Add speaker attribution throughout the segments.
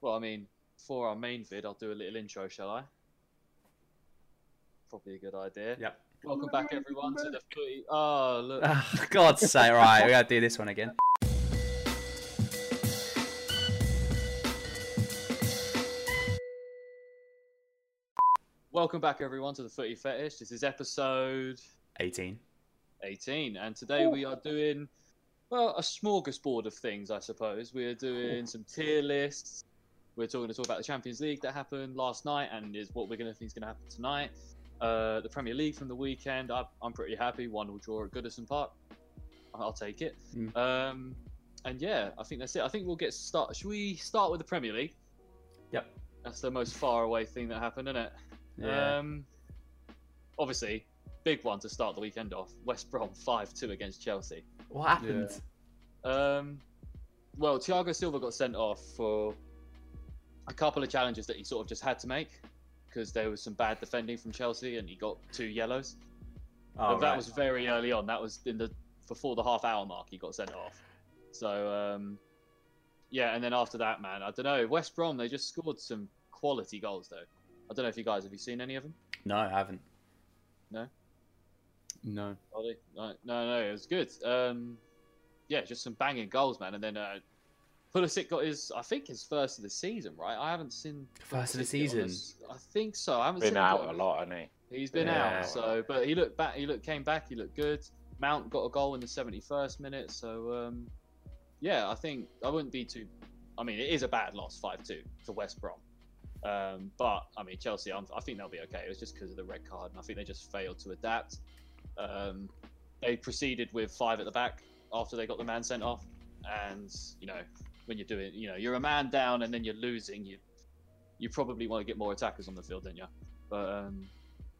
Speaker 1: Well, I mean, for our main vid, I'll do a little intro, shall I? Probably a good idea.
Speaker 2: Yep.
Speaker 1: Welcome back, everyone, to the footy. Oh, look.
Speaker 2: Oh, God's sake, right, we gotta do this one again.
Speaker 1: Welcome back, everyone, to the footy fetish. This is episode
Speaker 2: 18.
Speaker 1: 18, and today we are doing well a smorgasbord of things, I suppose. We're doing some tier lists. We're talking to talk about the Champions League that happened last night, and is what we're going to think is going to happen tonight. Uh, the Premier League from the weekend. I, I'm pretty happy. One will draw at Goodison Park. I- I'll take it.
Speaker 2: Mm.
Speaker 1: Um, and yeah, I think that's it. I think we'll get start. Should we start with the Premier League?
Speaker 2: Yep.
Speaker 1: That's the most far away thing that happened, isn't it?
Speaker 2: Yeah.
Speaker 1: Um, obviously, big one to start the weekend off. West Brom five two against Chelsea.
Speaker 2: what happened?
Speaker 1: Um, well, Thiago Silva got sent off for a couple of challenges that he sort of just had to make because there was some bad defending from Chelsea and he got two yellows.
Speaker 2: Oh,
Speaker 1: but that
Speaker 2: right.
Speaker 1: was very early on. That was in the before the half hour mark. He got sent off. So um, yeah, and then after that, man, I don't know. West Brom they just scored some quality goals though. I don't know if you guys have you seen any of them.
Speaker 2: No, I haven't.
Speaker 1: No?
Speaker 2: No.
Speaker 1: Ollie? No, no, no, it was good. Um, yeah, just some banging goals, man. And then uh, Pulisic got his, I think, his first of the season, right? I haven't seen
Speaker 2: First of the
Speaker 1: Pulisic get on
Speaker 2: season.
Speaker 1: this- I think so. I haven't
Speaker 3: been
Speaker 1: seen
Speaker 3: out
Speaker 1: him
Speaker 3: a
Speaker 1: get-
Speaker 3: lot, hasn't he?
Speaker 1: He's been
Speaker 2: Yeah.
Speaker 1: out, so but he looked back. He looked came back. He looked good. Mount got a goal in the seventy-first minute. So um, yeah, I think I wouldn't be too. I mean, it is a bad loss, five-two to West Brom. Um, but I mean, Chelsea, I'm, I think they'll be okay. It was just because of the red card, and I think they just failed to adapt. Um, they proceeded with five at the back after they got the man sent off, and you know when you're doing, you know, you're a man down and then you're losing. You you probably want to get more attackers on the field, don't you? But um,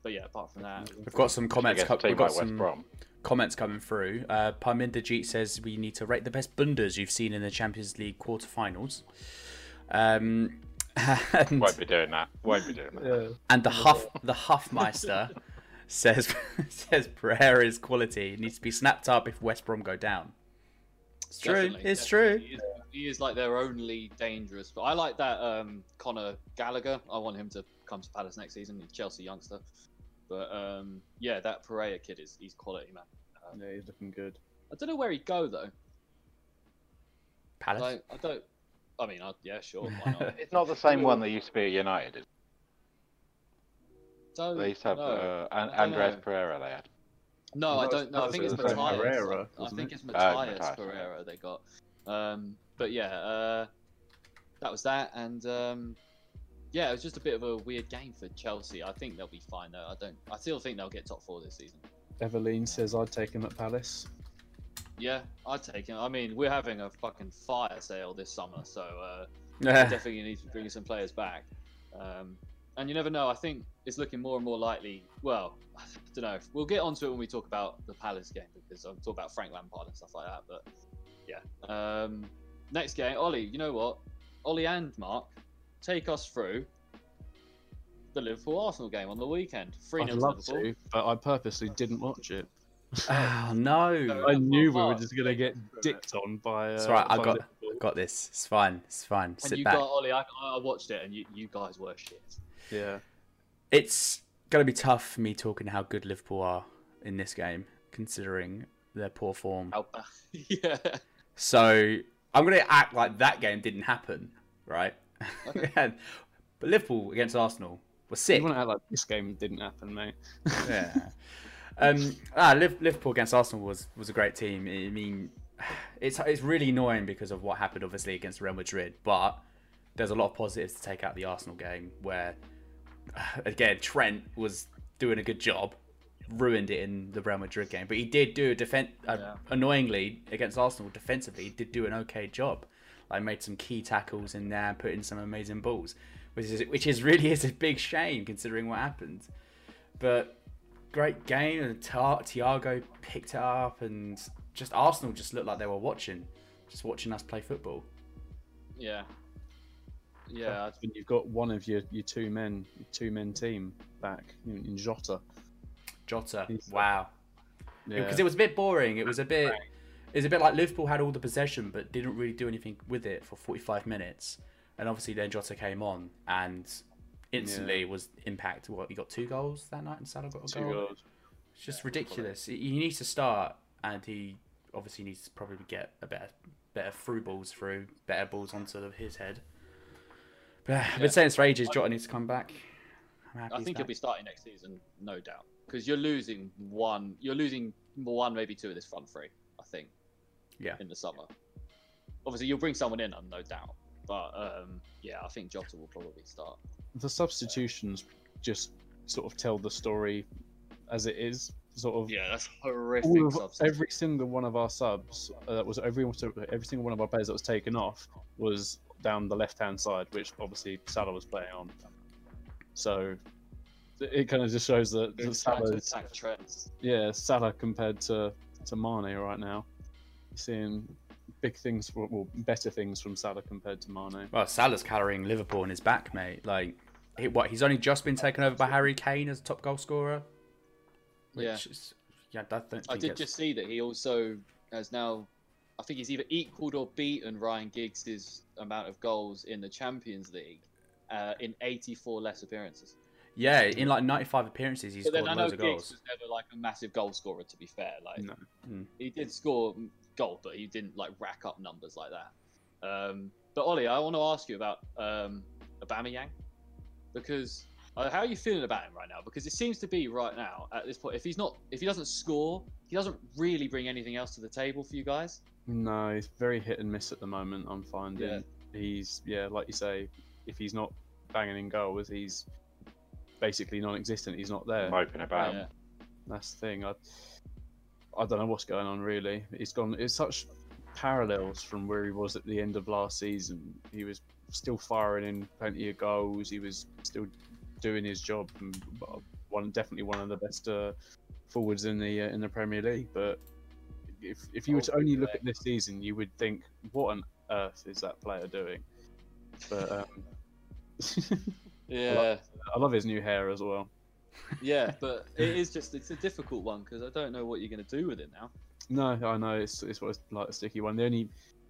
Speaker 1: but yeah, apart from that,
Speaker 2: We've got some comments.
Speaker 3: Against
Speaker 2: Co-
Speaker 3: a team
Speaker 2: we've got
Speaker 3: like West
Speaker 2: some
Speaker 3: Brom.
Speaker 2: comments coming through. Uh, Parminderjeet says we need to rate the best bundas you've seen in the Champions League quarterfinals. Um, and,
Speaker 3: Won't be doing that. Won't be doing that.
Speaker 2: and the Huff the Huffmeister says says Pereira's quality needs to be snapped up if West Brom go down. It's true.
Speaker 1: definitely,
Speaker 2: it's
Speaker 1: definitely.
Speaker 2: true.
Speaker 1: He is, he is, like their only dangerous. But I like that um, Connor Gallagher. I want him to come to Palace next season. He's a Chelsea youngster. But um, yeah, that Pereira kid is he's quality man.
Speaker 4: Yeah, he's looking good.
Speaker 1: I don't know where he'd go though.
Speaker 2: Palace.
Speaker 1: Like, I don't. I mean, I, yeah, sure. Why not?
Speaker 3: It's not the same one that used to be at United. is it?
Speaker 1: Don't,
Speaker 3: They used to have
Speaker 1: no.
Speaker 3: uh, An-
Speaker 1: I don't
Speaker 3: Andres
Speaker 1: know.
Speaker 3: Pereira. They had.
Speaker 1: No, I
Speaker 4: That was-
Speaker 1: don't know.
Speaker 4: that
Speaker 1: I
Speaker 4: was
Speaker 1: think it's
Speaker 4: the same
Speaker 1: Matthias.
Speaker 4: Pereira,
Speaker 1: I
Speaker 4: wasn't
Speaker 1: think
Speaker 4: it? Ah,
Speaker 1: it's Matthias
Speaker 3: Matthias, yeah.
Speaker 1: Pereira they got. Um, but yeah, uh, that was that, and um, yeah, it was just a bit of a weird game for Chelsea. I think they'll be fine though. I don't. I still think they'll get top four this season.
Speaker 4: Eveline says I'd take him at Palace.
Speaker 1: Yeah, I'd take him. I mean, we're having a fucking fire sale this summer, so uh,
Speaker 2: Yeah.
Speaker 1: definitely need to bring some players back. Um, and you never know. I think it's looking more and more likely. Well, I don't know. We'll get onto it when we talk about the Palace game because I'm talking about Frank Lampard and stuff like that. But yeah. Um, next game, Ollie. You know what? Ollie and Mark take us through the Liverpool Arsenal game on the weekend. Three
Speaker 4: I'd
Speaker 1: 0
Speaker 4: love
Speaker 1: Liverpool.
Speaker 4: to, but I purposely didn't watch it.
Speaker 2: Oh no.
Speaker 1: No.
Speaker 4: I knew we were
Speaker 1: Well,
Speaker 4: just gonna get
Speaker 1: well,
Speaker 4: dicked on by. Uh,
Speaker 2: It's alright, I
Speaker 4: by
Speaker 2: got-
Speaker 4: Liverpool.
Speaker 2: Got this. It's fine. It's fine.
Speaker 1: And
Speaker 2: Sit
Speaker 1: you
Speaker 2: back.
Speaker 1: got Ollie. I, I watched it, and you, you guys were shit.
Speaker 4: Yeah,
Speaker 2: It's gonna be tough for me talking how good Liverpool are in this game, considering their poor form.
Speaker 1: How bad? yeah.
Speaker 2: So I'm gonna act like that game didn't happen, right?
Speaker 1: Okay.
Speaker 2: And- but Liverpool against Arsenal was
Speaker 4: you
Speaker 2: sick.
Speaker 4: want to act like this game didn't happen, mate?
Speaker 2: yeah. Um, ah, Liv- Liverpool against Arsenal was was a great team. I mean, it's it's really annoying because of what happened, obviously, against Real Madrid. But there's a lot of positives to take out of the Arsenal game, where again Trent was doing a good job, ruined it in the Real Madrid game, but he did do a defense. Uh,
Speaker 1: Yeah.
Speaker 2: Annoyingly, against Arsenal defensively, he did do an okay job. Like made some key tackles in there, put in some amazing balls, which is which is really is a big shame considering what happened. But great game and Ta- Tiago picked it up and just Arsenal just looked like they were watching, just watching us play football.
Speaker 1: Yeah. Yeah.
Speaker 4: When you've got one of your, your two men, your two men team back in, in Jota.
Speaker 2: Jota,
Speaker 4: He's-
Speaker 2: wow,
Speaker 4: Yeah.
Speaker 2: because it was a bit boring. It was a bit, it was a bit like Liverpool had all the possession but didn't really do anything with it for 45 minutes, and obviously then Jota came on and instantly was impact. What he got two goals that night, and Salah got a
Speaker 4: Two
Speaker 2: goal.
Speaker 4: goals.
Speaker 2: It's just ridiculous. He he needs to start, and he obviously needs to probably get a better, better through balls through, better balls onto the, his head. But I've
Speaker 1: Yeah.
Speaker 2: been saying this for ages. Jota needs to come back. I'm happy
Speaker 1: I
Speaker 2: he's
Speaker 1: think he'll
Speaker 2: back.
Speaker 1: be starting next season, no doubt, because you're losing one, you're losing one, maybe two of this front three. I think.
Speaker 2: Yeah.
Speaker 1: In the summer, obviously you'll bring someone in, um, no doubt, but um, yeah, I think Jota will probably start.
Speaker 4: The substitutions just sort of tell the story as it is. Sort of
Speaker 1: Yeah, that's
Speaker 4: all
Speaker 1: horrific.
Speaker 4: of- every single one of our subs uh, that was every so every single one of our players that was taken off was down the left hand side, which obviously Salah was playing on. So th- it kind of just shows that, that Salah's
Speaker 1: attack trends.
Speaker 4: yeah Salah compared to to Mane right now, You're seeing big things for well better things from Salah compared to Mane.
Speaker 2: Well, Salah's carrying Liverpool in his back, mate. Like, he, what? He's only just been taken over by Harry Kane as top goal scorer. Which
Speaker 1: Yeah.
Speaker 2: Is, yeah, I don't think
Speaker 1: I did
Speaker 2: it's-
Speaker 1: just see that he also has now, I think he's either equaled or beaten Ryan Giggs' amount of goals in the Champions League uh, in 84 less appearances.
Speaker 2: Yeah, in like 95 appearances, he's
Speaker 1: But
Speaker 2: scored
Speaker 1: then I know
Speaker 2: loads of
Speaker 1: Giggs
Speaker 2: goals.
Speaker 1: was never like a massive goal scorer, to be fair. Like
Speaker 4: No.
Speaker 2: Mm.
Speaker 1: he did score goal, but he didn't like rack up numbers like that. Um, but Ollie, I want to ask you about um, Aubameyang because uh, how are you feeling about him right now? Because it seems to be right now at this point, if he's not, if he doesn't score, he doesn't really bring anything else to the table for you guys.
Speaker 4: No, he's very hit and miss at the moment. I'm finding
Speaker 1: Yeah.
Speaker 4: he's yeah, like you say, if he's not banging in goals, he's basically non-existent. He's not there.
Speaker 3: moping about.
Speaker 1: Yeah.
Speaker 4: That's the thing. I I don't know what's going on really. It's gone. It's such parallels from where he was at the end of last season. He was still firing in plenty of goals. He was still doing his job. And one definitely one of the best uh, forwards in the uh, in the Premier League. But if if you were to only look at this season, you would think, what on earth is that player doing? But um,
Speaker 1: Yeah,
Speaker 4: I love his new hair as well.
Speaker 1: yeah, but it is just it's a difficult one because I don't know what you're going to do with it now.
Speaker 4: No, I know it's it's what it's like a sticky one. The only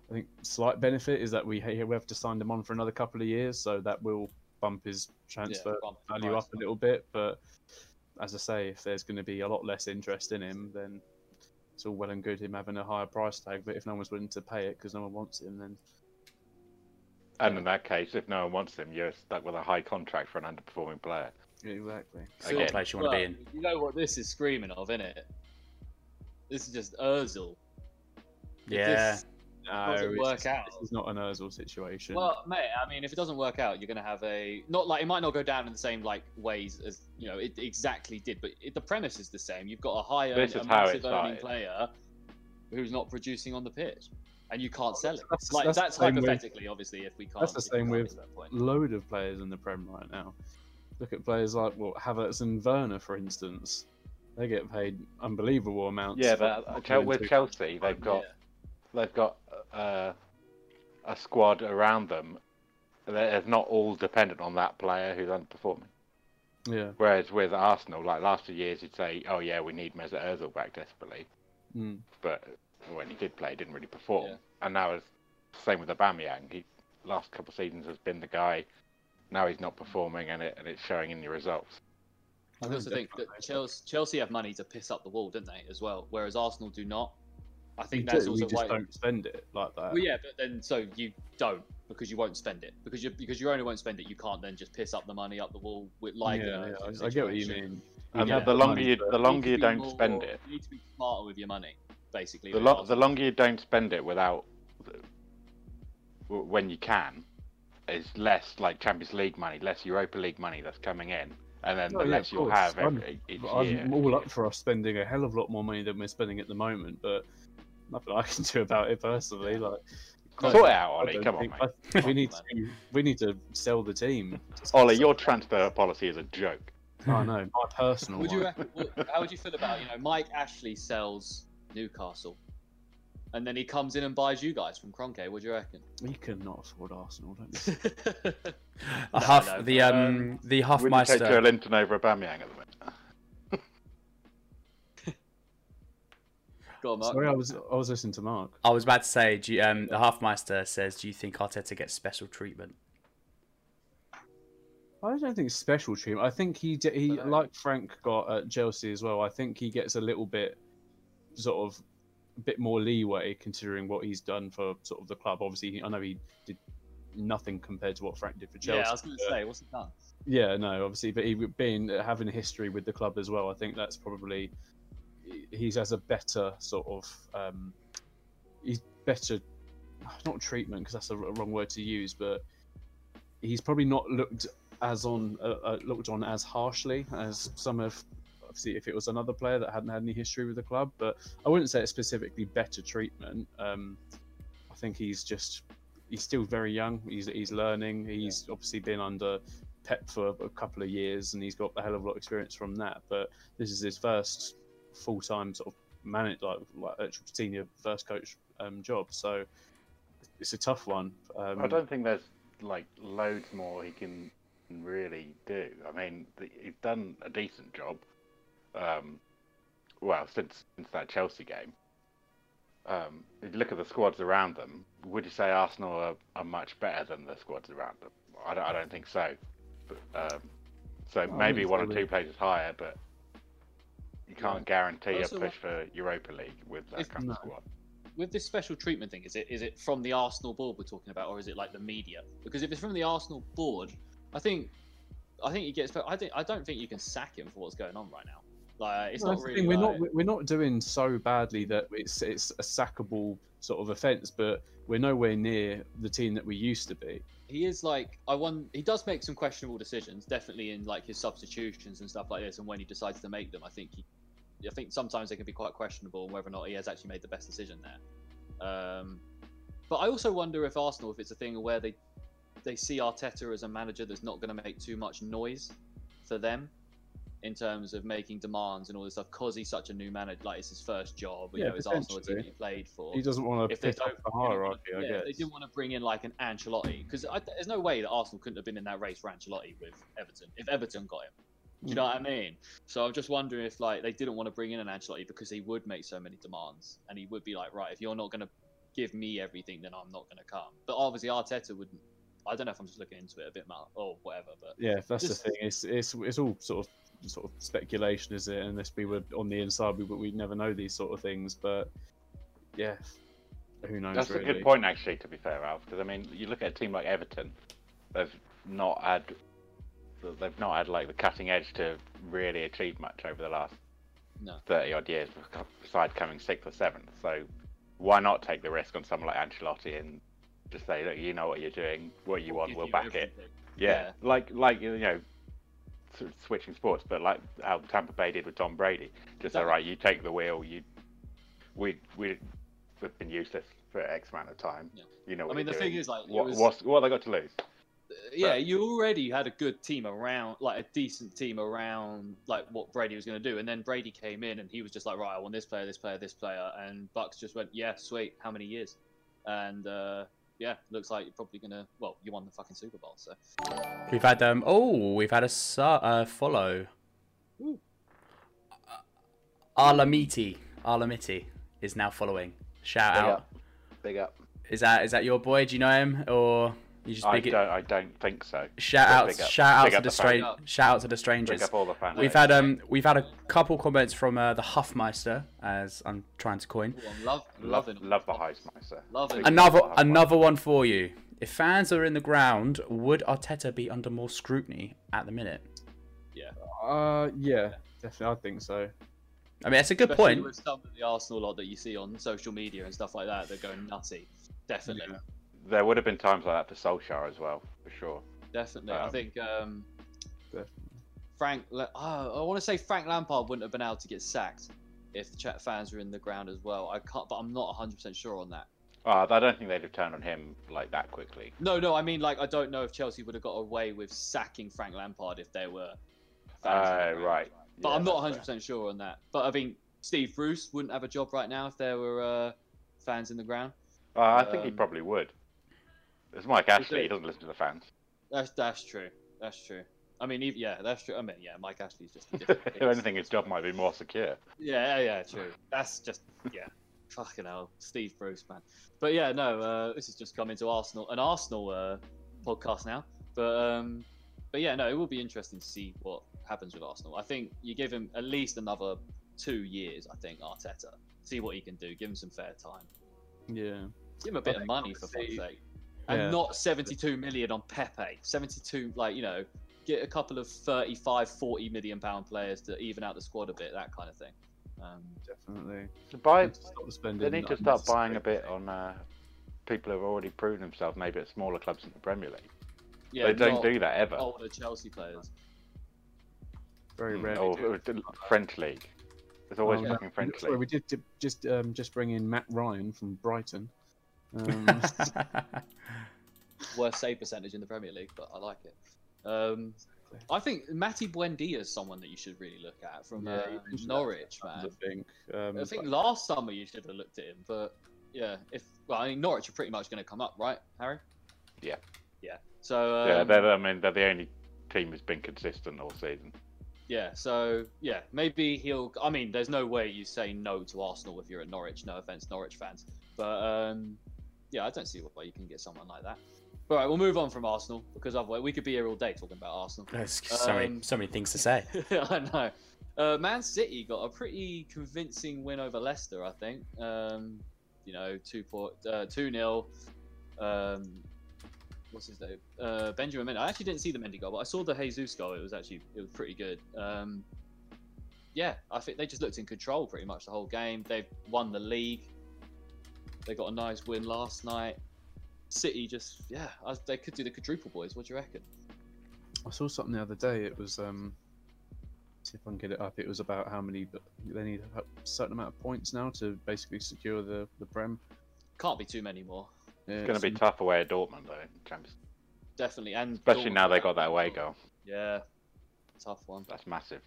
Speaker 4: I think slight benefit is that we ha- we have to sign him on for another couple of years, so that will bump his
Speaker 1: Yeah,
Speaker 4: transfer
Speaker 1: bump the
Speaker 4: value
Speaker 1: price
Speaker 4: up a little bit. But as I say, if there's going to be a lot less interest in him, then it's all well and good him having a higher price tag. But if no one's willing to pay it because no one wants him, then
Speaker 3: And in that case, if no one wants him, you're stuck with a high contract for an underperforming player.
Speaker 4: exactly.
Speaker 2: It's not a place you want to be
Speaker 1: Well,
Speaker 2: in.
Speaker 1: You know what this is screaming of, innit? This is just Özil. It
Speaker 2: Yeah.
Speaker 1: just-
Speaker 4: No,
Speaker 1: Doesn't
Speaker 4: it's-
Speaker 1: work out.
Speaker 4: This is not an Özil situation.
Speaker 1: well, mate. I mean, if it doesn't work out, you're gonna have a not like it might not go down in the same like ways as you know it exactly did, but it, the premise is the same. You've got a high, earn,
Speaker 3: This
Speaker 1: a
Speaker 3: is how it
Speaker 1: massive earning
Speaker 3: started.
Speaker 1: player who's not producing on the pitch, and you can't sell it.
Speaker 4: That's-
Speaker 1: like
Speaker 4: that's
Speaker 1: that's,
Speaker 4: the same with-
Speaker 1: hypothetically, obviously, if we can't.
Speaker 4: that's the
Speaker 1: if we
Speaker 4: same
Speaker 1: can't
Speaker 4: with
Speaker 1: get to that point.
Speaker 4: load of players in the Prem right now. Look at players like well Havertz and Werner, for instance. They get paid unbelievable amounts.
Speaker 3: Yeah,
Speaker 4: for
Speaker 3: but uh,
Speaker 4: not
Speaker 3: Chel-
Speaker 4: going
Speaker 3: with
Speaker 4: to-
Speaker 3: Chelsea,
Speaker 1: Um,
Speaker 3: they've got they've got uh, a squad around them that is not all dependent on that player who's underperforming.
Speaker 4: yeah,
Speaker 3: Whereas with Arsenal, like last few years, you'd say, "Oh yeah, we need Mesut Ozil back desperately,"
Speaker 4: mm,
Speaker 3: but when he did play, he didn't really perform.
Speaker 1: Yeah.
Speaker 3: And now it's the same with Aubameyang. He last couple of seasons has been the guy. Now he's not performing, and it and it's showing in the results.
Speaker 1: I also think that Chelsea, Chelsea have money to piss up the wall, didn't they, as well? Whereas Arsenal do not. I
Speaker 4: we,
Speaker 1: think that's
Speaker 4: do, we
Speaker 1: also
Speaker 4: just
Speaker 1: why.
Speaker 4: don't spend it like that.
Speaker 1: Well, yeah, but then so you don't because you won't spend it because you because you only won't spend it. You can't then just piss up the money up the wall with like.
Speaker 4: Yeah,
Speaker 1: you know,
Speaker 4: yeah,
Speaker 1: sort of
Speaker 4: I, I get what you
Speaker 1: situation.
Speaker 4: mean.
Speaker 3: And
Speaker 4: Yeah.
Speaker 3: the longer you the
Speaker 1: You need
Speaker 3: longer
Speaker 1: to
Speaker 3: you
Speaker 1: be
Speaker 3: don't
Speaker 1: more-
Speaker 3: spend it,
Speaker 1: you need to be smarter with your money, basically.
Speaker 3: the,
Speaker 1: with
Speaker 3: lo- the
Speaker 1: Arsenal.
Speaker 3: longer you don't spend it without w- when you can is less like champions league money less europa league money that's coming in and then
Speaker 4: Oh,
Speaker 3: the
Speaker 4: yeah,
Speaker 3: less
Speaker 4: of
Speaker 3: you'll
Speaker 4: course.
Speaker 3: have
Speaker 4: I'm-
Speaker 3: every, each
Speaker 4: But
Speaker 3: year
Speaker 4: I'm all up for us spending a hell of a lot more money than we're spending at the moment, but nothing I can do about it personally. Like,
Speaker 3: sort it out
Speaker 4: I
Speaker 3: ollie
Speaker 4: don't
Speaker 3: come on
Speaker 4: think-
Speaker 3: mate
Speaker 4: I- we need to we need to sell the team.
Speaker 3: ollie your transfer policy is a joke
Speaker 4: I know my personal.
Speaker 1: Would you?
Speaker 4: one.
Speaker 1: reckon- would- how would you feel about you know Mike Ashley sells Newcastle, and then he comes in and buys you guys from Cronke? What do you reckon?
Speaker 4: We cannot afford Arsenal, don't we?
Speaker 2: A
Speaker 1: No,
Speaker 2: half
Speaker 1: no,
Speaker 2: the
Speaker 1: but,
Speaker 2: um,
Speaker 1: um,
Speaker 2: the
Speaker 3: would you take
Speaker 2: Huffmeister.
Speaker 3: Joe Linton over Aubameyang at the moment
Speaker 1: Go on, Mark.
Speaker 4: Sorry, I was I was listening to Mark.
Speaker 2: I was about to say, do you, um, the Halfmeister says, "Do you think Arteta gets special treatment?"
Speaker 4: I don't think it's special to him. I think he d- he
Speaker 1: Dunno.
Speaker 4: like Frank got at Chelsea as well. I think he gets a little bit sort of a bit more leeway considering what he's done for sort of the club. Obviously, I know he did nothing compared to what Frank did for Chelsea.
Speaker 1: yeah, I was going to
Speaker 4: but-
Speaker 1: say, what's it done?
Speaker 4: yeah, no, obviously, but he being having a history with the club as well, I think that's probably he has a better sort of um, he's better not treatment because that's a r- wrong word to use, but he's probably not looked as on uh, uh, looked on as harshly as some of obviously if it was another player that hadn't had any history with the club, but I wouldn't say it's specifically better treatment. Um, I think he's just he's still very young. He's he's learning. He's obviously been under Pep for a couple of years, and he's got a hell of a lot of experience from that. But this is his first full time sort of manage like, like actual senior first coach um, job. So it's a tough one. Um,
Speaker 3: I don't think there's like loads more he can really do. I mean, th- he's done a decent job. Um, well, since since that Chelsea game. Um, if you look at the squads around them, would you say Arsenal are, are much better than the squads around them? I don't, I don't think so. But, um, so
Speaker 4: wouldn't
Speaker 3: maybe
Speaker 4: say
Speaker 3: one or
Speaker 4: we-
Speaker 3: two places higher, but you can't guarantee a
Speaker 1: Also,
Speaker 3: push for Europa League with that
Speaker 1: It's
Speaker 3: kind of
Speaker 4: not-
Speaker 3: squad.
Speaker 1: with this special treatment thing, is it is it from the Arsenal board we're talking about, or is it like the media? Because if it's from the Arsenal board, I think I think he gets. I think I don't think you can sack him for what's going on right now. Like it's
Speaker 4: Well,
Speaker 1: not
Speaker 4: that's the
Speaker 1: really.
Speaker 4: thing, We're
Speaker 1: like-
Speaker 4: not we're not doing so badly that it's it's a sackable sort of offence, but we're nowhere near the team that we used to be.
Speaker 1: he is like I won. He does make some questionable decisions, definitely in like his substitutions and stuff like this, and when he decides to make them. I think he, I think sometimes they can be quite questionable, and whether or not he has actually made the best decision there. Um, but I also wonder if Arsenal, if it's a thing where they they see Arteta as a manager that's not going to make too much noise for them in terms of making demands and all this stuff, because he's such a new manager, like it's his first job. You
Speaker 4: Yeah,
Speaker 1: know, it's Arsenal a team that
Speaker 4: potentially.
Speaker 1: he played for
Speaker 4: He doesn't want to
Speaker 1: if they
Speaker 4: pick
Speaker 1: don't,
Speaker 4: up the
Speaker 1: you know,
Speaker 4: hierarchy, I
Speaker 1: yeah,
Speaker 4: guess.
Speaker 1: they didn't want to bring in like an Ancelotti because there's no way that Arsenal couldn't have been in that race for Ancelotti with Everton if Everton got him. Do you know
Speaker 3: Hmm.
Speaker 1: what I mean? So I'm just wondering if like they didn't want to bring in an Ancelotti because he would make so many demands and he would be like, right, if you're not going to give me everything, then I'm not going to come. But obviously Arteta wouldn't. I don't know if I'm just looking into it a bit mal or whatever, but
Speaker 4: Yeah, that's
Speaker 1: Just-
Speaker 4: the thing. It's it's it's all sort of sort of speculation, is it? Unless we were on the inside, we we never know these sort of things. But yeah, who knows?
Speaker 3: That's
Speaker 4: really.
Speaker 3: a good point, actually. To be fair, Ralph, because I mean, you look at a team like Everton; they've not had, they've not had like the cutting edge to really achieve much over the last
Speaker 1: No.
Speaker 3: thirty odd years, besides coming sixth or seventh. So, why not take the risk on someone like Ancelotti and just say, look, you know what you're doing, what you want,
Speaker 1: give
Speaker 3: we'll
Speaker 1: you
Speaker 3: back it.
Speaker 1: everything.
Speaker 3: Yeah,
Speaker 1: Yeah.
Speaker 3: like like you know, sort of switching sports, but like how Tampa Bay did with Tom Brady. Just all
Speaker 1: Exactly.
Speaker 3: right, you take the wheel. You, we we we've been useless for X amount of time.
Speaker 1: Yeah.
Speaker 3: You know.
Speaker 1: I
Speaker 3: What
Speaker 1: mean, the
Speaker 3: you're
Speaker 1: thing
Speaker 3: doing.
Speaker 1: is, like, it
Speaker 3: what
Speaker 1: was-
Speaker 3: what's, what have they got to lose?
Speaker 1: yeah,
Speaker 3: But-
Speaker 1: you already had a good team around, like a decent team around, like what Brady was going to do. And then Brady came in, and he was just like, right, I want this player, this player, this player. And Bucks just went, yeah, sweet. How many years? And uh, yeah, looks like you're probably going to. Well, you won the fucking Super Bowl, so
Speaker 2: We've had um. Oh, we've had a su- uh, follow.
Speaker 1: Ooh.
Speaker 2: Uh, Alamiti, Alamiti is now following. Shout out.
Speaker 3: Big up.
Speaker 2: Is that is that your boy? Do you know him or you just
Speaker 3: I
Speaker 2: big
Speaker 3: don't.
Speaker 2: it?
Speaker 3: I don't think so.
Speaker 2: Shout
Speaker 3: Big
Speaker 2: out,
Speaker 3: up.
Speaker 2: shout out
Speaker 3: Big
Speaker 2: to
Speaker 3: up
Speaker 2: the,
Speaker 3: the
Speaker 2: stra-
Speaker 1: fans.
Speaker 2: shout out to the
Speaker 3: Big
Speaker 2: strangers.
Speaker 3: up all the fans.
Speaker 2: We've had um, we've had a couple comments from uh, the Huffmeister, as I'm trying to coin.
Speaker 1: Ooh, I'm love, I'm
Speaker 3: love
Speaker 1: loving
Speaker 3: love the Heismeister.
Speaker 1: Loving it.
Speaker 2: Another
Speaker 3: Love the Heismeister.
Speaker 2: another one for you. If fans are in the ground, would Arteta be under more scrutiny at the minute?
Speaker 4: Uh, yeah, definitely, I think so.
Speaker 2: I mean, that's a good
Speaker 1: Especially
Speaker 2: point.
Speaker 1: with some of the Arsenal lot that you see on social media and stuff like that, they're going nutty. Definitely,
Speaker 3: There would have been times like that for Solskjaer as well, for sure.
Speaker 1: definitely. I
Speaker 3: Um,
Speaker 1: think um,
Speaker 4: Definitely.
Speaker 1: Frank. La- oh, I want to say Frank Lampard wouldn't have been able to get sacked if the chat fans were in the ground as well. I can't, but I'm not 100 percent sure on that.
Speaker 3: Oh, I don't think they'd have turned on him like that quickly.
Speaker 1: No, no, I mean like I don't know if Chelsea would have got away with sacking Frank Lampard if there were.
Speaker 3: Oh,
Speaker 1: fans in the ground.
Speaker 3: right.
Speaker 1: But
Speaker 3: Yeah,
Speaker 1: I'm not
Speaker 3: that's fair.
Speaker 1: 100 percent sure on that. But I mean, Steve Bruce wouldn't have a job right now if there were uh, fans in the ground.
Speaker 3: Uh, I think he
Speaker 1: Um,
Speaker 3: probably would. It's Mike Ashley. He
Speaker 1: do.
Speaker 3: doesn't listen to the fans.
Speaker 1: That's that's true. That's true. I mean, even, yeah, that's true. I mean, yeah, Mike Ashley's just a different
Speaker 3: if
Speaker 1: beast.
Speaker 3: anything, his job might be more secure.
Speaker 1: Yeah, yeah, yeah, true. That's just yeah. Fucking hell, Steve Bruce, man. But yeah, no, uh, this has just come into Arsenal, an Arsenal uh, podcast now. But um, but yeah, no, it will be interesting to see what happens with Arsenal. I think you give him at least another two years. I think Arteta, see what he can do. Give him some fair time.
Speaker 4: Yeah.
Speaker 1: Give him a bit of
Speaker 4: think
Speaker 1: money for fuck's
Speaker 4: obviously-
Speaker 1: sake, and
Speaker 4: Yeah.
Speaker 1: not 72 million on Pepe. 72, like you know, get a couple of 35, 40 million pound players to even out the squad a bit, that kind of thing. Um,
Speaker 4: Definitely.
Speaker 3: Buy,
Speaker 4: Stop spending
Speaker 3: they need to start buying a bit on uh, people who have already proven themselves, maybe at smaller clubs in the Premier League.
Speaker 1: yeah,
Speaker 3: they don't
Speaker 1: not
Speaker 3: do that ever.
Speaker 1: older Chelsea players.
Speaker 4: Very
Speaker 3: Mm,
Speaker 4: rarely.
Speaker 3: or,
Speaker 4: do.
Speaker 3: or the French league. There's always
Speaker 1: Oh,
Speaker 4: Um,
Speaker 3: fucking French
Speaker 4: Sorry, we
Speaker 3: league.
Speaker 4: did, did just um, just bring in Matt Ryan from Brighton. Um,
Speaker 1: worst save percentage in the Premier League, but I like it. Um, I think Matty Buendia is someone that you should really look at from
Speaker 4: Yeah,
Speaker 1: uh,
Speaker 4: you mentioned that
Speaker 1: Norwich,
Speaker 4: I
Speaker 1: man.
Speaker 4: think. Um,
Speaker 1: I think last summer you should have looked at him, but yeah, if well, I mean Norwich are pretty much going to come up, right, Harry?
Speaker 3: Yeah.
Speaker 1: yeah. So um,
Speaker 3: yeah, they're, I mean, they're the only team who's been consistent all season.
Speaker 1: Yeah, so yeah, maybe he'll. I mean, there's no way you say no to Arsenal if you're at Norwich. No offense, Norwich fans, but um, yeah, I don't see why you can get someone like that. All right, we'll move on from Arsenal because otherwise we could be here all day talking about Arsenal.
Speaker 2: There's so, many,
Speaker 1: Um,
Speaker 2: so many things to say.
Speaker 1: I know. Uh, Man City got a pretty convincing win over Leicester, I think. Um, you know, two port, uh, two nil. Um, what's his name? Uh, Benjamin Mendy. I actually didn't see the Mendy goal, but I saw the Jesus goal. It was actually it was pretty good. Um, yeah, I think they just looked in control pretty much the whole game. They've won the league. They got a nice win last night. City just yeah, I, they could do the quadruple boys. What do you reckon?
Speaker 4: I saw something the other day. It was um, see if I can get it up. It was about how many but they need a certain amount of points now to basically secure the the prem.
Speaker 1: Can't be too many more.
Speaker 4: Yeah,
Speaker 3: It's going to be tough away at Dortmund, though, in Champions
Speaker 1: Definitely, and
Speaker 3: Especially
Speaker 1: Dortmund
Speaker 3: now they
Speaker 1: got
Speaker 3: got that away goal.
Speaker 1: Yeah, tough one.
Speaker 3: That's massive.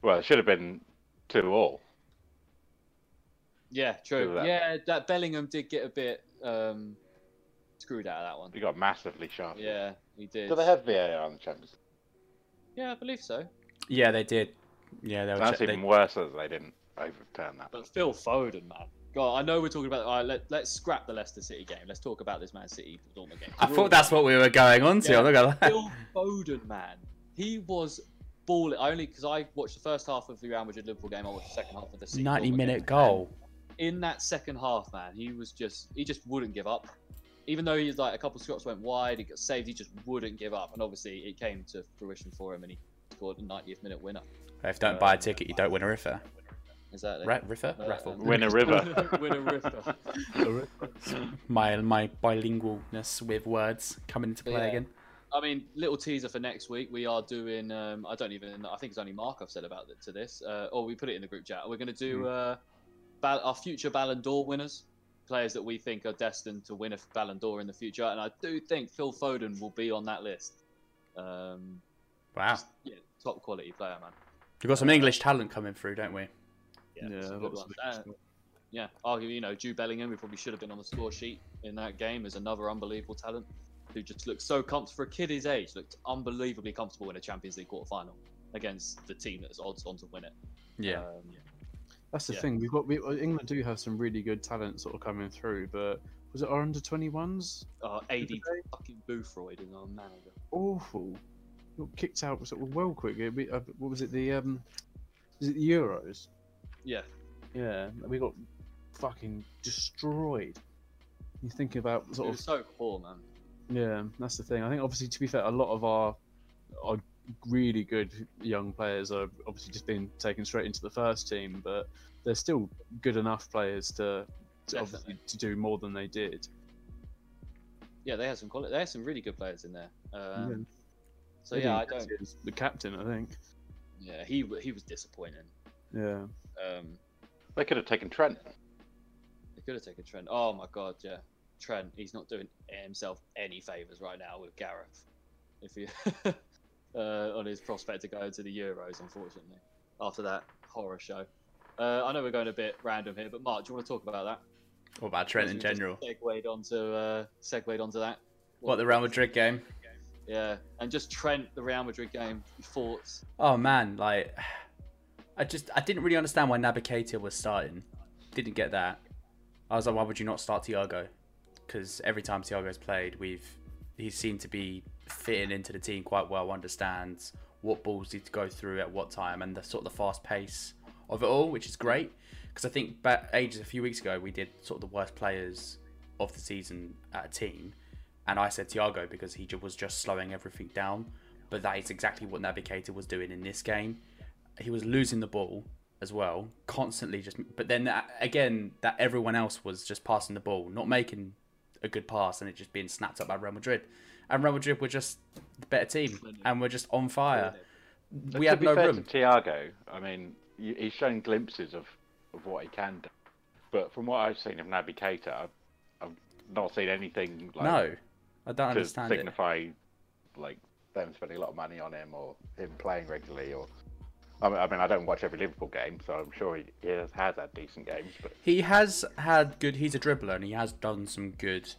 Speaker 3: Well, it should have been 2 all.
Speaker 1: Yeah, true.
Speaker 3: Look at that.
Speaker 1: Yeah, that Bellingham did get a bit um, screwed out of
Speaker 3: They
Speaker 1: that one.
Speaker 3: got massively sharp.
Speaker 1: Yeah, he did.
Speaker 3: Do they have VAR in the Champions League?
Speaker 1: Yeah, I believe so.
Speaker 2: Yeah, they did. Yeah, they were.
Speaker 3: That's
Speaker 2: check-
Speaker 3: even
Speaker 2: they-
Speaker 3: worse that they didn't overturn that.
Speaker 1: But Phil Foden, man. God, I know we're talking about. All right, let, let's scrap the Leicester City game. Let's talk about this Man City Dortmund game.
Speaker 2: I thought that's what we were going on to.
Speaker 1: Yeah.
Speaker 2: I'm not gonna lie.
Speaker 1: Phil Foden, man. He was balling. I only because I watched the first half of the Real Madrid Liverpool game. I watched the second half of the City
Speaker 2: 90
Speaker 1: Dortmund
Speaker 2: minute
Speaker 1: game.
Speaker 2: goal.
Speaker 1: in that second half, man, he was just he just wouldn't give up. Even though he's like a couple shots went wide, he got saved. He just wouldn't give up, and obviously it came to fruition for him, and he scored a 90th minute winner.
Speaker 2: If you don't buy a ticket, you don't win a riffer.
Speaker 1: Exactly.
Speaker 2: Ra- riffer?
Speaker 1: Uh,
Speaker 2: Raffle.
Speaker 3: Win a river.
Speaker 1: Win a river.
Speaker 2: My my bilingualness with words coming into
Speaker 1: But
Speaker 2: play
Speaker 1: yeah.
Speaker 2: again.
Speaker 1: I mean, little teaser for next week. We are doing. Um, I don't even. I think it's only Mark I've said about it to this, uh, or we put it in the group chat. We're going to do uh, Bal- our future Ballon d'Or winners, players that we think are destined to win a Ballon d'Or in the future, and I do think Phil Foden will be on that list. Um,
Speaker 2: Wow.
Speaker 1: just, uh, yeah, top quality player, man.
Speaker 2: We've got some English talent coming through, don't we?
Speaker 4: Yeah,
Speaker 1: some good
Speaker 4: lots of
Speaker 1: ones. Uh, yeah, argue you know Jude Bellingham, who probably should have been on the score sheet in that game, is another unbelievable talent who just looked so comfortable for a kid his age, looked unbelievably comfortable in a Champions League quarterfinal against the team that's odds on to win it.
Speaker 2: Yeah.
Speaker 1: Um,
Speaker 4: That's the
Speaker 1: Yeah.
Speaker 4: thing. We've got we, England do have some really good talent sort of coming through, but was it our under twenty ones?
Speaker 1: uh, AD fucking Boothroyd is our manager.
Speaker 4: Awful. Got kicked out sort of well quick. It- we- uh, What was it? The um, was it the Euros?
Speaker 1: Yeah,
Speaker 4: Yeah, we got fucking destroyed. You think about
Speaker 1: it
Speaker 4: sort
Speaker 1: was
Speaker 4: of
Speaker 1: so poor, man.
Speaker 4: yeah, that's the thing. I think obviously to be fair, a lot of our our really good young players are obviously just being taken straight into the first team, but they're still good enough players to, to obviously to do more than they did.
Speaker 1: Yeah, they had some quality. They had some really good players in there. Um,
Speaker 4: Yeah.
Speaker 1: So yeah, I don't.
Speaker 4: Eddie is The captain, I think.
Speaker 1: Yeah, he w- he was disappointing.
Speaker 4: Yeah.
Speaker 1: Um,
Speaker 3: They could have taken Trent.
Speaker 1: They could have taken Trent. Oh my god, yeah. Trent, he's not doing himself any favors right now with Gareth. If he uh, on his prospect to go to the Euros, unfortunately, after that horror show. Uh, I know we're going a bit random here, but Mark, do you want to talk about that?
Speaker 2: What about Trent
Speaker 1: As
Speaker 2: in
Speaker 1: we just
Speaker 2: general?
Speaker 1: Segued onto uh, segued onto that.
Speaker 2: What the Real Madrid game?
Speaker 1: Yeah, and just Trent, the Real Madrid game thoughts.
Speaker 2: Oh man, like I just I didn't really understand why Naby Keita was starting. Didn't get that. I was like, why would you not start Tiago? Because every time Tiago's played, we've he seemed to be fitting into the team quite well, understands what balls need to go through at what time, and the sort of the fast pace of it all, which is great. Because I think back ages a few weeks ago, we did sort of the worst players of the season at a team, and I said Thiago because he ju- was just slowing everything down. But that is exactly what Navigator was doing in this game. He was losing the ball as well, constantly just. But then that, again, that everyone else was just passing the ball, not making a good pass, and it just being snapped up by Real Madrid. And Real Madrid were just the better team, and we're just on fire.
Speaker 3: But
Speaker 2: We
Speaker 3: to
Speaker 2: had
Speaker 3: be
Speaker 2: no
Speaker 3: fair
Speaker 2: room.
Speaker 3: to Thiago, I mean, y- he's shown glimpses of, of what he can do, but from what I've seen of Naby Keita, I've, I've not seen anything like
Speaker 2: no, I don't
Speaker 3: to
Speaker 2: understand it.
Speaker 3: signify like them spending a lot of money on him or him playing regularly. Or I mean, I, mean, I don't watch every Liverpool game, so I'm sure he, he has had had decent games, but
Speaker 2: He has had good. He's a dribbler, and he has done some good,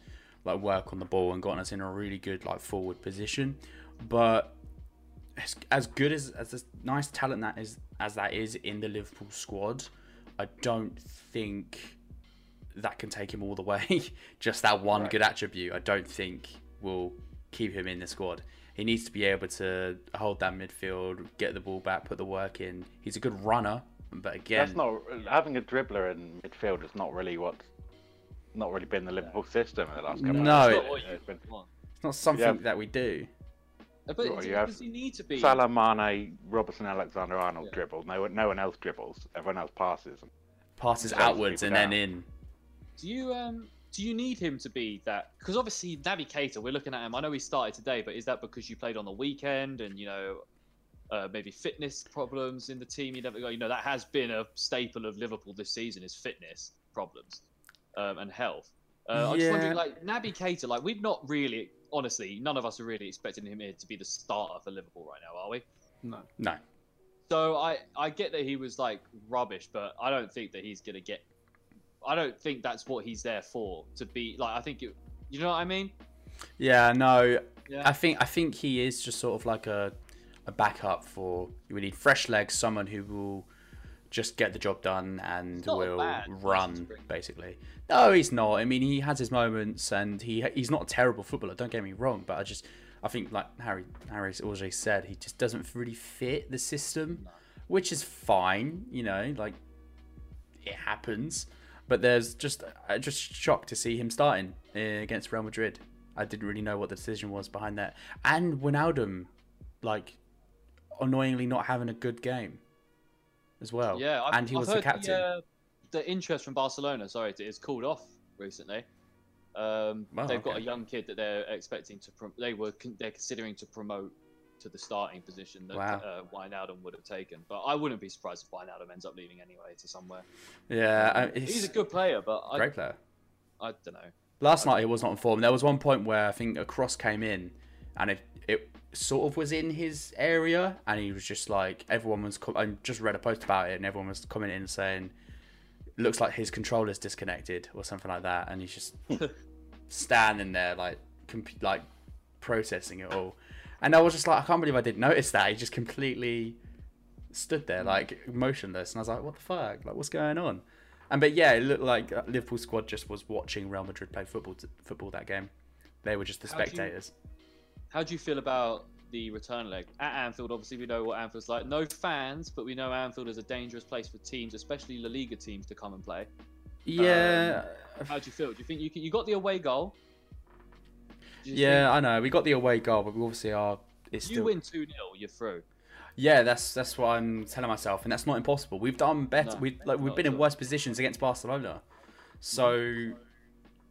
Speaker 2: like work on the ball and gotten us in a really good like forward position. But as, as good as as this nice talent that is as that is in the Liverpool squad, I don't think that can take him all the way. Just that one
Speaker 3: Right.
Speaker 2: good attribute, I don't think will keep him in the squad. He needs to be able to hold that midfield, get the ball back, put the work in. He's a good runner, but again,
Speaker 3: that's not having a dribbler in midfield is not really what's not really been the Liverpool system in the last couple.
Speaker 2: No,
Speaker 3: of
Speaker 1: It's
Speaker 3: years.
Speaker 1: not what you
Speaker 3: It's been
Speaker 1: want.
Speaker 2: it's not something
Speaker 3: Yeah.
Speaker 2: that we do.
Speaker 1: But
Speaker 3: Well,
Speaker 1: does-
Speaker 3: you have
Speaker 1: does he need to be?
Speaker 3: Salah, Mane, Robertson, Alexander Arnold
Speaker 1: Yeah.
Speaker 3: dribble. No, one- no one else dribbles. Everyone else passes.
Speaker 2: passes
Speaker 3: Slows
Speaker 2: outwards and then
Speaker 3: people down.
Speaker 2: in.
Speaker 1: Do you um do you need him to be that? Because obviously Naby Keita, we're looking at him. I know he started today, but is that because you played on the weekend and you know uh, maybe fitness problems in the team? You never go. You know that has been a staple of Liverpool this season is fitness problems um, and health. Uh, I'm just
Speaker 2: Yeah.
Speaker 1: wondering, like Naby Keita, like we've not really, honestly, none of us are really expecting him here to be the starter for Liverpool right now, are we?
Speaker 4: No.
Speaker 2: No.
Speaker 1: So I I get that he was like rubbish, but I don't think that he's gonna get. I don't think that's what he's there for. To be like, I think it, you know what I mean.
Speaker 2: Yeah, no.
Speaker 1: Yeah.
Speaker 2: I think I think he is just sort of like a a backup for we need fresh legs, someone who will just get the job done and
Speaker 1: He's not a
Speaker 2: will
Speaker 1: bad person to
Speaker 2: run
Speaker 1: bring.
Speaker 2: basically. No, he's not. I mean, he has his moments and he he's not a terrible footballer, don't get me wrong, but I just I think like Harry Harry's already said, he just doesn't really fit the system, which is fine, you know, like it happens. But there's just I just shocked to see him starting uh, against Real Madrid. I didn't really know what the decision was behind that. And Wijnaldum, like annoyingly not having a good game as well.
Speaker 1: Yeah, I've,
Speaker 2: and he
Speaker 1: I've
Speaker 2: was
Speaker 1: heard
Speaker 2: the captain.
Speaker 1: uh, The, interest from Barcelona, sorry, it's called off recently. Um,
Speaker 2: Wow,
Speaker 1: they've got a
Speaker 2: okay.
Speaker 1: young kid that they're expecting to. Prom- they were con- they're considering to promote to the starting position that
Speaker 2: Wow.
Speaker 1: uh, Wijnaldum would have taken. But I wouldn't be surprised if Wijnaldum ends up leaving anyway to somewhere.
Speaker 2: yeah, I- he's,
Speaker 1: He's a good player, but I,
Speaker 2: great player.
Speaker 1: I don't know.
Speaker 2: Last night he was not in form. There was one point where I think a cross came in, and it it sort of was in his area, and he was just like everyone was. Com- I just read a post about it, and everyone was commenting and saying, "Looks like his controller's disconnected" or something like that, and he's just standing there like comp- like processing it all, and I was just like, I can't believe I didn't notice that. He just completely stood there
Speaker 1: Hmm.
Speaker 2: like motionless, and I was like, "What the fuck? Like, what's going on?" And but yeah, it looked like that Liverpool squad just was watching Real Madrid play football t- football that game. They were just the
Speaker 1: How do you-
Speaker 2: spectators.
Speaker 1: How do you feel about the return leg at Anfield? Obviously, we know what Anfield's like. No fans, but we know Anfield is a dangerous place for teams, especially La Liga teams, to come and play.
Speaker 2: yeah,
Speaker 1: Um, How do you feel? Do you think you can, you got the away goal? Do you
Speaker 2: yeah, I know. We got the away goal, but we obviously are. It's
Speaker 1: think you
Speaker 2: still
Speaker 1: win two 0 you're through.
Speaker 2: yeah. That's that's what I'm telling myself, and that's not impossible. We've done better.
Speaker 1: No, Mm-hmm.
Speaker 2: we like we've
Speaker 1: not
Speaker 2: been
Speaker 1: at
Speaker 2: in
Speaker 1: all.
Speaker 2: worse positions against Barcelona. So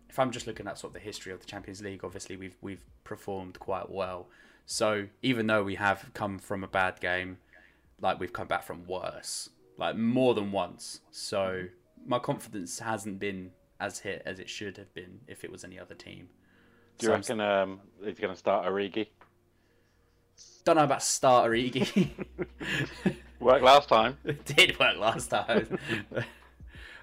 Speaker 2: if I'm just looking at sort of the history of the Champions League, obviously we've we've performed quite well. So even though we have come from a bad game, like we've come back from worse, like more than once. So my confidence hasn't been as hit as it should have been if it was any other team.
Speaker 3: Do you
Speaker 2: So I'm-
Speaker 3: reckon um, he's going to start Origi?
Speaker 2: Don't know about starter Iggy.
Speaker 3: Worked last time.
Speaker 2: it did work last time.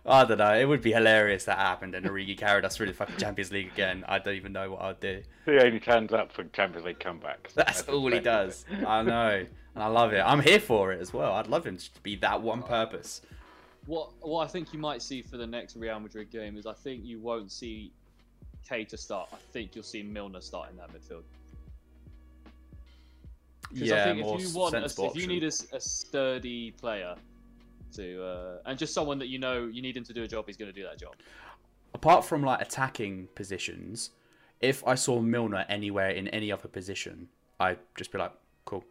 Speaker 2: I don't know. It would be hilarious that happened and Origi carried us through the fucking Champions League again. I don't even know what I'd do.
Speaker 3: He only turns up for Champions League comebacks.
Speaker 2: That's
Speaker 3: That's
Speaker 2: all he does.
Speaker 3: expected.
Speaker 2: I know. And I love it. I'm here for it as well. I'd love him to be that
Speaker 1: Oh.
Speaker 2: one purpose.
Speaker 1: What what I think you might see for the next Real Madrid game is I think you won't see K to start. I think you'll see Milner start in that midfield. Because
Speaker 2: Yeah,
Speaker 1: I think
Speaker 2: more
Speaker 1: if you want, a,
Speaker 2: sensible
Speaker 1: if you
Speaker 2: option.
Speaker 1: need a, s- a sturdy player to, uh, and just someone that you know you need him to do a job, he's going to do that job.
Speaker 2: apart from like attacking positions, if I saw Milner anywhere in any other position, I'd just be like, cool.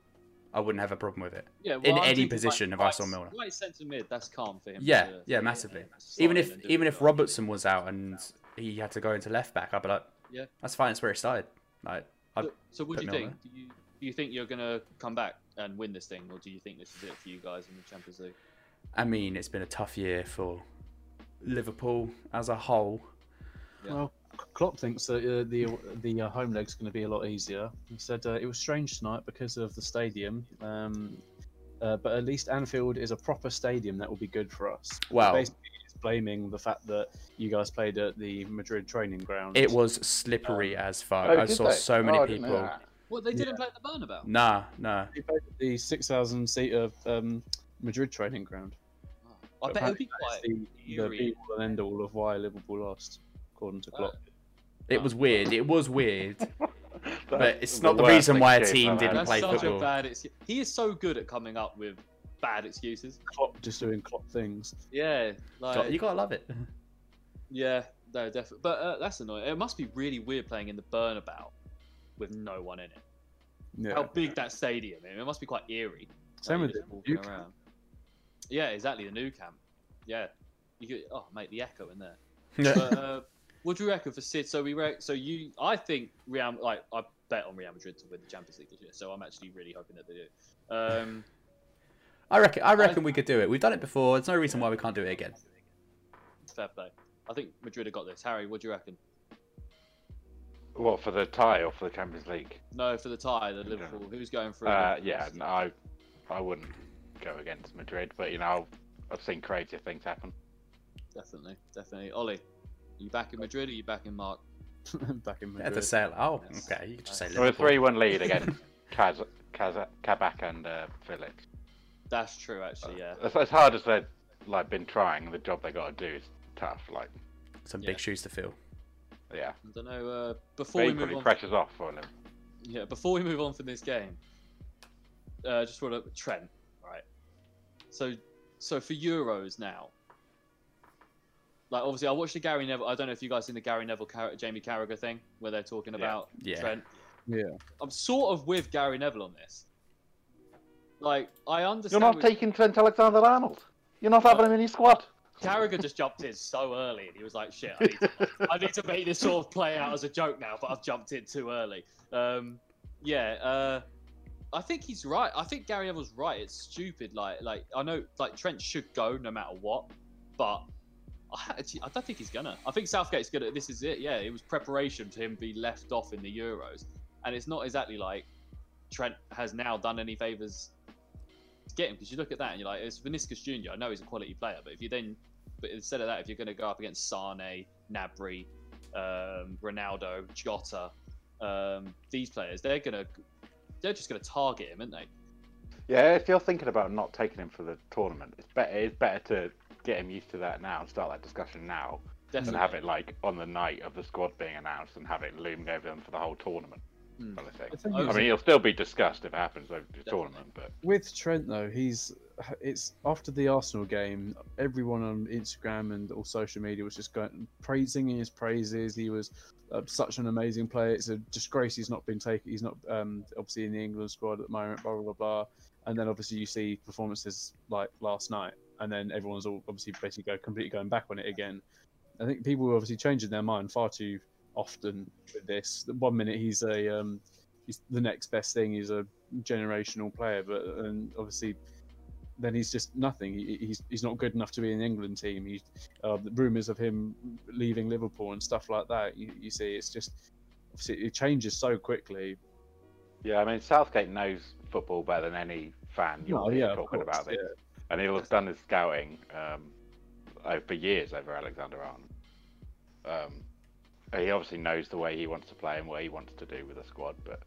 Speaker 2: I wouldn't have a problem with it.
Speaker 1: Yeah,
Speaker 2: In
Speaker 1: I'm
Speaker 2: any
Speaker 1: thinking,
Speaker 2: position, if I
Speaker 1: right-
Speaker 2: saw Milner.
Speaker 1: right centre mid, that's calm for him.
Speaker 2: Yeah,
Speaker 1: to-
Speaker 2: yeah, massively.
Speaker 1: slide
Speaker 2: Even
Speaker 1: in
Speaker 2: if
Speaker 1: and do
Speaker 2: even
Speaker 1: his
Speaker 2: if
Speaker 1: job.
Speaker 2: Robertson was out and he had to go into left back, I'd be like,
Speaker 1: Yeah.
Speaker 2: that's fine. It's where it started. Like, I,
Speaker 1: So- So, what
Speaker 2: put
Speaker 1: do you
Speaker 2: Milner.
Speaker 1: think? Do you, do you think you're going to come back and win this thing, or do you think this is it for you guys in the Champions League?
Speaker 2: I mean, it's been a tough year for Liverpool as a whole.
Speaker 1: Yeah.
Speaker 4: Well, Klopp thinks that uh, the the uh, home leg's going to be a lot easier. He said uh, it was strange tonight because of the stadium, um, uh, but at least Anfield is a proper stadium that will be good for us.
Speaker 2: Wow.
Speaker 4: Basically, he's blaming the fact that you guys played at the Madrid training ground.
Speaker 2: It was slippery
Speaker 1: Um,
Speaker 2: as fuck.
Speaker 3: Oh,
Speaker 2: I
Speaker 3: did
Speaker 2: saw
Speaker 3: they?
Speaker 2: so many
Speaker 3: Oh, I didn't know
Speaker 2: people.
Speaker 3: that.
Speaker 1: What they didn't play at the Burnabout.
Speaker 2: Nah, nah.
Speaker 4: He played at the six thousand seater um, Madrid training ground.
Speaker 1: Oh, I bet it'll be
Speaker 4: That's
Speaker 1: quite.
Speaker 4: the, the
Speaker 1: eerie.
Speaker 4: be all and end all of why Liverpool lost, according to Klopp.
Speaker 2: It was weird. It was weird.
Speaker 3: That's
Speaker 2: it's not the
Speaker 3: worst
Speaker 2: reason why a
Speaker 3: excuse
Speaker 2: team
Speaker 3: I've had.
Speaker 2: didn't
Speaker 1: That's
Speaker 2: play
Speaker 1: such
Speaker 2: football.
Speaker 1: a bad excuse. He is so good at coming up with bad excuses.
Speaker 4: Klopp just doing Klopp things.
Speaker 1: Yeah,
Speaker 2: Got-
Speaker 1: like
Speaker 2: you gotta love it.
Speaker 1: yeah, no, definitely. But uh, that's annoying. It must be really weird playing in the burnabout with no one in it.
Speaker 4: Yeah.
Speaker 1: How big that stadium is! It must be quite eerie.
Speaker 4: Same
Speaker 1: Like,
Speaker 4: with
Speaker 1: you're
Speaker 4: the
Speaker 1: just walking
Speaker 4: new camp.
Speaker 1: around. Yeah, exactly. The new camp. Yeah, you could. Oh, mate, the echo in there. But, uh, what do you reckon for Sid? So we re- so you I think Real like I bet on Real Madrid to win the Champions League this year. So I'm actually really hoping that they do. Um,
Speaker 2: I reckon. I reckon we could do it. We've done it before. There's no reason why we can't do it again.
Speaker 1: fair play. I think Madrid have got this. Harry, what do you reckon?
Speaker 3: What for the tie or for the Champions League?
Speaker 1: No, for the tie, the
Speaker 3: Okay.
Speaker 1: Liverpool. Who's going through?
Speaker 3: Uh, yeah, no, I, I wouldn't go against Madrid, but you know, I've seen crazier things happen.
Speaker 1: definitely, definitely. Ollie, you back in Madrid? Or you back in Mark?
Speaker 4: Back in
Speaker 2: At
Speaker 4: Madrid.
Speaker 2: the sale. Oh,
Speaker 1: Yes.
Speaker 2: okay. You could just say
Speaker 3: So a
Speaker 2: Liverpool.
Speaker 3: three-one lead against Kaz, Kaz, Kabak and uh, Phillips.
Speaker 1: That's true, actually. Yeah,
Speaker 3: As, as hard as they've like been trying, the job they got to do is tough. Like,
Speaker 2: Some
Speaker 1: Yeah.
Speaker 2: big shoes to fill.
Speaker 3: yeah,
Speaker 1: I don't know. Uh, before
Speaker 3: But
Speaker 1: we move
Speaker 3: equally
Speaker 1: on,
Speaker 3: pressure's off for them.
Speaker 1: yeah, before we move on from this game, uh, just want to Trent, right? So, so for Euros now, like obviously I watched the Gary Neville. I don't know if you guys seen the Gary Neville, Car- Jamie Carragher thing where they're talking
Speaker 3: Yeah.
Speaker 1: about
Speaker 2: Yeah.
Speaker 1: Trent.
Speaker 4: Yeah.
Speaker 1: I'm sort of with Gary Neville on this. Like I
Speaker 3: You're
Speaker 1: understand.
Speaker 3: not
Speaker 1: we-
Speaker 3: taking Trent Alexander-Arnold. You're not having him in your squad.
Speaker 1: Carragher just jumped in so early, and he was like, "Shit, I need, to, I need to make this sort of play out as a joke now, but I've jumped in too early." Um, yeah, uh, I think he's right. I think Gary Neville's right. It's stupid. Like, like I know, like Trent should go no matter what, but I, actually- I don't think he's gonna. I think Southgate's gonna. This is it. Yeah, it was preparation to him be left off in the Euros, and it's not exactly like Trent has now done any favors. to Get him because you look at that and you're like, it's Vinicius Jr. I know he's a quality player, but if you then but instead of that, if you're going to go up against Sane, Nabri, um, Ronaldo, Jota, um, these players, they're going to they're just going to target him, aren't they?
Speaker 3: Yeah, if you're thinking about not taking him for the tournament, it's better. It's better to get him used to that now and start that discussion now, and
Speaker 1: Definitely.
Speaker 3: have it like on the night of the squad being announced, and have it looming over them for the whole tournament.
Speaker 1: Hmm.
Speaker 3: Kind of thing.
Speaker 4: The thing
Speaker 1: I
Speaker 4: is,
Speaker 3: I mean, it'll still be discussed if it happens over the tournament, but
Speaker 4: with Trent though, he's it's after the Arsenal game. Everyone on Instagram and all social media was just going praising his praises. He was uh, such an amazing player. It's a disgrace he's not been taken. He's not um, obviously in the England squad at the moment. Blah blah blah. blah. And then obviously you see performances like last night, and then everyone's all obviously basically go completely going back on it again. I think people were obviously changing their mind far too often with this. One minute he's a um, he's the next best thing. He's a generational player, but and obviously, then he's just nothing. He, he's he's not good enough to be in the England team. He, uh, the rumours of him leaving Liverpool and stuff like that. You, you see, it's just obviously it changes so quickly.
Speaker 3: yeah, I mean, Southgate knows football better than any fan you'll
Speaker 4: Oh,
Speaker 3: hear
Speaker 4: of
Speaker 3: talking
Speaker 4: course,
Speaker 3: about this,
Speaker 4: yeah.
Speaker 3: and he'll have done his scouting um, uh, for years over Alexander Arnold. Um, he obviously knows the way he wants to play and what he wants to do with the squad, but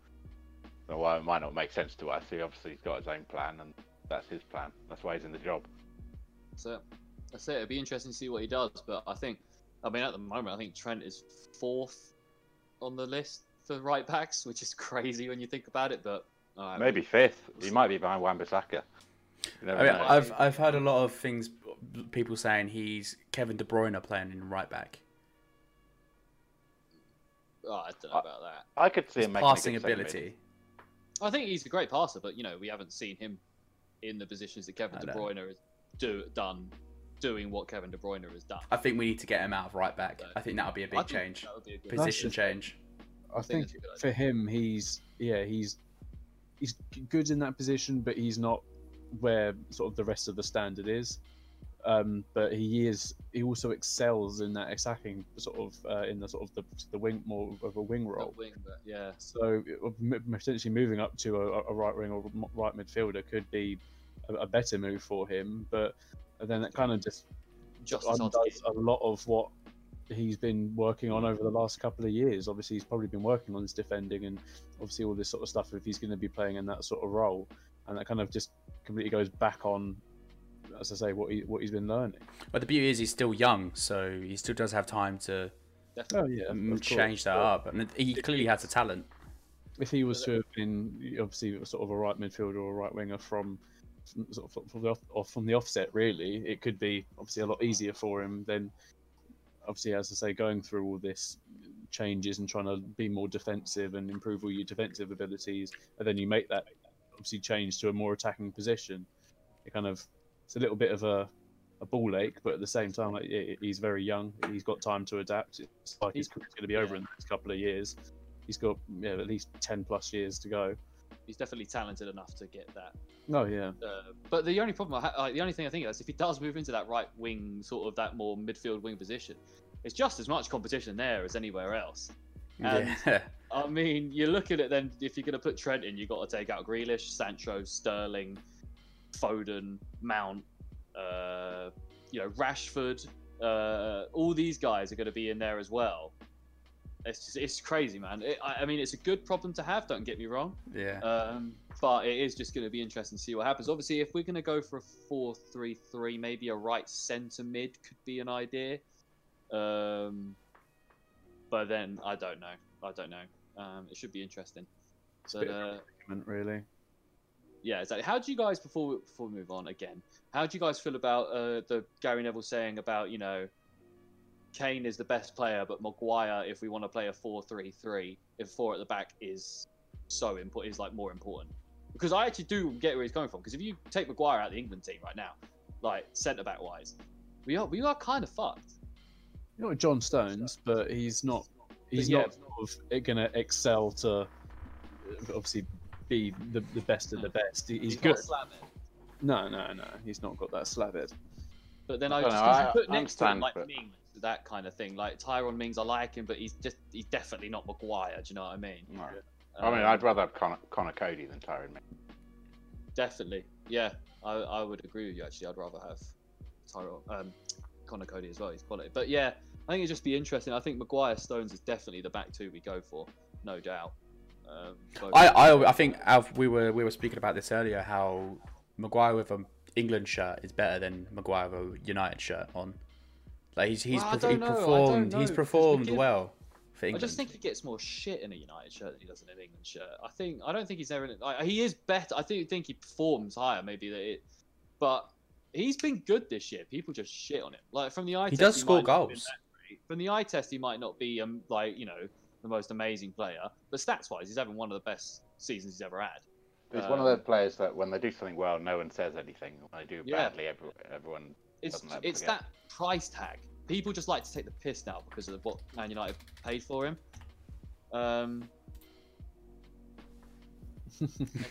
Speaker 3: so while it might not make sense to us, he obviously has got his own plan, and that's his plan. That's why he's in the job.
Speaker 1: So that's it. It'd be interesting to see what he does. But I think, I mean, at the moment, I think Trent is fourth on the list for right backs, which is crazy when you think about it. But No, I haven't.
Speaker 3: Maybe fifth. He might be behind Wan-Bissaka. You never
Speaker 2: I mean,
Speaker 3: know.
Speaker 2: I've I've heard a lot of things, people saying he's Kevin De Bruyne playing in right back.
Speaker 1: Oh, I don't know about that.
Speaker 3: I could see
Speaker 2: His
Speaker 3: him making a good
Speaker 2: passing
Speaker 3: second
Speaker 2: ability.
Speaker 3: mid.
Speaker 1: I think he's a great passer, but you know we haven't seen him in the positions that Kevin
Speaker 2: I
Speaker 1: De
Speaker 2: know.
Speaker 1: Bruyne has do done, doing what Kevin De Bruyne has done.
Speaker 2: I think we need to get him out of right back.
Speaker 1: No.
Speaker 2: I think that would be a
Speaker 1: I
Speaker 2: big
Speaker 1: think
Speaker 2: change,
Speaker 1: that would be a good
Speaker 2: position
Speaker 4: That's-
Speaker 2: change.
Speaker 4: I
Speaker 1: think
Speaker 4: think
Speaker 1: that's a good idea.
Speaker 4: for him, he's yeah, he's he's good in that position, but he's not where sort of the rest of the standard is. Um, but he is. He also excels in that attacking sort of uh, in the sort of the, the wing more of a wing
Speaker 1: Not
Speaker 4: role.
Speaker 1: wing, but yeah.
Speaker 4: So uh, m- potentially moving up to a, a right wing or m- right midfielder could be a, a better move for him. But then that kind of just
Speaker 1: Just as hard to
Speaker 4: undoes
Speaker 1: get.
Speaker 4: a lot of what he's been working on over the last couple of years. Obviously, he's probably been working on his defending and obviously all this sort of stuff if he's going to be playing in that sort of role. And that kind of just completely goes back on, as I say, what he what he's been learning.
Speaker 2: But the beauty is he's still young, so he still does have time to
Speaker 1: Definitely.
Speaker 4: Oh yeah,
Speaker 2: mm, change that up, and he clearly has the talent.
Speaker 4: If he was to have been obviously sort of a right midfielder or a right winger from. from- Sort of from the off, off- from the offset, really, it could be obviously a lot easier for him than obviously, as I say, going through all this changes and trying to be more defensive and improve all your defensive abilities, and then you make that obviously change to a more attacking position. It kind of it's a little bit of a a ball ache, but at the same time, like i- i- he's very young, he's got time to adapt. It's like his career's going to be over in the next couple of years. He's got yeah, at least ten plus years to go.
Speaker 1: He's definitely talented enough to get that.
Speaker 4: Oh yeah,
Speaker 1: Uh, but the only problem, I ha- like, the only thing I think is if he does move into that right wing, sort of that more midfield wing position, it's just as much competition there as anywhere else. And-
Speaker 2: yeah.
Speaker 1: I mean, you look at it then. If you're going to put Trent in, you've got to take out Grealish, Sancho, Sterling, Foden, Mount, uh, you know, Rashford. Uh, all these guys are going to be in there as well. It's just, it's crazy, man. It, I, I mean, it's a good problem to have. Don't get me wrong.
Speaker 2: yeah.
Speaker 1: Um, but it is just going to be interesting to see what happens. Obviously, if we're going to go for a four-three-three, maybe a right centre mid could be an idea. Um, but then I don't know. I don't know. Um, it should be interesting.
Speaker 4: it's a
Speaker 1: But
Speaker 4: bit of
Speaker 1: uh,
Speaker 4: a predicament, really.
Speaker 1: yeah, exactly. How do you guys before we, before we move on again? How do you guys feel about uh, the Gary Neville saying about you know, Kane is the best player, but Maguire, if we want to play a four-three-three, if four at the back is so important, is like more important. Because I actually do get where he's coming from. Because if you take Maguire out of the England team right now, like centre back wise, we are we are kind of fucked.
Speaker 4: You're not John Stones, but he's not. He's
Speaker 1: yeah.
Speaker 4: not sort of going to excel to uh, obviously be the, the best of the best. He- He's,
Speaker 1: not
Speaker 4: good.
Speaker 1: slamming.
Speaker 4: No, no, no. He's not got that slab head.
Speaker 1: But then
Speaker 3: I
Speaker 1: I,
Speaker 3: don't
Speaker 1: just
Speaker 3: know,
Speaker 1: 'cause you
Speaker 3: I-
Speaker 1: put
Speaker 3: I
Speaker 1: next to him
Speaker 3: understand,
Speaker 1: like
Speaker 3: but-
Speaker 1: Mings, that kind of thing. Like Tyrone Mings, I like him, but he's just he's definitely not Maguire. Do you know what I mean?
Speaker 3: No. I mean,
Speaker 1: Um,
Speaker 3: I'd rather have Connor, Connor Cody than Tyrone. Mings.
Speaker 1: Definitely. Yeah, I, I would agree with you. Actually, I'd rather have Tyrell, um, Connor Cody as well. He's quality. But yeah, I think it'd just be interesting. I think Maguire Stones is definitely the back two we go for, no doubt. Um, both-
Speaker 2: I, I, I think Alf, we were we were speaking about this earlier. How Maguire with an England shirt is better than Maguire with a United shirt on. Like he's he's
Speaker 1: Well, I
Speaker 2: perf-
Speaker 1: don't
Speaker 2: he
Speaker 1: know, I don't
Speaker 2: performed
Speaker 1: know,
Speaker 2: he's
Speaker 1: 'cause we
Speaker 2: performed
Speaker 1: give-
Speaker 2: well for
Speaker 1: I
Speaker 2: England.
Speaker 1: just think he gets more shit in a United shirt than he does in an England shirt. I think I don't think he's ever. in- Like, he is better. I think think he performs higher maybe that it, but he's been good this year. People just shit on him. Like from the eye,
Speaker 2: he
Speaker 1: test,
Speaker 2: does score
Speaker 1: might not have been
Speaker 2: goals.
Speaker 1: that great. From the eye test, he might not be um like you know the most amazing player, but stats wise, he's having one of the best seasons he's ever had.
Speaker 3: He's one of
Speaker 1: Um,
Speaker 3: those players that when they do something well, no one says anything. When they do
Speaker 1: Yeah.
Speaker 3: badly, everyone, everyone
Speaker 1: It's
Speaker 3: Doesn't let him
Speaker 1: it's
Speaker 3: forget.
Speaker 1: that price tag. People just like to take the piss now because of what Man United paid for him. Um,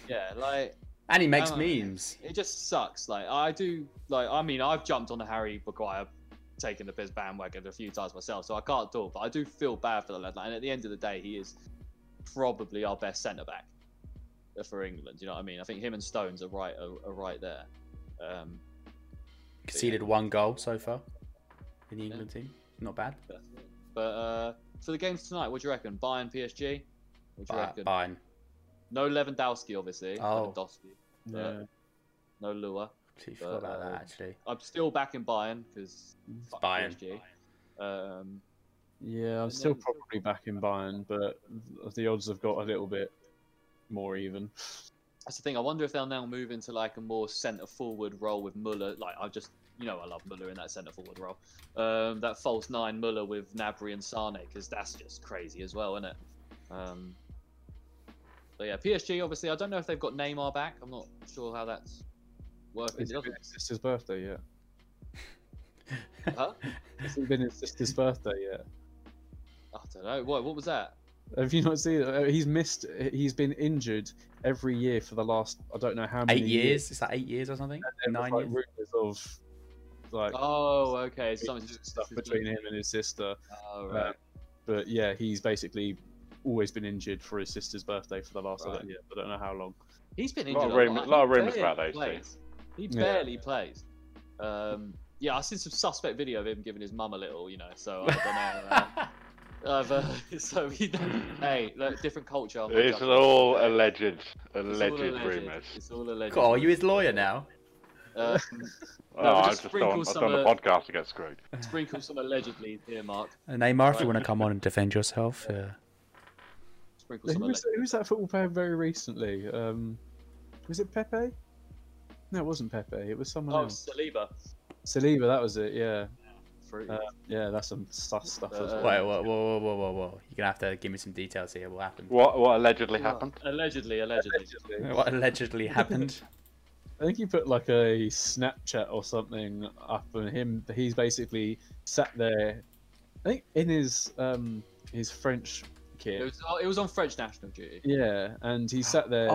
Speaker 1: yeah, like.
Speaker 2: And he makes
Speaker 1: Oh, yeah.
Speaker 2: memes.
Speaker 1: it just sucks. Like I do, like I mean, I've jumped on the Harry Maguire taking the piss bandwagon a few times myself, so I can't do it. But I do feel bad for the lad. Like, and at the end of the day, he is probably our best centre back for England. You know what I mean? I think him and Stones are right are, are right there. Um,
Speaker 2: Conceded one goal so far in the England team. Not bad.
Speaker 1: but, but uh, for the games tonight, what do you reckon? Bayern PSG. What do you
Speaker 2: But
Speaker 1: reckon?
Speaker 2: Bayern.
Speaker 1: No Lewandowski, obviously.
Speaker 2: Oh.
Speaker 1: Lewandowski.
Speaker 4: Yeah.
Speaker 1: No Lua.
Speaker 2: Actually, forgot about
Speaker 1: uh,
Speaker 2: that actually.
Speaker 1: I'm still backing Bayern because
Speaker 2: Bayern.
Speaker 1: PSG. Um,
Speaker 4: Yeah, I'm
Speaker 1: And
Speaker 4: still
Speaker 1: then-
Speaker 4: probably back in Bayern, but the odds have got a little bit more even.
Speaker 1: that's the thing. I wonder if they'll now move into like a more centre forward role with Muller. Like I just, you know, I love Muller in that centre forward role. Um, that false nine Muller with Nabry and Sane because that's just crazy as well, isn't it? Um, but yeah, PSG obviously. I don't know if they've got Neymar back. I'm not sure how that's working.
Speaker 4: It's
Speaker 1: doesn't
Speaker 4: been
Speaker 1: it?
Speaker 4: his sister's birthday yet.
Speaker 1: Huh?
Speaker 4: It's been his sister's birthday yet.
Speaker 1: I don't know. What? What was that?
Speaker 4: Have you not seen? uh, He's missed. He's been injured every year for the last I don't know how many
Speaker 2: Eight years? It's like eight years or something?
Speaker 4: There was,
Speaker 2: Nine
Speaker 4: like,
Speaker 2: years?
Speaker 4: rumors of like
Speaker 1: Oh, okay. it's Something
Speaker 4: injuries and stuff between him and his sister.
Speaker 1: Oh,
Speaker 4: Uh, but yeah, he's basically always been injured for his sister's birthday for the last I
Speaker 1: Right.
Speaker 4: don't, yeah, I don't know how long.
Speaker 1: He's been
Speaker 3: Lot
Speaker 1: injured.
Speaker 3: of
Speaker 1: a
Speaker 3: rumours- lot of
Speaker 1: He
Speaker 3: rumours about
Speaker 1: barely
Speaker 3: those two.
Speaker 1: plays. He
Speaker 4: Yeah.
Speaker 1: barely plays. Um, yeah, I seen some suspect video of him giving his mum a little, you know. So I don't know. Uh, I've, uh, so he, hey, look, different culture. I'm not
Speaker 3: It's
Speaker 1: judging.
Speaker 3: all alleged,
Speaker 1: It's
Speaker 3: alleged,
Speaker 1: all
Speaker 3: rumors.
Speaker 1: It's all alleged.
Speaker 2: God, are you his lawyer now?
Speaker 1: Uh,
Speaker 3: Oh,
Speaker 1: No, we
Speaker 3: I
Speaker 1: just
Speaker 3: just thought I
Speaker 1: sprinkle
Speaker 3: was
Speaker 1: some,
Speaker 3: on the
Speaker 1: uh,
Speaker 3: podcast to get screwed.
Speaker 1: sprinkle some allegedly here, Mark.
Speaker 2: Neymar, if
Speaker 1: Right.
Speaker 2: you want to come on and defend yourself. Uh,
Speaker 1: Sprinkle
Speaker 4: Who
Speaker 1: some
Speaker 4: was,
Speaker 1: allegedly.
Speaker 4: who was that football player very recently? Um, was it Pepe? No, it wasn't Pepe. It was someone
Speaker 1: Oh,
Speaker 4: else.
Speaker 1: Saliba.
Speaker 4: Saliba, that was it. Yeah,
Speaker 1: Fruit.
Speaker 4: Uh, yeah, that's some sus stuff as
Speaker 1: Uh,
Speaker 4: well.
Speaker 2: wait, whoa, whoa, whoa, whoa, whoa, whoa. You're going to have to give me some details here. What happened?
Speaker 3: What what allegedly happened?
Speaker 1: allegedly, allegedly.
Speaker 2: What allegedly happened?
Speaker 4: I think he put like a Snapchat or something up, and him he's basically sat there. I think in his um his French
Speaker 1: It
Speaker 4: kit.
Speaker 1: was, oh, it was on French national duty.
Speaker 4: Yeah, and he sat there.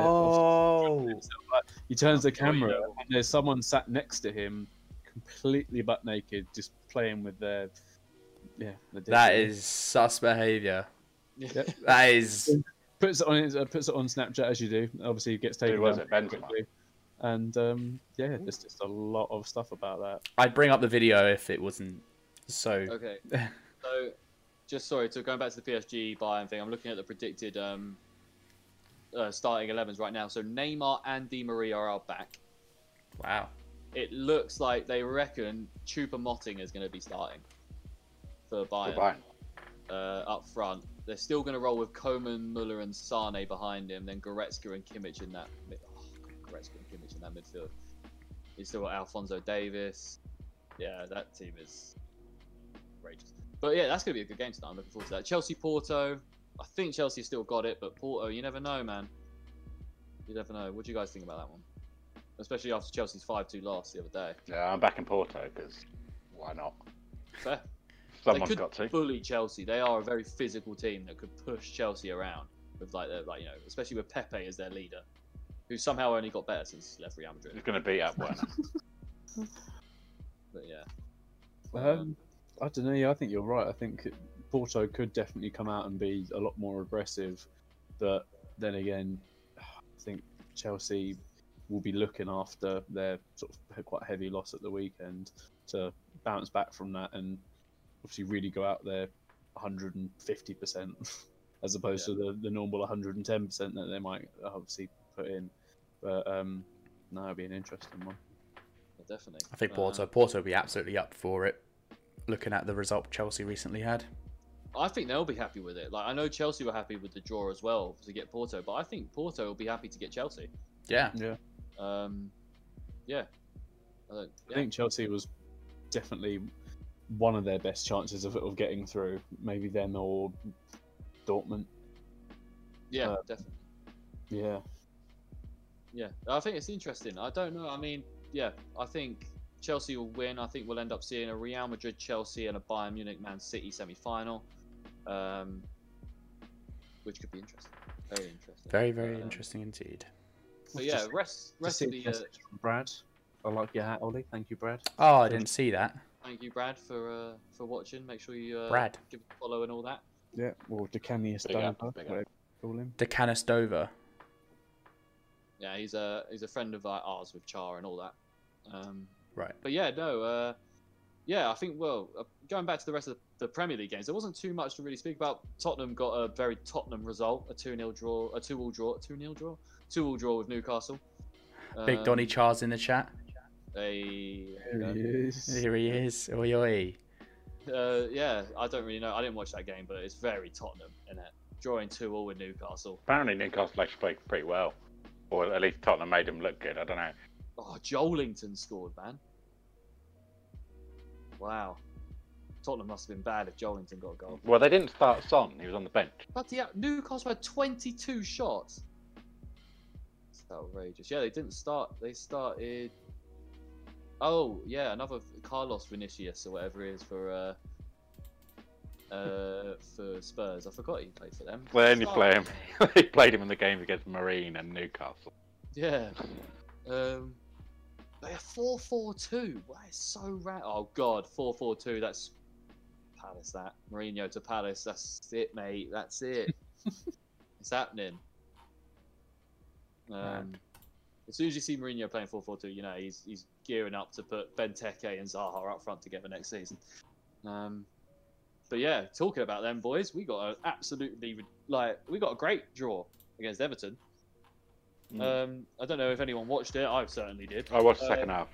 Speaker 2: Oh,
Speaker 4: He turns the
Speaker 1: Oh, yeah.
Speaker 4: camera, and there's someone sat next to him, completely butt naked, just playing with their yeah. The
Speaker 2: that is sus behavior.
Speaker 1: Yeah.
Speaker 2: That is.
Speaker 4: puts it on his, uh, puts it on Snapchat as you do. Obviously, it gets taken.
Speaker 3: was
Speaker 4: down
Speaker 3: it? Benzema?
Speaker 4: quickly. And um, yeah, there's just a lot of stuff about that.
Speaker 2: I'd bring up the video if it wasn't so.
Speaker 1: Okay. So, just sorry, to going back to the PSG Bayern thing, I'm looking at the predicted um, uh, starting 11s right now. So Neymar and Di Maria are out back.
Speaker 2: Wow.
Speaker 1: It looks like they reckon Chupa Motting is going to be starting for Bayern
Speaker 3: Goodbye.
Speaker 1: uh, up front. They're still going to roll with Coman, Muller, and Sane behind him. Then Goretzka and Kimmich in that. Mid- oh, Goretzka and Kimmich in that midfield. He's still got Alfonso Davis. Yeah, that team is outrageous. But yeah, that's going to be a good game tonight. I'm looking forward to that. Chelsea Porto. I think Chelsea still got it, but Porto, you never know, man. You never know. What do you guys think about that one? Especially after Chelsea's 5 2 loss the other day.
Speaker 3: Yeah, I'm back in Porto because why not?
Speaker 1: Fair.
Speaker 3: Someone's
Speaker 1: they could
Speaker 3: got to.
Speaker 1: bully Chelsea. They are a very physical team that could push Chelsea around with like their, like you know, especially with Pepe as their leader, who somehow only got better since he left Real Madrid.
Speaker 3: He's going to beat up Werner.
Speaker 1: But yeah,
Speaker 4: Um, I don't know. Yeah, I think you're right. I think Porto could definitely come out and be a lot more aggressive, but then again, I think Chelsea will be looking after their sort of quite heavy loss at the weekend to bounce back from that and obviously really go out there 150 percent as opposed to the, the normal 110 percent that they might obviously put in. But um, no, it'll be an interesting one.
Speaker 1: definitely.
Speaker 2: I think
Speaker 1: Uh,
Speaker 2: Porto. Porto would be absolutely up for it. Looking at the result Chelsea recently had.
Speaker 1: I think they'll be happy with it. Like I know Chelsea were happy with the draw as well to get Porto, but I think Porto will be happy to get Chelsea.
Speaker 2: Yeah.
Speaker 1: Um, yeah. I don't,
Speaker 4: I
Speaker 1: yeah.
Speaker 4: think Chelsea was definitely one of their best chances of, of getting through. Maybe them or Dortmund.
Speaker 1: yeah,
Speaker 4: uh,
Speaker 1: definitely.
Speaker 4: Yeah,
Speaker 1: Yeah, I think it's interesting. I don't know. I mean, yeah, I think Chelsea will win. I think we'll end up seeing a Real Madrid Chelsea and a Bayern Munich Man City semi final, um, which could be interesting. Very interesting.
Speaker 2: Very, very
Speaker 1: Um,
Speaker 2: interesting indeed.
Speaker 1: But yeah, rest rest of
Speaker 4: Received
Speaker 1: the. Uh,
Speaker 4: message from Brad. I like your hat, Ollie. Thank you, Brad.
Speaker 2: Oh, I didn't see that.
Speaker 1: thank you, Brad, for uh, for watching. Make sure you uh,
Speaker 2: Brad.
Speaker 1: give a follow and all that.
Speaker 4: Yeah, or Decanius
Speaker 3: Big up, big up.
Speaker 4: call him.
Speaker 2: The Canistova.
Speaker 1: Yeah, he's a he's a friend of uh, ours with Char and all that. Um,
Speaker 2: Right.
Speaker 1: But yeah, no, uh, yeah, I think. Well, uh, going back to the rest of the Premier League games, there wasn't too much to really speak about. Tottenham got a very Tottenham result, a two 0 draw, a two all draw, two 0 draw, two all draw with Newcastle.
Speaker 2: Big
Speaker 1: Um,
Speaker 2: Donny Charles in the chat.
Speaker 1: They,
Speaker 4: There he is.
Speaker 2: Here he is. Oi, oi.
Speaker 1: uh, yeah, I don't really know. I didn't watch that game, but it's very Tottenham in it, drawing two all with Newcastle.
Speaker 3: Apparently, Newcastle actually played pretty well. or at least Tottenham made him look good. I don't know.
Speaker 1: Oh, Joelington scored, man. Wow. Tottenham must have been bad if Joelington got a goal.
Speaker 3: Well, they didn't start Son. He was on the bench.
Speaker 1: But yeah, Newcastle had 22 shots. It's outrageous. Yeah, they didn't start. They started. Oh yeah, another Carlos Vinicius or whatever it is for uh, uh, for Spurs. I forgot he played for them.
Speaker 3: They only
Speaker 1: Oh,
Speaker 3: play him. they played him in the games against Marine and Newcastle.
Speaker 1: Yeah. Um, they are four four two. That is so rad. Oh god, four four two. That's Palace. That Mourinho to Palace. That's it, mate. That's it. it's happening. Um,
Speaker 2: Mad.
Speaker 1: as soon as you see Mourinho playing four four two, you know he's he's gearing up to put Benteke and Zaha up front together next season. Um, but yeah, talking about them boys, we got an absolutely rid- like we got a great draw against Everton.
Speaker 3: Mm.
Speaker 1: Um, I don't know if anyone watched it. I certainly did.
Speaker 3: I watched the
Speaker 1: Uh,
Speaker 3: second half.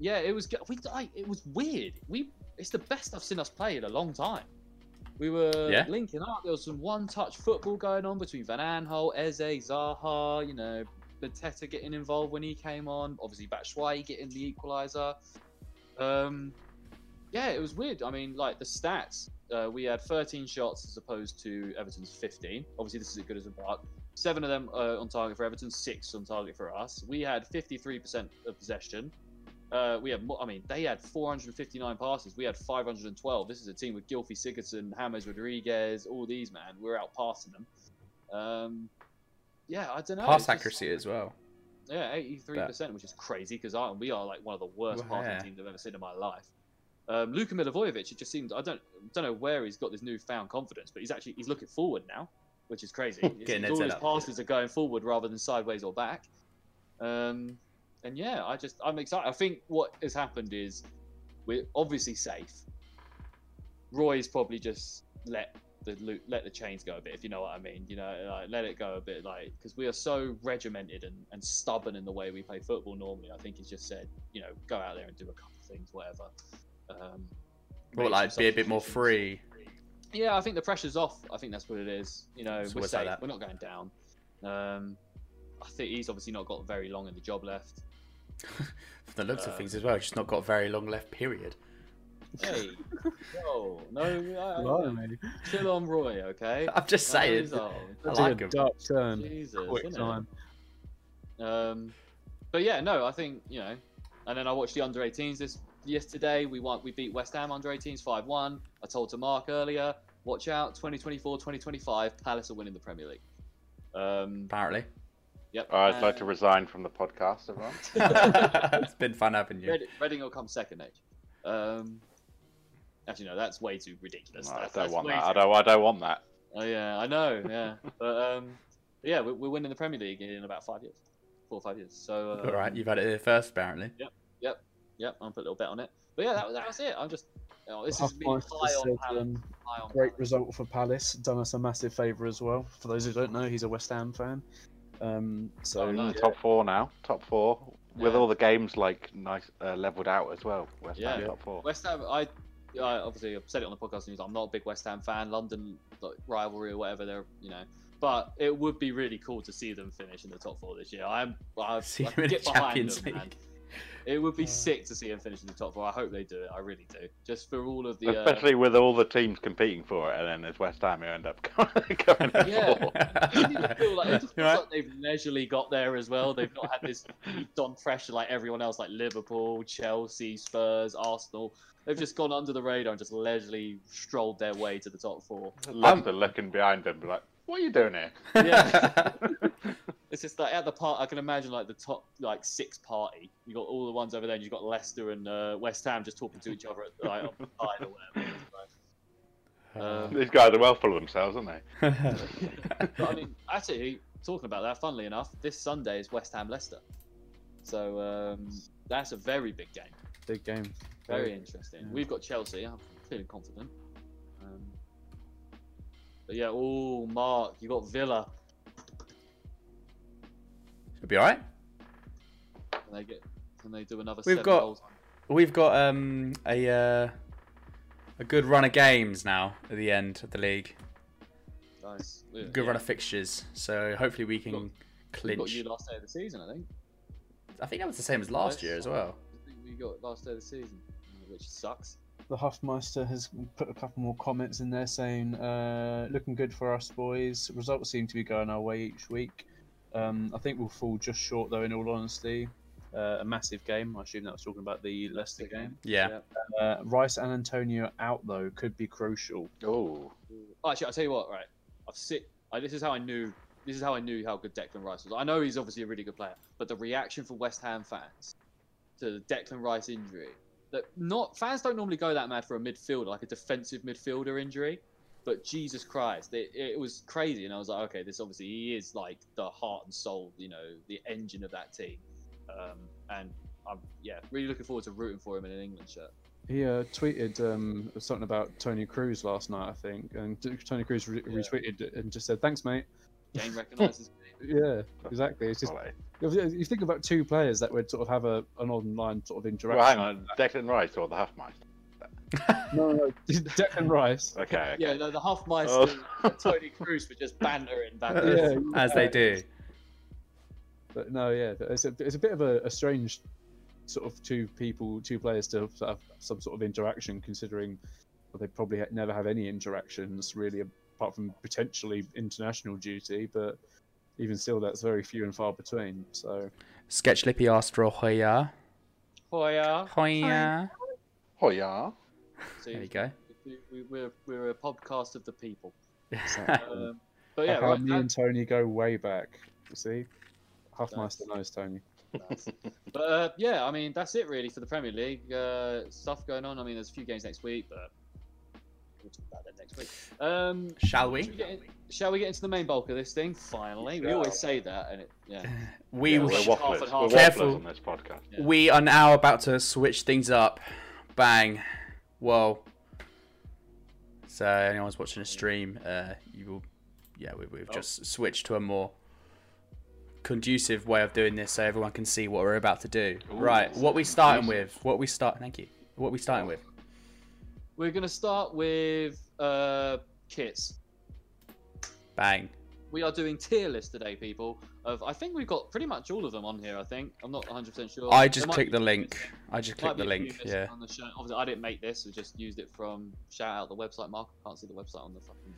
Speaker 1: Yeah, it was. We like, it was weird. We it's the best I've seen us play in a long time. We were
Speaker 2: Yeah.
Speaker 1: linking up. There was some one-touch football going on between Van Aanholt, Eze, Zaha. You know, Teta getting involved when he came on. Obviously, Batshuayi getting the equaliser. Um, yeah, it was weird. I mean, like the stats. Uh, we had 13 shots as opposed to Everton's 15. Obviously, this is as good as a mark. Seven of them uh, on target for Everton, six on target for us. We had 53% of possession. Uh, we had, more, I mean, they had 459 passes. We had 512. This is a team with Gilfie Sigurdsson, James Rodriguez, all these man. We're out passing them. Um, yeah, I don't know.
Speaker 2: Pass accuracy as well.
Speaker 1: Yeah, eighty-three percent, which is crazy because we are like one of the worst
Speaker 2: Well,
Speaker 1: passing
Speaker 2: yeah.
Speaker 1: teams I've ever seen in my life. Um, Luka Milivojevic, it just seems I don't don't know where he's got this newfound confidence, but he's actually he's looking forward now, which is crazy. It's-
Speaker 2: Getting
Speaker 1: it's
Speaker 2: his
Speaker 1: all
Speaker 2: head
Speaker 1: his
Speaker 2: up.
Speaker 1: passes are going forward rather than sideways or back. Um, and yeah, I just I'm excited. I think what has happened is we're obviously safe. Roy's probably just let the loo- let the chains go a bit, if you know what I mean. You know, like, let it go a bit, like because we are so regimented and, and stubborn in the way we play football normally. I think he's just said, you know, go out there and do a couple of things, whatever. Um,
Speaker 2: But
Speaker 1: make
Speaker 2: like,
Speaker 1: some
Speaker 2: be a bit more
Speaker 1: substitutions.
Speaker 2: free.
Speaker 1: Yeah, I think the pressure's off. I think that's what it is. You know,
Speaker 2: It's
Speaker 1: we're
Speaker 2: always like
Speaker 1: safe.
Speaker 2: that.
Speaker 1: We're not going down. Um, I think he's obviously not got very long in the job left.
Speaker 2: From the looks
Speaker 1: Uh,
Speaker 2: of things as well, he's just not got a very long left period.
Speaker 1: Hey, no, no, I-
Speaker 4: Blimey.
Speaker 1: I- chill on Roy, okay?
Speaker 2: I'm just
Speaker 1: I know
Speaker 2: saying.
Speaker 1: he's old.
Speaker 2: I
Speaker 4: That's
Speaker 2: like
Speaker 4: a
Speaker 2: him.
Speaker 4: dark turn.
Speaker 1: Jesus,
Speaker 4: um, Quick
Speaker 1: isn't it?
Speaker 4: time.
Speaker 1: Um, but yeah, no, I think you know. And then I watched the under 18s this yesterday. We won, we beat West Ham under 18s 5 1. I told to Mark earlier, watch out 2024 2025, Palace are winning the Premier League. Um,
Speaker 2: Apparently,
Speaker 1: yep.
Speaker 3: I'd like to
Speaker 1: and
Speaker 3: resign from the podcast, everyone.
Speaker 2: it's been fun having you.
Speaker 1: Red- Reading will come second, H. Um, actually, no, that's way too ridiculous.
Speaker 3: No, I
Speaker 1: That's-
Speaker 3: don't
Speaker 1: that's
Speaker 3: want
Speaker 1: way
Speaker 3: that.
Speaker 1: too-
Speaker 3: I don't. I don't want that.
Speaker 1: Oh yeah, I know. Yeah, but um, yeah, we're, we're winning the Premier League in about five years, four or five years. So uh,
Speaker 2: All right, you've had it here first, apparently.
Speaker 1: Yep, I'll put a little bet on it. But yeah, that, that was it. I'm just, you know, this
Speaker 4: Half
Speaker 1: is me high
Speaker 4: Life has
Speaker 1: on
Speaker 4: said,
Speaker 1: Palace.
Speaker 4: um,
Speaker 1: High on
Speaker 4: great
Speaker 1: Palace.
Speaker 4: result for Palace. Done us a massive favour as well. For those who don't know, he's a West Ham fan. Um, so
Speaker 1: Oh, nice.
Speaker 3: Mm, Top four now. Top four with
Speaker 1: Yeah.
Speaker 3: all the games like nice uh, leveled out as well. West Ham
Speaker 1: Yeah.
Speaker 3: top four.
Speaker 1: West Ham, I, I obviously I've said it on the podcast news. I'm not a big West Ham fan. London like, rivalry or whatever. They're you know, but it would be really cool to see them finish in the top four this year. I'm, I,
Speaker 2: See
Speaker 1: I
Speaker 2: him in the
Speaker 1: get behind
Speaker 2: Champions
Speaker 1: them, man.
Speaker 2: League.
Speaker 1: It would be
Speaker 4: Yeah.
Speaker 1: sick to see them finish in the top four. I hope they do it. I really do. Just for all of the. Uh,
Speaker 3: Especially with all the teams competing for it, and then there's West Ham who end up going at
Speaker 1: Yeah.
Speaker 3: four.
Speaker 1: it doesn't even feel like, it just
Speaker 2: You
Speaker 1: feels
Speaker 2: right?
Speaker 1: like they've leisurely got there as well. They've not had this heaped on pressure like everyone else, like Liverpool, Chelsea, Spurs, Arsenal. They've just gone under the radar and just leisurely strolled their way to the top four.
Speaker 3: Leicester looking behind them, like, what are you doing here?
Speaker 1: Yeah. It's just like at the part I can imagine like the top like six party. You got all the ones over there, and you've got Leicester and uh, West Ham just talking to each other at like, on the side or whatever. Um,
Speaker 3: These guys are well full of themselves, aren't they?
Speaker 1: Uh, But I mean, actually, talking about that, funnily enough, this Sunday is West Ham Leicester. So um, that's a very big game.
Speaker 4: big game.
Speaker 1: Very
Speaker 4: Very-
Speaker 1: interesting.
Speaker 4: yeah.
Speaker 1: We've got Chelsea. I'm feeling confident. Um, but yeah, oh, Mark, you got Villa.
Speaker 2: It'll be all right.
Speaker 1: Can they get? Can they do another?
Speaker 2: We've
Speaker 1: seven
Speaker 2: got-
Speaker 1: Goals?
Speaker 2: We've got um, a uh, a good run of games now at the end of the league.
Speaker 1: Nice. Yeah,
Speaker 2: Good
Speaker 1: yeah.
Speaker 2: run of fixtures. So hopefully we can
Speaker 1: We got
Speaker 2: clinch.
Speaker 1: you last day of the season, I think.
Speaker 2: I think that was the same as
Speaker 1: Yes.
Speaker 2: last year as well.
Speaker 1: I think we got last day of the season, which sucks.
Speaker 4: The Huffmeister has put a couple more comments in there saying, uh, looking good for us, boys. Results seem to be going our way each week. Um, I think we'll fall just short, though, in all honesty. Uh, a massive game. I assume that was talking about the Leicester game.
Speaker 2: Yeah.
Speaker 4: Uh, Rice and Antonio out, though, could be crucial.
Speaker 3: Oh,
Speaker 1: Actually, I'll tell you what. Right, I've sit. I, this is how I knew. This is how I knew how good Declan Rice was. I know he's obviously a really good player, but the reaction from West Ham fans to the Declan Rice injury. That not fans don't normally go that mad for a midfielder, like a defensive midfielder injury. But Jesus Christ, it, it was crazy, and I was like, okay, this obviously he is like the heart and soul, you know, the engine of that team. Um, and I'm yeah, really looking forward to rooting for him in an England shirt.
Speaker 4: He uh, tweeted um, something about Tony Cruz last night, I think, and t- Tony Cruz re-
Speaker 1: Yeah.
Speaker 4: retweeted it and just said, "Thanks, mate."
Speaker 1: Game recognizes me.
Speaker 4: Yeah, exactly. It's just
Speaker 3: quality.
Speaker 4: if if you think about two players that would sort of have a, an online sort of interaction.
Speaker 3: well, hang on. Declan Rice or the Huffmeister?
Speaker 4: No, no, Declan Rice.
Speaker 3: Okay.
Speaker 1: Yeah, no, the Huffmeister
Speaker 3: Oh.
Speaker 1: and Tony Cruz were just bantering, bantering.
Speaker 4: Yeah,
Speaker 2: As
Speaker 1: Uh,
Speaker 2: they do.
Speaker 4: But no, yeah, it's a, it's a bit of a, a strange sort of two people, two players to have- to have some sort of interaction, considering they probably ha- never have any interactions really, apart from potentially international duty. But even still, that's very few and far between. So
Speaker 2: Sketch Lippy asked for a Hoya.
Speaker 1: Hoya.
Speaker 2: Hoya.
Speaker 3: Oh yeah.
Speaker 1: See,
Speaker 2: There you go.
Speaker 1: we- we, we're, we're a podcast of the people.
Speaker 4: exactly.
Speaker 1: Um, but yeah, right,
Speaker 4: me and Tony go way back. You see, Huffmeister knows Tony.
Speaker 1: that's- but uh, yeah, I mean that's it really for the Premier League uh, stuff going on. I mean, there's a few games next week, but we'll talk about that next week. Um,
Speaker 2: Shall
Speaker 1: should we get in- shall we get into the main bulk of this thing? Finally, we always say that, and it yeah.
Speaker 2: We
Speaker 1: Yeah,
Speaker 3: we're
Speaker 1: we
Speaker 2: will
Speaker 1: should-
Speaker 3: wafflers.
Speaker 1: half and
Speaker 3: We're
Speaker 1: half.
Speaker 3: wafflers
Speaker 2: Careful.
Speaker 3: on this podcast.
Speaker 1: Yeah.
Speaker 2: We are now about to switch things up. Bang. Whoa. So anyone's watching a stream, uh, you will, yeah, we, we've
Speaker 1: Oh.
Speaker 2: just switched to a more conducive way of doing this, so everyone can see what we're about to do.
Speaker 3: Ooh,
Speaker 2: right,
Speaker 3: that's
Speaker 2: what we starting
Speaker 3: conducive.
Speaker 2: with? What we start? Thank you. What we
Speaker 1: Oh.
Speaker 2: starting with?
Speaker 1: We're gonna start with uh, kits.
Speaker 2: Bang.
Speaker 1: We are doing tier list today, people. Of I think we've got pretty much all of them on here. I think I'm not 100 percent sure.
Speaker 2: I
Speaker 1: There
Speaker 2: just
Speaker 1: might
Speaker 2: clicked
Speaker 1: be
Speaker 2: the
Speaker 1: a few
Speaker 2: link.
Speaker 1: missing-
Speaker 2: I just
Speaker 1: might
Speaker 2: clicked
Speaker 1: be
Speaker 2: the
Speaker 1: a few
Speaker 2: link.
Speaker 1: missing
Speaker 2: Yeah.
Speaker 1: On the show. Obviously, I didn't make this. We just used it from shout out the website. Mark I can't see the website on the fucking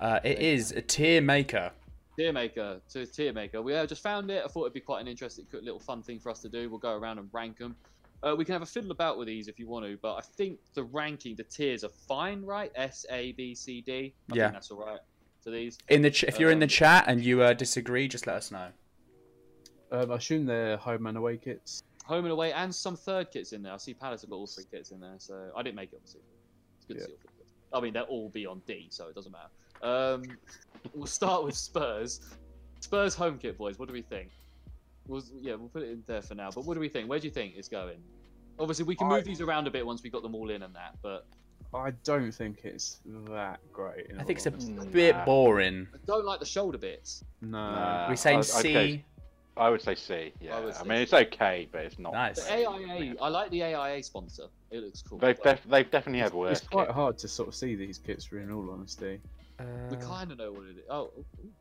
Speaker 2: Uh, it is a tier maker.
Speaker 1: tier maker to tier maker. We uh, just found it. I thought it'd be quite an interesting good little fun thing for us to do. We'll go around and rank them. Uh, we can have a fiddle about with these if you want to, but I think the ranking, the tiers are fine, right? S A B C D. I
Speaker 2: Yeah.
Speaker 1: think that's all right. To these.
Speaker 2: In the ch- if you're in the
Speaker 1: Um,
Speaker 2: chat and you uh, disagree, just let us know.
Speaker 4: Um, I assume they're home and away kits.
Speaker 1: home and away, and some third kits in there. I see Palace have got all three kits in there, so I didn't make it obviously. It's good
Speaker 4: Yeah.
Speaker 1: to see all three kits. I mean, they'll all be on D, so it doesn't matter. Um, we'll start with Spurs. Spurs home kit, boys. What do we think? We'll, yeah, we'll put it in there for now. But what do we think? Where do you think it's going? Obviously, we can move these around a bit once we got them all in and that. But
Speaker 4: I don't think it's that great. in
Speaker 2: I
Speaker 4: all
Speaker 2: think it's a
Speaker 4: honesty.
Speaker 2: bit
Speaker 3: Nah.
Speaker 2: boring.
Speaker 1: I don't like the shoulder bits.
Speaker 4: No.
Speaker 3: Nah.
Speaker 2: We
Speaker 1: Oh,
Speaker 2: saying
Speaker 3: I'd- I'd
Speaker 2: C.
Speaker 3: go I would say C. Yeah.
Speaker 1: I
Speaker 3: I,
Speaker 1: would say
Speaker 3: mean, it's okay, but it's not.
Speaker 2: Nice.
Speaker 1: The
Speaker 3: great.
Speaker 1: AIA, I like the AIA sponsor. It looks cool.
Speaker 3: They've,
Speaker 1: But
Speaker 3: def- they've definitely had worse.
Speaker 4: It's quite
Speaker 3: kit.
Speaker 4: hard to sort of see these kits, in all honesty.
Speaker 1: we
Speaker 2: Uh,
Speaker 1: kind of know what it is. Oh, ooh, ooh.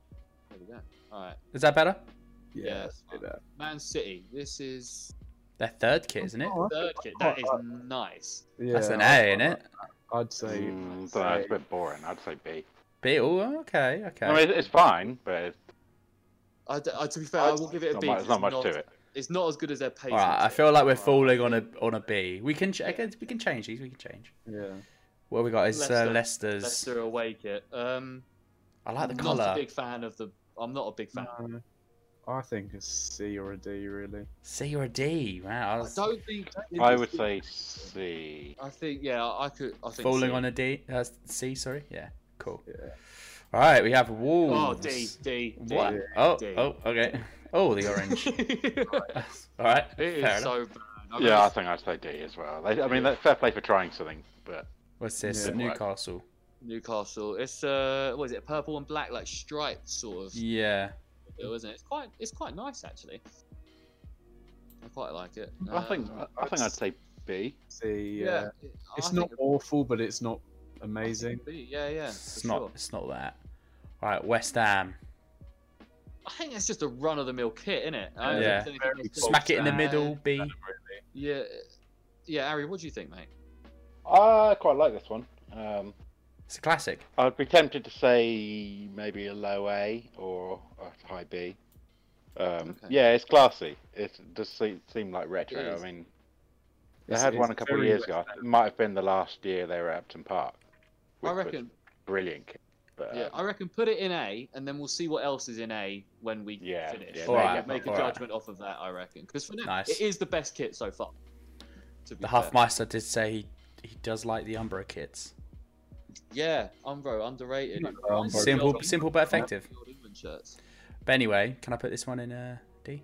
Speaker 1: there we go. All right,
Speaker 2: is that better?
Speaker 1: Yeah,
Speaker 4: let's
Speaker 1: it's
Speaker 4: do that.
Speaker 1: Man City. This is
Speaker 2: Their third kit, isn't it?
Speaker 4: Oh, I
Speaker 1: third
Speaker 4: think-
Speaker 1: kit. That is
Speaker 4: quite-
Speaker 1: nice.
Speaker 4: yeah,
Speaker 2: That's an A,
Speaker 4: I-
Speaker 2: isn't it?
Speaker 4: I- I'd
Speaker 3: Mm,
Speaker 4: say. I'd
Speaker 3: dunno, it's
Speaker 4: say-
Speaker 3: a bit boring. I'd say B.
Speaker 2: B. Oh, okay, okay.
Speaker 3: I mean, it's- it's fine, but it's,
Speaker 1: I d- I- to be fair, I will
Speaker 3: it's
Speaker 1: give it a
Speaker 3: not
Speaker 1: B.
Speaker 3: much-
Speaker 1: 'cause
Speaker 3: it's not much to it.
Speaker 1: It's not as good as their pace.
Speaker 2: All right, I feel like we're falling on a on a B. We can ch- I guess we can change these. We can change.
Speaker 4: Yeah.
Speaker 2: What we got is
Speaker 1: Leicester.
Speaker 2: uh, Leicester's.
Speaker 1: Leicester away kit. Um,
Speaker 2: I like the
Speaker 1: not
Speaker 2: color.
Speaker 1: a big fan of the. I'm not a big fan.
Speaker 4: No, Uh, I think a C or a D, really.
Speaker 2: C or a D. Wow, I
Speaker 1: I
Speaker 2: was
Speaker 1: don't think.
Speaker 3: I would say C.
Speaker 1: I think yeah. I could. I think
Speaker 2: falling
Speaker 1: C.
Speaker 2: on a D. Uh, C. Sorry. Yeah. Cool.
Speaker 4: Yeah.
Speaker 2: All right, we have Wolves.
Speaker 1: Oh D D. D.
Speaker 2: What? Oh,
Speaker 1: D.
Speaker 2: oh, okay. Oh, the orange.
Speaker 1: it
Speaker 2: All right.
Speaker 1: is
Speaker 2: fair enough.
Speaker 1: so bad. I mean,
Speaker 3: Yeah, I think I'd say D as well. They, I mean, that's fair play for trying something, but
Speaker 2: What's this?
Speaker 4: Yeah.
Speaker 2: Newcastle.
Speaker 1: Newcastle. It's uh, what is it? Purple and black, like striped sort of.
Speaker 2: Yeah.
Speaker 1: Though, isn't it? It's quite. It's quite nice actually. I quite like it.
Speaker 3: I think
Speaker 1: Um,
Speaker 3: I, I think I'd say B.
Speaker 4: C. Yeah.
Speaker 1: it- I
Speaker 4: It's
Speaker 1: think
Speaker 4: not
Speaker 1: it'd
Speaker 4: awful, but it's not
Speaker 1: be- I think
Speaker 4: amazing.
Speaker 1: it'd be- Yeah, yeah.
Speaker 2: it's
Speaker 1: for
Speaker 2: not.
Speaker 1: sure.
Speaker 2: It's not that. All right, West Ham.
Speaker 1: I think it's just a run of the mill kit, isn't it?
Speaker 2: Yeah. Smack it in the middle, B.
Speaker 1: Uh, Yeah, yeah. Ari, what do you think, mate?
Speaker 3: I quite like this one. Um,
Speaker 2: It's a classic.
Speaker 3: I'd be tempted to say maybe a low A or a high B. Um,
Speaker 1: Okay.
Speaker 3: Yeah, it's classy. It does seem, seem like retro.
Speaker 1: It
Speaker 3: I
Speaker 1: is.
Speaker 3: mean, they
Speaker 4: It's-
Speaker 3: had
Speaker 4: it's
Speaker 3: one a couple of
Speaker 4: very
Speaker 3: years ago. It might have been the last year they were at Upton Park.
Speaker 1: I
Speaker 3: which was
Speaker 1: reckon.
Speaker 3: Brilliant. kit, But,
Speaker 1: Yeah,
Speaker 3: um,
Speaker 1: I reckon put it in A, and then we'll see what else is in A when we
Speaker 3: Yeah,
Speaker 1: finish.
Speaker 3: yeah,
Speaker 1: make
Speaker 2: Alright,
Speaker 1: make a
Speaker 2: alright.
Speaker 1: judgment off of that, I reckon. Because for now,
Speaker 2: Nice.
Speaker 1: it is the best kit so far. To be
Speaker 2: The
Speaker 1: fair.
Speaker 2: Huffmeister did say he, he does like the Umbro kits.
Speaker 1: Yeah, Umbro underrated.
Speaker 4: Yeah,
Speaker 1: Mine's
Speaker 4: Umbro.
Speaker 2: Simple,
Speaker 1: Field-
Speaker 2: simple but effective.
Speaker 1: Field England shirts.
Speaker 2: But anyway, can I put this one in uh, D?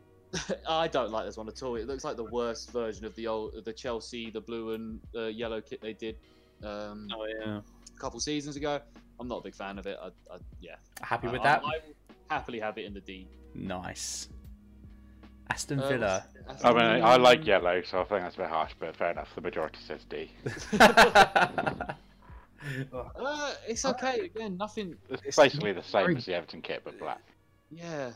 Speaker 1: I don't like this one at all. It looks like the worst version of the old, the Chelsea, the blue and uh, yellow kit they did um,
Speaker 4: Oh yeah.
Speaker 1: a couple seasons ago. I'm not a big fan of it. I, I, yeah,
Speaker 2: Happy
Speaker 1: I-
Speaker 2: with
Speaker 1: I-
Speaker 2: that?
Speaker 1: Uh, I, will happily have it in the D.
Speaker 2: Nice. Aston
Speaker 1: Uh,
Speaker 2: Villa.
Speaker 1: what's-
Speaker 3: I mean, I
Speaker 1: Mm.
Speaker 3: like yellow, so I think that's a bit harsh, but fair enough. The majority says D.
Speaker 1: Uh, it's okay. Again, nothing.
Speaker 3: It's,
Speaker 4: It's
Speaker 3: basically the same
Speaker 4: very-
Speaker 3: as the Everton kit, but black.
Speaker 1: Yeah.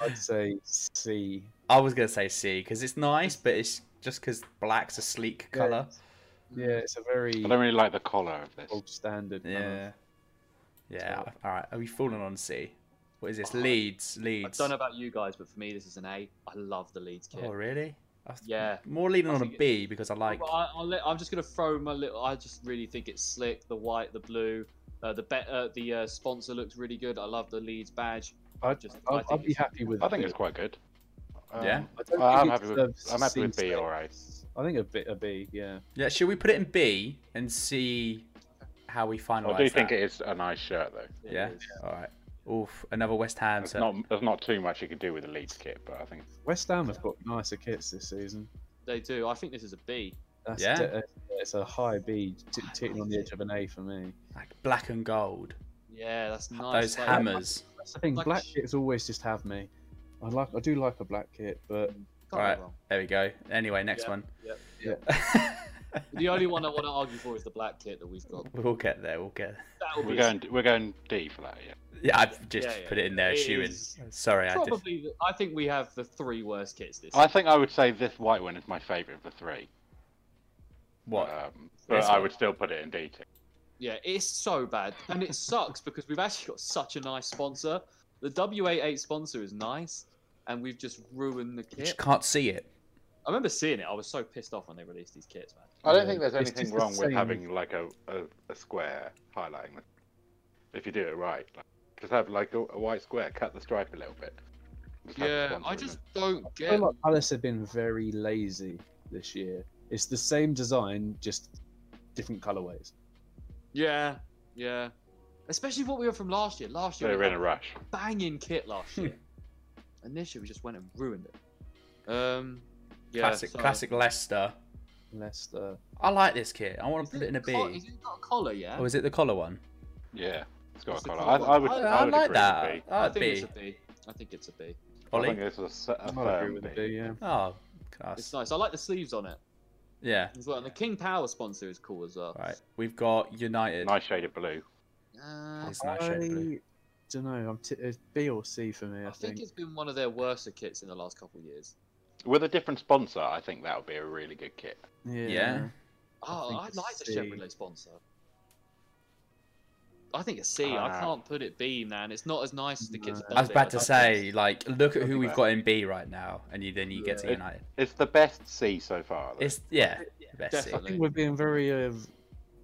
Speaker 4: I'd say C.
Speaker 2: I was gonna say C because it's nice, but it's just because black's a sleek
Speaker 4: Yeah,
Speaker 1: Uh-huh.
Speaker 2: color.
Speaker 4: Yeah, it's a very
Speaker 3: I don't really like the collar of this.
Speaker 4: old standard. kind of-
Speaker 2: Yeah. Yeah.
Speaker 4: So-
Speaker 2: All right. Are we falling on C? What is this?
Speaker 1: Oh, I-
Speaker 2: Leeds.
Speaker 1: I
Speaker 2: Leeds.
Speaker 1: don't know about you guys, but for me, this is an A. I love the Leeds kit.
Speaker 2: Oh really? I was
Speaker 1: Yeah.
Speaker 2: More leaning
Speaker 1: I
Speaker 2: on a
Speaker 1: think it-
Speaker 2: B because I like.
Speaker 1: Well, I, I'll let, I'm just gonna throw my little. I just really think it's slick. The white, the blue, uh, the bet, uh, the uh, sponsor looks really good. I love the Leeds badge.
Speaker 4: I'd,
Speaker 1: Just- I
Speaker 4: I'd,
Speaker 1: think
Speaker 4: I'd be
Speaker 1: it's-
Speaker 4: happy with.
Speaker 3: I think
Speaker 4: it.
Speaker 3: it's quite good.
Speaker 2: Yeah?
Speaker 3: Um,
Speaker 4: I don't
Speaker 3: I'm
Speaker 4: think it
Speaker 3: happy with
Speaker 4: deserves
Speaker 3: I'm happy with
Speaker 4: C
Speaker 3: B
Speaker 4: status.
Speaker 3: or A.
Speaker 4: I think a bit a B. Yeah.
Speaker 2: Yeah. Should we put it in B and see how we finalize?
Speaker 3: I do think
Speaker 2: that?
Speaker 3: it is a nice shirt though.
Speaker 1: It
Speaker 2: Yeah.
Speaker 1: is.
Speaker 2: All right. Oof. Another West Ham.
Speaker 3: There's
Speaker 2: So
Speaker 3: not there's not too much you could do with the Leeds kit, but I think
Speaker 4: West Ham have got nicer kits this season.
Speaker 1: They do. I think this is a B.
Speaker 4: That's
Speaker 2: Yeah.
Speaker 4: de- uh, it's a high B, t- sitting on the edge of an A for me.
Speaker 2: like black and gold.
Speaker 1: Yeah, that's nice.
Speaker 2: Those
Speaker 1: Like,
Speaker 2: hammers.
Speaker 4: That's the thing.
Speaker 1: Like a
Speaker 4: black
Speaker 1: sh-
Speaker 4: kits always just have me. I like. I do like a black kit, but
Speaker 1: can't go
Speaker 2: Alright.
Speaker 1: wrong.
Speaker 2: There we go. Anyway, next
Speaker 1: Yeah.
Speaker 2: one.
Speaker 1: Yep.
Speaker 2: Yeah.
Speaker 1: The only one I want to argue for is the black kit that we've got.
Speaker 2: we'll get there. We'll get.
Speaker 1: That will
Speaker 3: we're
Speaker 1: be
Speaker 3: going we're going D for that. Yeah.
Speaker 2: Yeah, I've just
Speaker 1: yeah,
Speaker 2: put it in there.
Speaker 1: it
Speaker 2: Shoe in.
Speaker 1: is
Speaker 2: Sorry, I just.
Speaker 1: probably. the, I think we have the three worst kits this.
Speaker 3: I think I would say this white one is my favourite of the three.
Speaker 2: What?
Speaker 3: Um, but
Speaker 2: This
Speaker 3: I
Speaker 2: one?
Speaker 3: would still put it in D. Too.
Speaker 1: Yeah, it's so bad, and it sucks because we've actually got such a nice sponsor. The W88 sponsor is nice, and we've just ruined the
Speaker 2: You just
Speaker 1: kit.
Speaker 2: can't see it.
Speaker 1: I remember seeing it. I was so pissed off when they released these kits, man.
Speaker 3: I don't
Speaker 4: Yeah,
Speaker 3: think there's
Speaker 4: it's
Speaker 3: anything
Speaker 4: just the
Speaker 3: wrong with
Speaker 4: same.
Speaker 3: having like a, a, a square highlighting the- if you do it right. Like, just have like a, a white square, cut the stripe a little bit. Just have the
Speaker 1: Yeah,
Speaker 3: sponsor
Speaker 1: I
Speaker 3: in
Speaker 1: just
Speaker 3: it.
Speaker 1: don't
Speaker 4: I
Speaker 1: get.
Speaker 4: feel like Palace have been very lazy this year. It's the same design, just different colorways.
Speaker 1: Yeah, yeah. Especially what we were from last year. Last year
Speaker 3: they're
Speaker 1: we
Speaker 3: in
Speaker 1: had
Speaker 3: a rush.
Speaker 1: a banging kit last
Speaker 2: Hmm.
Speaker 1: year, and this year we just went and ruined it. Um, yeah,
Speaker 2: classic,
Speaker 1: so-
Speaker 2: classic Leicester.
Speaker 4: Leicester.
Speaker 2: I like this kit. I want
Speaker 1: Is
Speaker 2: to put it in a B.
Speaker 1: col- Is it got a collar? Yeah,
Speaker 2: Or is it the collar one?
Speaker 3: Yeah, it's got
Speaker 1: It's
Speaker 3: a
Speaker 1: the
Speaker 3: collar.
Speaker 1: colour
Speaker 3: I, I would,
Speaker 1: one.
Speaker 3: I,
Speaker 1: would-
Speaker 2: I, I
Speaker 3: would
Speaker 2: like
Speaker 3: agree
Speaker 2: that.
Speaker 3: with B.
Speaker 1: I
Speaker 2: I'd
Speaker 1: think it's
Speaker 2: be.
Speaker 1: a B. I think it's a B.
Speaker 3: I
Speaker 2: Ollie?
Speaker 3: think this is a, s- a
Speaker 4: I agree
Speaker 3: firm
Speaker 4: with the
Speaker 3: B.
Speaker 4: B, yeah.
Speaker 2: Oh,
Speaker 1: It's
Speaker 2: class.
Speaker 1: nice. I like the sleeves on it
Speaker 2: Yeah.
Speaker 1: as well. And the King Power sponsor is cool as well.
Speaker 2: All right. We've got United.
Speaker 3: Nice shade of blue.
Speaker 1: Uh,
Speaker 2: It's nice shade of blue.
Speaker 4: don't know. I'm t- it's B or C for me. I,
Speaker 1: I
Speaker 4: think.
Speaker 1: think it's been one of their worst kits in the last couple of years.
Speaker 3: With a different sponsor, I think that would be a really good kit.
Speaker 4: yeah.
Speaker 2: Yeah.
Speaker 1: Oh,
Speaker 4: think
Speaker 1: I,
Speaker 4: it's
Speaker 1: like the
Speaker 4: C.
Speaker 1: Chevrolet sponsor. I think it's C. I
Speaker 3: Ah.
Speaker 1: can't put it B, man. It's not as nice as the kits.
Speaker 4: No.
Speaker 1: above
Speaker 2: I was
Speaker 1: it.
Speaker 2: about to
Speaker 1: don't
Speaker 2: say,
Speaker 1: think
Speaker 2: like, look at
Speaker 3: That'd
Speaker 2: who
Speaker 3: be
Speaker 2: we've
Speaker 3: bad.
Speaker 2: got in B right now, and you then you get to
Speaker 4: Yeah.
Speaker 2: United.
Speaker 3: It's the best C so far. Though.
Speaker 2: It's yeah, best
Speaker 4: I
Speaker 2: C.
Speaker 1: definitely.
Speaker 4: think we're being very uh,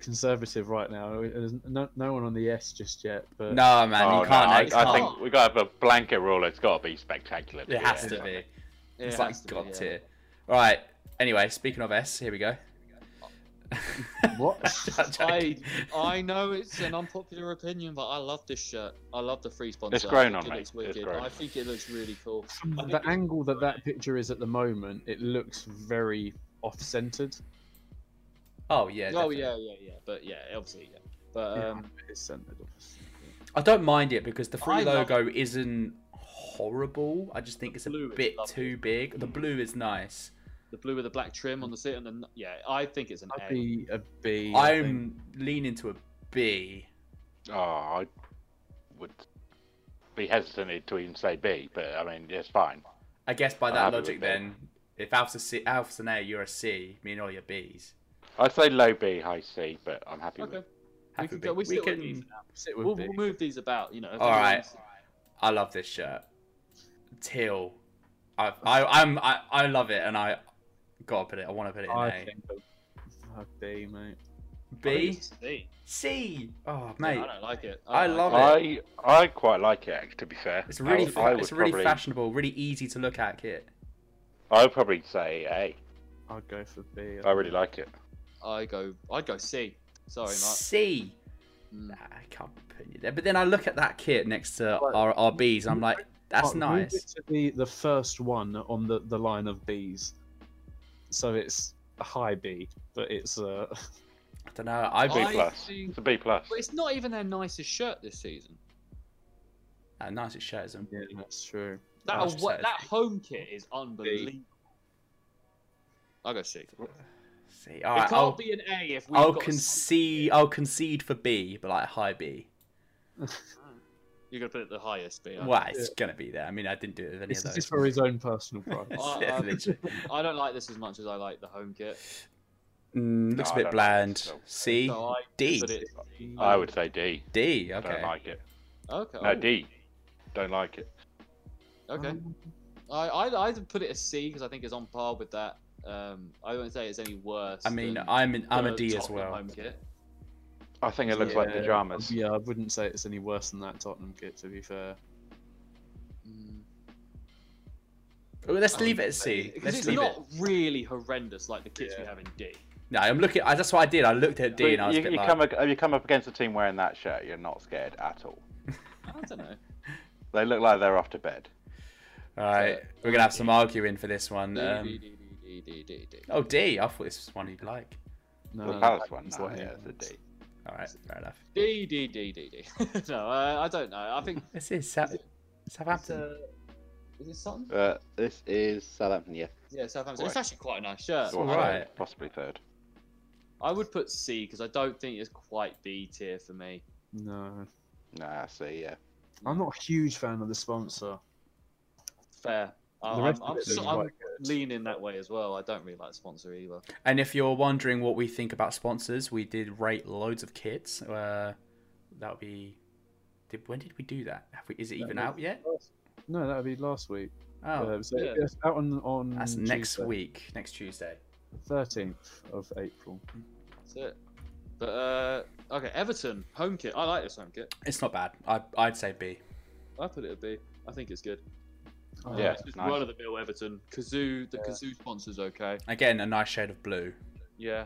Speaker 4: conservative right now. There's no, no one on the S just yet, but
Speaker 2: No man,
Speaker 3: Oh,
Speaker 2: you
Speaker 3: no,
Speaker 2: can't.
Speaker 3: I,
Speaker 2: you
Speaker 3: I
Speaker 2: can't.
Speaker 3: think we got to have a blanket rule. It's got to be spectacular.
Speaker 2: it has
Speaker 3: yeah.
Speaker 2: to be.
Speaker 1: it
Speaker 2: it's
Speaker 1: has
Speaker 2: like
Speaker 1: to be,
Speaker 2: god
Speaker 1: yeah.
Speaker 2: tier. All right. Anyway, speaking of S, here we go.
Speaker 4: What?
Speaker 2: I'm joking.
Speaker 1: I know it's an unpopular opinion, but I love this shirt. I love the free sponsor. I
Speaker 3: grown
Speaker 1: think
Speaker 3: on
Speaker 1: it
Speaker 3: me.
Speaker 1: Looks
Speaker 3: It's
Speaker 1: wicked.
Speaker 3: grown
Speaker 1: I
Speaker 3: on
Speaker 1: think it looks really cool. I
Speaker 4: from
Speaker 1: think
Speaker 4: the
Speaker 1: it's-
Speaker 4: angle that that picture is at the moment, it looks very off-centered.
Speaker 2: Oh yeah.
Speaker 1: oh
Speaker 2: definitely.
Speaker 1: yeah, yeah, yeah. But yeah, obviously, yeah. But
Speaker 4: Yeah,
Speaker 1: um,
Speaker 4: it's centered. obviously.
Speaker 2: I don't mind it because the free
Speaker 1: I love-
Speaker 2: logo isn't horrible. I just think it's a
Speaker 1: blue is
Speaker 2: bit
Speaker 1: lovely. Mm.
Speaker 2: too big. The blue is nice.
Speaker 1: the blue with the black trim on the sit and the yeah, I think it's an
Speaker 4: I'd
Speaker 1: A.
Speaker 4: be a B. I think.
Speaker 2: I'm leaning to a B.
Speaker 3: Oh, I would. be hesitant to even say B, but I mean it's fine.
Speaker 2: I guess by
Speaker 3: I'm
Speaker 2: that
Speaker 3: happy
Speaker 2: logic,
Speaker 3: with that.
Speaker 2: then, if Alpha's, C, Alpha's an A, you're a C, me and all your Bs.
Speaker 3: I say low B, high C, but I'm happy
Speaker 1: Okay.
Speaker 3: with.
Speaker 1: We
Speaker 2: Happy
Speaker 1: can
Speaker 2: B.
Speaker 1: go. We,
Speaker 2: We
Speaker 1: sit with
Speaker 2: can-
Speaker 1: these.
Speaker 4: Sit with
Speaker 1: We'll,
Speaker 4: me.
Speaker 1: we'll move these about. You know. if
Speaker 2: All right.
Speaker 1: anyone's-
Speaker 2: I love this shirt. Teal. I, I, I'm, I, I love it, and I gotta put it. I want to put it in
Speaker 4: I
Speaker 2: A.
Speaker 4: think of fuck D, mate.
Speaker 1: I think
Speaker 2: B,
Speaker 1: it's B.
Speaker 2: C. Oh,
Speaker 1: Yeah,
Speaker 2: mate,
Speaker 1: I don't like it.
Speaker 2: I
Speaker 1: don't
Speaker 2: love
Speaker 1: like
Speaker 2: it.
Speaker 3: I I quite like it. actually, To be fair,
Speaker 2: it's
Speaker 3: I
Speaker 2: really,
Speaker 3: would-
Speaker 2: fa-
Speaker 3: I would
Speaker 2: it's really
Speaker 3: probably,
Speaker 2: fashionable, really easy to look at kit.
Speaker 3: I would probably say A.
Speaker 4: I'd go for B.
Speaker 3: I really like it.
Speaker 1: I go. I'd go C. Sorry, Mark.
Speaker 2: C.
Speaker 1: Mm.
Speaker 2: Nah, I can't put you there. But then I look at that kit next to
Speaker 4: But-
Speaker 2: our, our Bs, and I'm like, that's
Speaker 4: Mark, move it
Speaker 2: nice.
Speaker 4: To be the first one on the, the line of Bs, so it's a high B, but it's uh,
Speaker 2: I don't know. I,
Speaker 3: B
Speaker 1: I
Speaker 3: plus.
Speaker 1: think-
Speaker 3: It's a B plus.
Speaker 1: But it's not even their nicest shirt this season.
Speaker 2: uh, nice. It shows them.
Speaker 4: yeah, that's true.
Speaker 1: That
Speaker 2: Nice
Speaker 1: awa-
Speaker 2: shirt.
Speaker 1: that home kit is unbelievable. I go C.
Speaker 2: See, all
Speaker 1: it
Speaker 2: right.
Speaker 1: can't
Speaker 2: I'll,
Speaker 1: be an A if we.
Speaker 2: I'll concede. I'll concede for B, but like high B.
Speaker 1: You're gonna put it the highest B. I-
Speaker 2: Well, it's gonna be there. I mean, I didn't do it with any
Speaker 4: This
Speaker 2: of
Speaker 4: is
Speaker 2: those.
Speaker 4: just for his own personal pride.
Speaker 1: Uh,
Speaker 2: Yeah,
Speaker 1: um,
Speaker 2: literally.
Speaker 1: I don't like this as much as I like the home kit.
Speaker 2: Mm, looks
Speaker 3: No,
Speaker 2: a
Speaker 3: I
Speaker 2: bit
Speaker 3: don't
Speaker 2: bland.
Speaker 3: think so.
Speaker 2: C,
Speaker 1: So I
Speaker 2: D,
Speaker 1: put it C.
Speaker 3: I would say D.
Speaker 2: D.
Speaker 3: I Don't
Speaker 2: Okay.
Speaker 3: like it.
Speaker 1: Okay. oh,
Speaker 3: No D. Don't like it.
Speaker 1: Okay. I I I'd put it a C because I think it's on par with that. Um, I won't say it's any worse.
Speaker 2: I mean,
Speaker 1: than
Speaker 2: I'm an, I'm a
Speaker 1: the
Speaker 2: D as
Speaker 1: Tottenham
Speaker 2: well.
Speaker 1: Home kit.
Speaker 3: I think it looks like
Speaker 4: Yeah,
Speaker 3: pajamas.
Speaker 4: Yeah, I wouldn't say it's any worse than that Tottenham kit. To be fair,
Speaker 1: Mm.
Speaker 2: Well, let's leave it
Speaker 1: Um,
Speaker 2: at C.
Speaker 1: Because
Speaker 2: Let's
Speaker 1: it's
Speaker 2: leave
Speaker 1: not
Speaker 2: it.
Speaker 1: really horrendous like the kits we have in D.
Speaker 2: No, I'm looking. I, that's what I did. I looked at D and I was a
Speaker 3: you,
Speaker 2: bit
Speaker 3: you
Speaker 2: like,
Speaker 3: come ag- you come up against a team wearing that shirt, you're not scared at all.
Speaker 1: I don't know.
Speaker 3: They look like they're off to bed.
Speaker 2: all right, we're gonna have some arguing for this one.
Speaker 1: D, D,
Speaker 2: Um,
Speaker 1: D, D, D, D, D.
Speaker 2: oh, D. I thought this was one he'd like.
Speaker 4: no,
Speaker 3: the Palace one,
Speaker 4: it's
Speaker 3: no,
Speaker 4: like-
Speaker 3: yeah, it's a D.
Speaker 2: All right, fair enough.
Speaker 1: D, D, D, D, D. No, I, I don't know. I think
Speaker 2: This is Sa-
Speaker 1: Is it- it's,
Speaker 2: Southampton.
Speaker 1: uh, is it Sutton?
Speaker 3: Uh, this is Southampton, yeah.
Speaker 1: Yeah, Southampton. It's
Speaker 3: Right.
Speaker 1: actually quite a nice shirt.
Speaker 2: all right.
Speaker 3: Possibly third.
Speaker 1: I would put C because I don't think it's quite B tier for me.
Speaker 4: no,
Speaker 3: Nah, C, yeah.
Speaker 4: I'm not a huge fan of the sponsor.
Speaker 1: Fair.
Speaker 4: The
Speaker 1: Uh, I'm,
Speaker 4: rest
Speaker 1: I'm,
Speaker 4: of it is
Speaker 1: so- I'm
Speaker 4: quite good.
Speaker 1: leaning that way as well. I don't really like sponsor either.
Speaker 2: And if you're wondering what we think about sponsors, we did rate loads of kits. Uh, that would be. Did, when did we do that? Have we, is it
Speaker 4: That
Speaker 2: even
Speaker 4: was-
Speaker 2: out yet?
Speaker 4: No, that would be last week.
Speaker 2: Oh,
Speaker 4: Uh, so
Speaker 1: yeah.
Speaker 4: it's out on on
Speaker 2: that's next
Speaker 4: Tuesday,
Speaker 2: week, next Tuesday.
Speaker 4: 13th of April.
Speaker 1: That's it. But uh, okay, Everton home kit. I like this home kit.
Speaker 2: It's not bad. I, I'd say B.
Speaker 1: I put it a B. I think it's good.
Speaker 4: Oh,
Speaker 3: Yeah,
Speaker 1: it's just
Speaker 3: nice.
Speaker 1: run of the mill Everton. Kazoo, the Kazoo sponsor's okay.
Speaker 2: Again, a nice shade of blue.
Speaker 1: Yeah.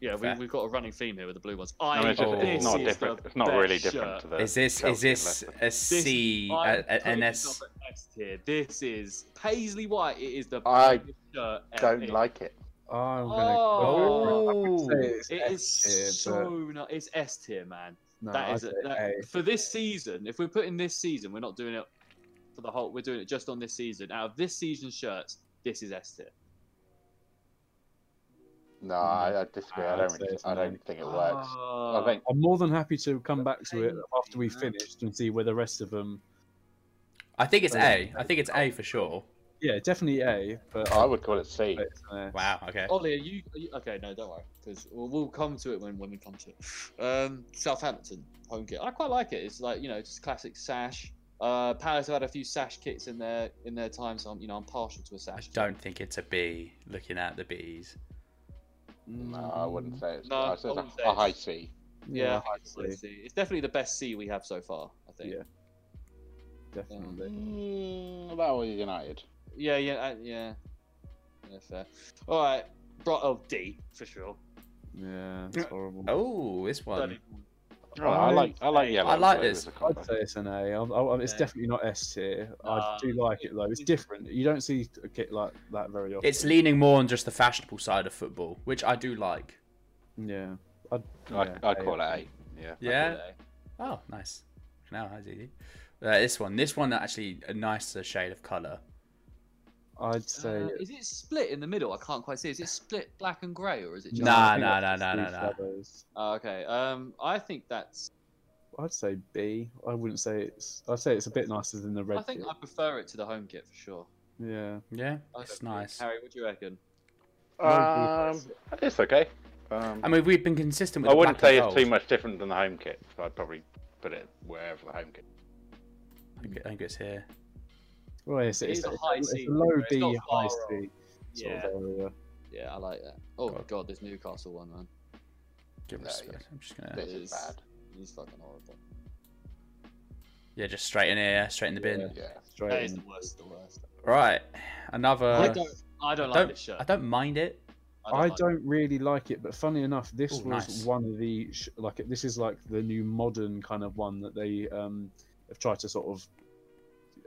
Speaker 1: Yeah, we,
Speaker 2: Fair.
Speaker 1: we've got a running theme here with the blue ones.
Speaker 3: I
Speaker 1: I,
Speaker 3: mean, it's, just,
Speaker 1: Oh. this
Speaker 3: it's not
Speaker 1: is
Speaker 3: different.
Speaker 1: the
Speaker 3: It's not
Speaker 1: best
Speaker 3: really different
Speaker 1: shirt.
Speaker 3: to the.
Speaker 2: Is this is
Speaker 3: Chelsea
Speaker 2: this
Speaker 3: and Leicester.
Speaker 2: a C,
Speaker 1: I
Speaker 2: a- a-
Speaker 1: put
Speaker 2: an
Speaker 1: myself
Speaker 2: S?
Speaker 1: at S tier. This is Paisley White. It is the
Speaker 3: I
Speaker 1: biggest shirt ever.
Speaker 3: Don't like it.
Speaker 4: I'm gonna.
Speaker 1: Oh,
Speaker 2: Oh,
Speaker 4: Say it's
Speaker 1: it is
Speaker 4: S tier,
Speaker 1: so no, it's S tier, man.
Speaker 4: but no,
Speaker 1: that is
Speaker 4: I'd
Speaker 1: it.
Speaker 4: say
Speaker 1: That,
Speaker 4: A.
Speaker 1: for this season, if we're putting this season, we're not doing it for the whole. We're doing it just on this season. Out of this season's shirts, this is S tier.
Speaker 3: No, I, I disagree. I don't.
Speaker 4: I'd say
Speaker 3: Really,
Speaker 4: it's
Speaker 3: I
Speaker 4: nine.
Speaker 3: don't think it works.
Speaker 1: Oh.
Speaker 3: I think
Speaker 4: I'm more than happy to come back to it
Speaker 1: Paisley,
Speaker 4: after we
Speaker 1: man.
Speaker 4: finished and see where the rest of them.
Speaker 2: I think it's A. I think it's A for sure.
Speaker 4: Yeah, definitely A, but
Speaker 3: I
Speaker 4: I'll
Speaker 3: would call it C.
Speaker 4: put it in there.
Speaker 2: Wow. Okay.
Speaker 1: Ollie, are you, are you okay? No, don't worry, because we'll, we'll come to it when, when we come to it. Um, Southampton home kit. I quite like it. It's like you know, just classic sash. Uh, Palace have had a few sash kits in their in their time, so I'm you know I'm partial to a
Speaker 2: I
Speaker 1: sash.
Speaker 2: don't think it's a B. Looking at the Bs.
Speaker 3: No, I wouldn't say it's.
Speaker 1: No,
Speaker 3: I'd say
Speaker 1: I
Speaker 3: it's
Speaker 1: wouldn't say
Speaker 3: a, a high
Speaker 1: it's-
Speaker 3: C.
Speaker 1: Yeah,
Speaker 4: Yeah,
Speaker 1: I
Speaker 4: I'd say
Speaker 1: see. it's definitely the best C we have so far. I think.
Speaker 4: Yeah. definitely.
Speaker 3: Mm, that was United.
Speaker 1: Yeah, yeah, uh, yeah. yeah fair. All right, Bro- oh D for sure.
Speaker 4: Yeah, it's horrible.
Speaker 2: Oh, this one.
Speaker 1: Bloody-
Speaker 3: Oh, I like. I like yellow.
Speaker 2: I like
Speaker 3: but it was
Speaker 2: this.
Speaker 3: a combo.
Speaker 4: I'd say it's an A. I'm, I'm, it's
Speaker 1: Yeah.
Speaker 4: definitely not S tier. I
Speaker 1: Nah,
Speaker 4: do like it though. It's
Speaker 1: it-
Speaker 4: different. You don't see a kit like that very often.
Speaker 2: It's leaning more on just the fashionable side of football, which I do like.
Speaker 4: yeah. I'd,
Speaker 3: I'd,
Speaker 4: yeah,
Speaker 3: I'd call it A. Yeah.
Speaker 2: Yeah.
Speaker 1: Okay.
Speaker 2: Oh, nice. Now that's easy. Uh, this one, this one actually a nicer shade of color.
Speaker 4: I'd say.
Speaker 1: Uh, is it split in the middle? I can't quite see. Is it split black and grey, or is it just
Speaker 2: Nah,
Speaker 4: I think
Speaker 2: nah,
Speaker 4: that's
Speaker 2: nah,
Speaker 4: just
Speaker 2: nah,
Speaker 4: the
Speaker 2: nah, nah.
Speaker 4: shadows.
Speaker 1: Oh, okay. Um, I think that's
Speaker 4: I'd say B. I wouldn't say it's. I'd say it's a bit nicer than the red.
Speaker 1: I think
Speaker 4: kit.
Speaker 1: I prefer it to the home kit for sure.
Speaker 4: Yeah.
Speaker 2: Yeah,
Speaker 1: I
Speaker 2: it's
Speaker 1: don't know.
Speaker 2: nice.
Speaker 1: Harry, what do you reckon?
Speaker 3: Um, it's okay. Um,
Speaker 2: I mean, we've been consistent with.
Speaker 3: I
Speaker 2: the
Speaker 3: wouldn't
Speaker 2: black
Speaker 3: say
Speaker 2: and
Speaker 3: it's
Speaker 2: gold.
Speaker 3: too much different than the home kit. So I'd probably put it wherever the home kit.
Speaker 2: I think it- I think it's here.
Speaker 4: Well, yes,
Speaker 1: It
Speaker 4: it's,
Speaker 1: is a
Speaker 4: it's
Speaker 1: high
Speaker 4: it's
Speaker 1: C,
Speaker 4: a low
Speaker 1: though. It's
Speaker 4: B,
Speaker 1: not
Speaker 4: high
Speaker 1: far off.
Speaker 4: C sort
Speaker 1: Yeah,
Speaker 4: of area.
Speaker 1: yeah, I like that. Oh
Speaker 2: God.
Speaker 1: god, this Newcastle one, man,
Speaker 2: Give
Speaker 3: No,
Speaker 2: respect.
Speaker 3: yeah.
Speaker 2: I'm just gonna.
Speaker 3: This is
Speaker 1: is-
Speaker 3: bad.
Speaker 1: he's fucking horrible.
Speaker 2: Yeah, just straight in here, straight in the bin.
Speaker 4: Yeah.
Speaker 3: Yeah.
Speaker 4: Straight
Speaker 1: That is
Speaker 4: in.
Speaker 1: the worst. The worst.
Speaker 2: Right, another.
Speaker 1: I don't. I don't like this shirt.
Speaker 2: I Uh, don't mind it.
Speaker 4: I
Speaker 1: like it.
Speaker 4: don't really like it, but funny enough, this
Speaker 2: Ooh,
Speaker 4: was
Speaker 2: nice.
Speaker 4: one of the sh- like this is like the new modern kind of one that they um, have tried to sort of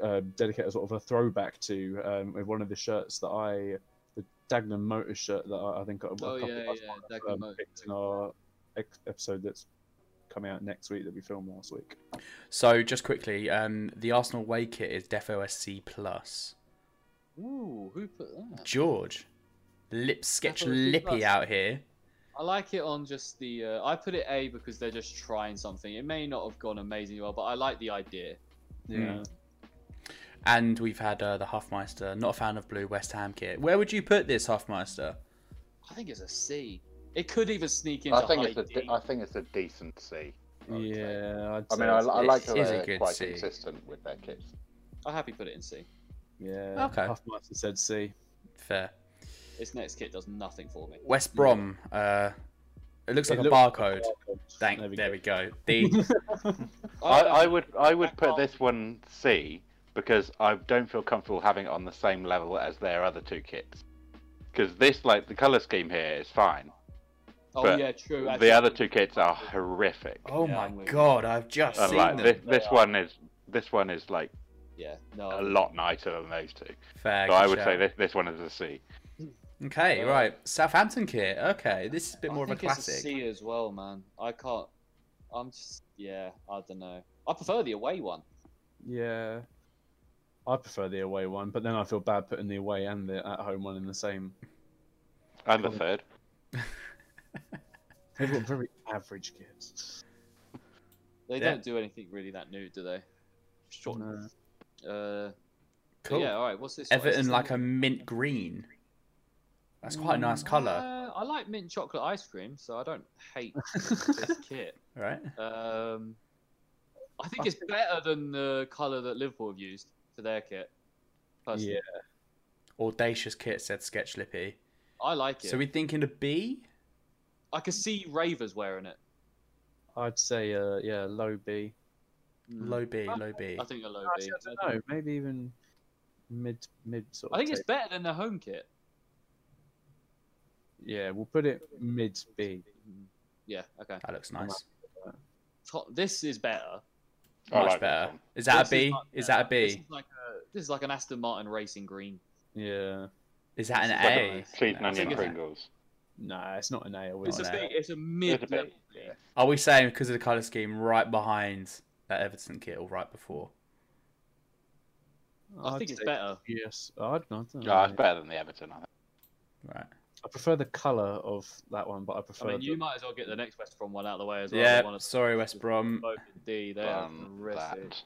Speaker 4: uh, dedicate a sort of a throwback to um, with one of the shirts that I the Dagenham Motor shirt that I, I think a, a
Speaker 1: Oh
Speaker 4: couple
Speaker 1: yeah,
Speaker 4: of us
Speaker 1: yeah. That
Speaker 4: um,
Speaker 1: good mode.
Speaker 4: picked in our ex- episode that's coming out next week that we filmed last week.
Speaker 2: So just quickly, um, the Arsenal way kit is DefOSC plus.
Speaker 1: Ooh, who put that?
Speaker 2: George, lip sketch
Speaker 1: DefOSC+.
Speaker 2: lippy out here.
Speaker 1: I like it on just the. Uh, I put it A because they're just trying something. It may not have gone amazingly well, but I like the idea.
Speaker 4: Yeah.
Speaker 2: And we've had uh, the Huffmeister, not a fan of blue West Ham kit. Where would you put this Huffmeister?
Speaker 1: I think it's a C. It could even sneak into.
Speaker 3: I think
Speaker 1: high
Speaker 3: it's a
Speaker 1: D.
Speaker 3: de- I think it's a decent C. I would say.
Speaker 4: Yeah, I'd
Speaker 3: I
Speaker 4: say
Speaker 3: mean, I,
Speaker 4: it's-
Speaker 3: I like that
Speaker 2: it is a
Speaker 3: they're
Speaker 2: good
Speaker 3: quite
Speaker 2: C.
Speaker 3: consistent with their kits.
Speaker 1: I'm happy put it in C.
Speaker 4: yeah.
Speaker 2: Okay.
Speaker 4: Huffmaster said C.
Speaker 2: Fair.
Speaker 1: This next kit does nothing for me.
Speaker 2: West Brom. Uh, it looks
Speaker 4: It
Speaker 2: like a
Speaker 4: looks like
Speaker 2: barcode. Thank. There we, go. The
Speaker 3: I,
Speaker 1: don't
Speaker 3: I
Speaker 1: know.
Speaker 3: would I would put
Speaker 1: can't-
Speaker 3: this one C because I don't feel comfortable having it on the same level as their other two kits. Because this, like the color scheme here, is fine.
Speaker 1: Oh
Speaker 3: but
Speaker 1: yeah, true. actually.
Speaker 3: The other two kits are horrific.
Speaker 2: oh
Speaker 1: Yeah,
Speaker 2: my
Speaker 1: I'm with you.
Speaker 2: god! I've just
Speaker 3: And
Speaker 2: seen
Speaker 3: like
Speaker 2: them.
Speaker 3: this,
Speaker 1: They
Speaker 3: this
Speaker 1: are.
Speaker 3: one is this one is like
Speaker 1: Yeah. No.
Speaker 3: a lot nicer than those two.
Speaker 2: Fair.
Speaker 3: So I
Speaker 2: good
Speaker 3: would say
Speaker 2: shout.
Speaker 3: this this one is a C.
Speaker 2: Okay,
Speaker 1: Uh,
Speaker 2: right. Southampton kit. Okay, this is a bit
Speaker 1: I
Speaker 2: more of a
Speaker 1: think it's
Speaker 2: classic.
Speaker 1: C as well, man. I can't. I'm just. Yeah. I don't know. I prefer the away one.
Speaker 4: Yeah. I prefer the away one, but then I feel bad putting the away and the at home one in the same.
Speaker 3: And the third,
Speaker 4: They've got very average kids.
Speaker 1: They
Speaker 2: Yeah.
Speaker 1: don't do anything really that new, do they? Short.
Speaker 4: No.
Speaker 1: Uh, but
Speaker 2: Cool.
Speaker 1: Yeah. All right. What's this? one? Is
Speaker 2: Everton
Speaker 1: this
Speaker 2: like
Speaker 1: the-
Speaker 2: a mint green. That's quite a nice colour,
Speaker 1: Uh, I like mint chocolate ice cream, so I don't hate this kit.
Speaker 2: right?
Speaker 1: Um, I think
Speaker 4: I
Speaker 1: it's better than the colour that Liverpool have used for their kit. Personally,
Speaker 4: Yeah.
Speaker 2: Audacious kit said Sketch Lippy.
Speaker 1: I like it.
Speaker 2: So we thinking a B?
Speaker 1: I can see Ravers wearing it.
Speaker 4: I'd say, uh, yeah, low B.
Speaker 1: Mm.
Speaker 2: Low B,
Speaker 4: Uh,
Speaker 2: low B.
Speaker 1: I think a low B.
Speaker 4: Actually, I don't know. Maybe even mid, mid sort.
Speaker 1: I
Speaker 4: of
Speaker 1: think it's
Speaker 4: take.
Speaker 1: better than the home kit.
Speaker 4: yeah. We'll put it mid B.
Speaker 1: Mm. Yeah. Okay.
Speaker 2: That looks nice.
Speaker 1: Top, this is better.
Speaker 3: I
Speaker 2: Much
Speaker 3: like this
Speaker 2: better.
Speaker 3: one.
Speaker 2: Is that a
Speaker 1: This is
Speaker 2: B?
Speaker 1: much
Speaker 2: Is that a
Speaker 1: better. This
Speaker 2: B?
Speaker 1: is like a this is like an Aston Martin racing green.
Speaker 4: Yeah.
Speaker 2: Is that an
Speaker 1: this
Speaker 3: is
Speaker 2: A?
Speaker 3: cheese and
Speaker 1: think
Speaker 2: That's
Speaker 3: onion
Speaker 2: not
Speaker 1: it's-
Speaker 2: bad.
Speaker 3: Pringles.
Speaker 4: Nah, it's not an A. I wouldn't
Speaker 1: It's a
Speaker 2: no.
Speaker 4: say.
Speaker 1: big, it's a mid.
Speaker 3: It's a bit-
Speaker 1: yeah.
Speaker 2: Are we saying because of the colour scheme right behind that Everton kit or right before?
Speaker 1: I
Speaker 4: I'd
Speaker 1: think it's
Speaker 4: say
Speaker 1: better.
Speaker 4: Yes. I'd not.
Speaker 3: Oh,
Speaker 2: Mm.
Speaker 3: it's better than the Everton. I think.
Speaker 2: Right.
Speaker 4: I prefer the color of that one, but I
Speaker 1: I
Speaker 4: prefer.
Speaker 1: mean, you
Speaker 4: the-
Speaker 1: might as well get the next West Brom one out of the way as well. The one
Speaker 2: Yeah.
Speaker 1: at
Speaker 2: Sorry, West Brom.
Speaker 1: both in D. They are
Speaker 3: Um,
Speaker 1: horrific.
Speaker 3: that.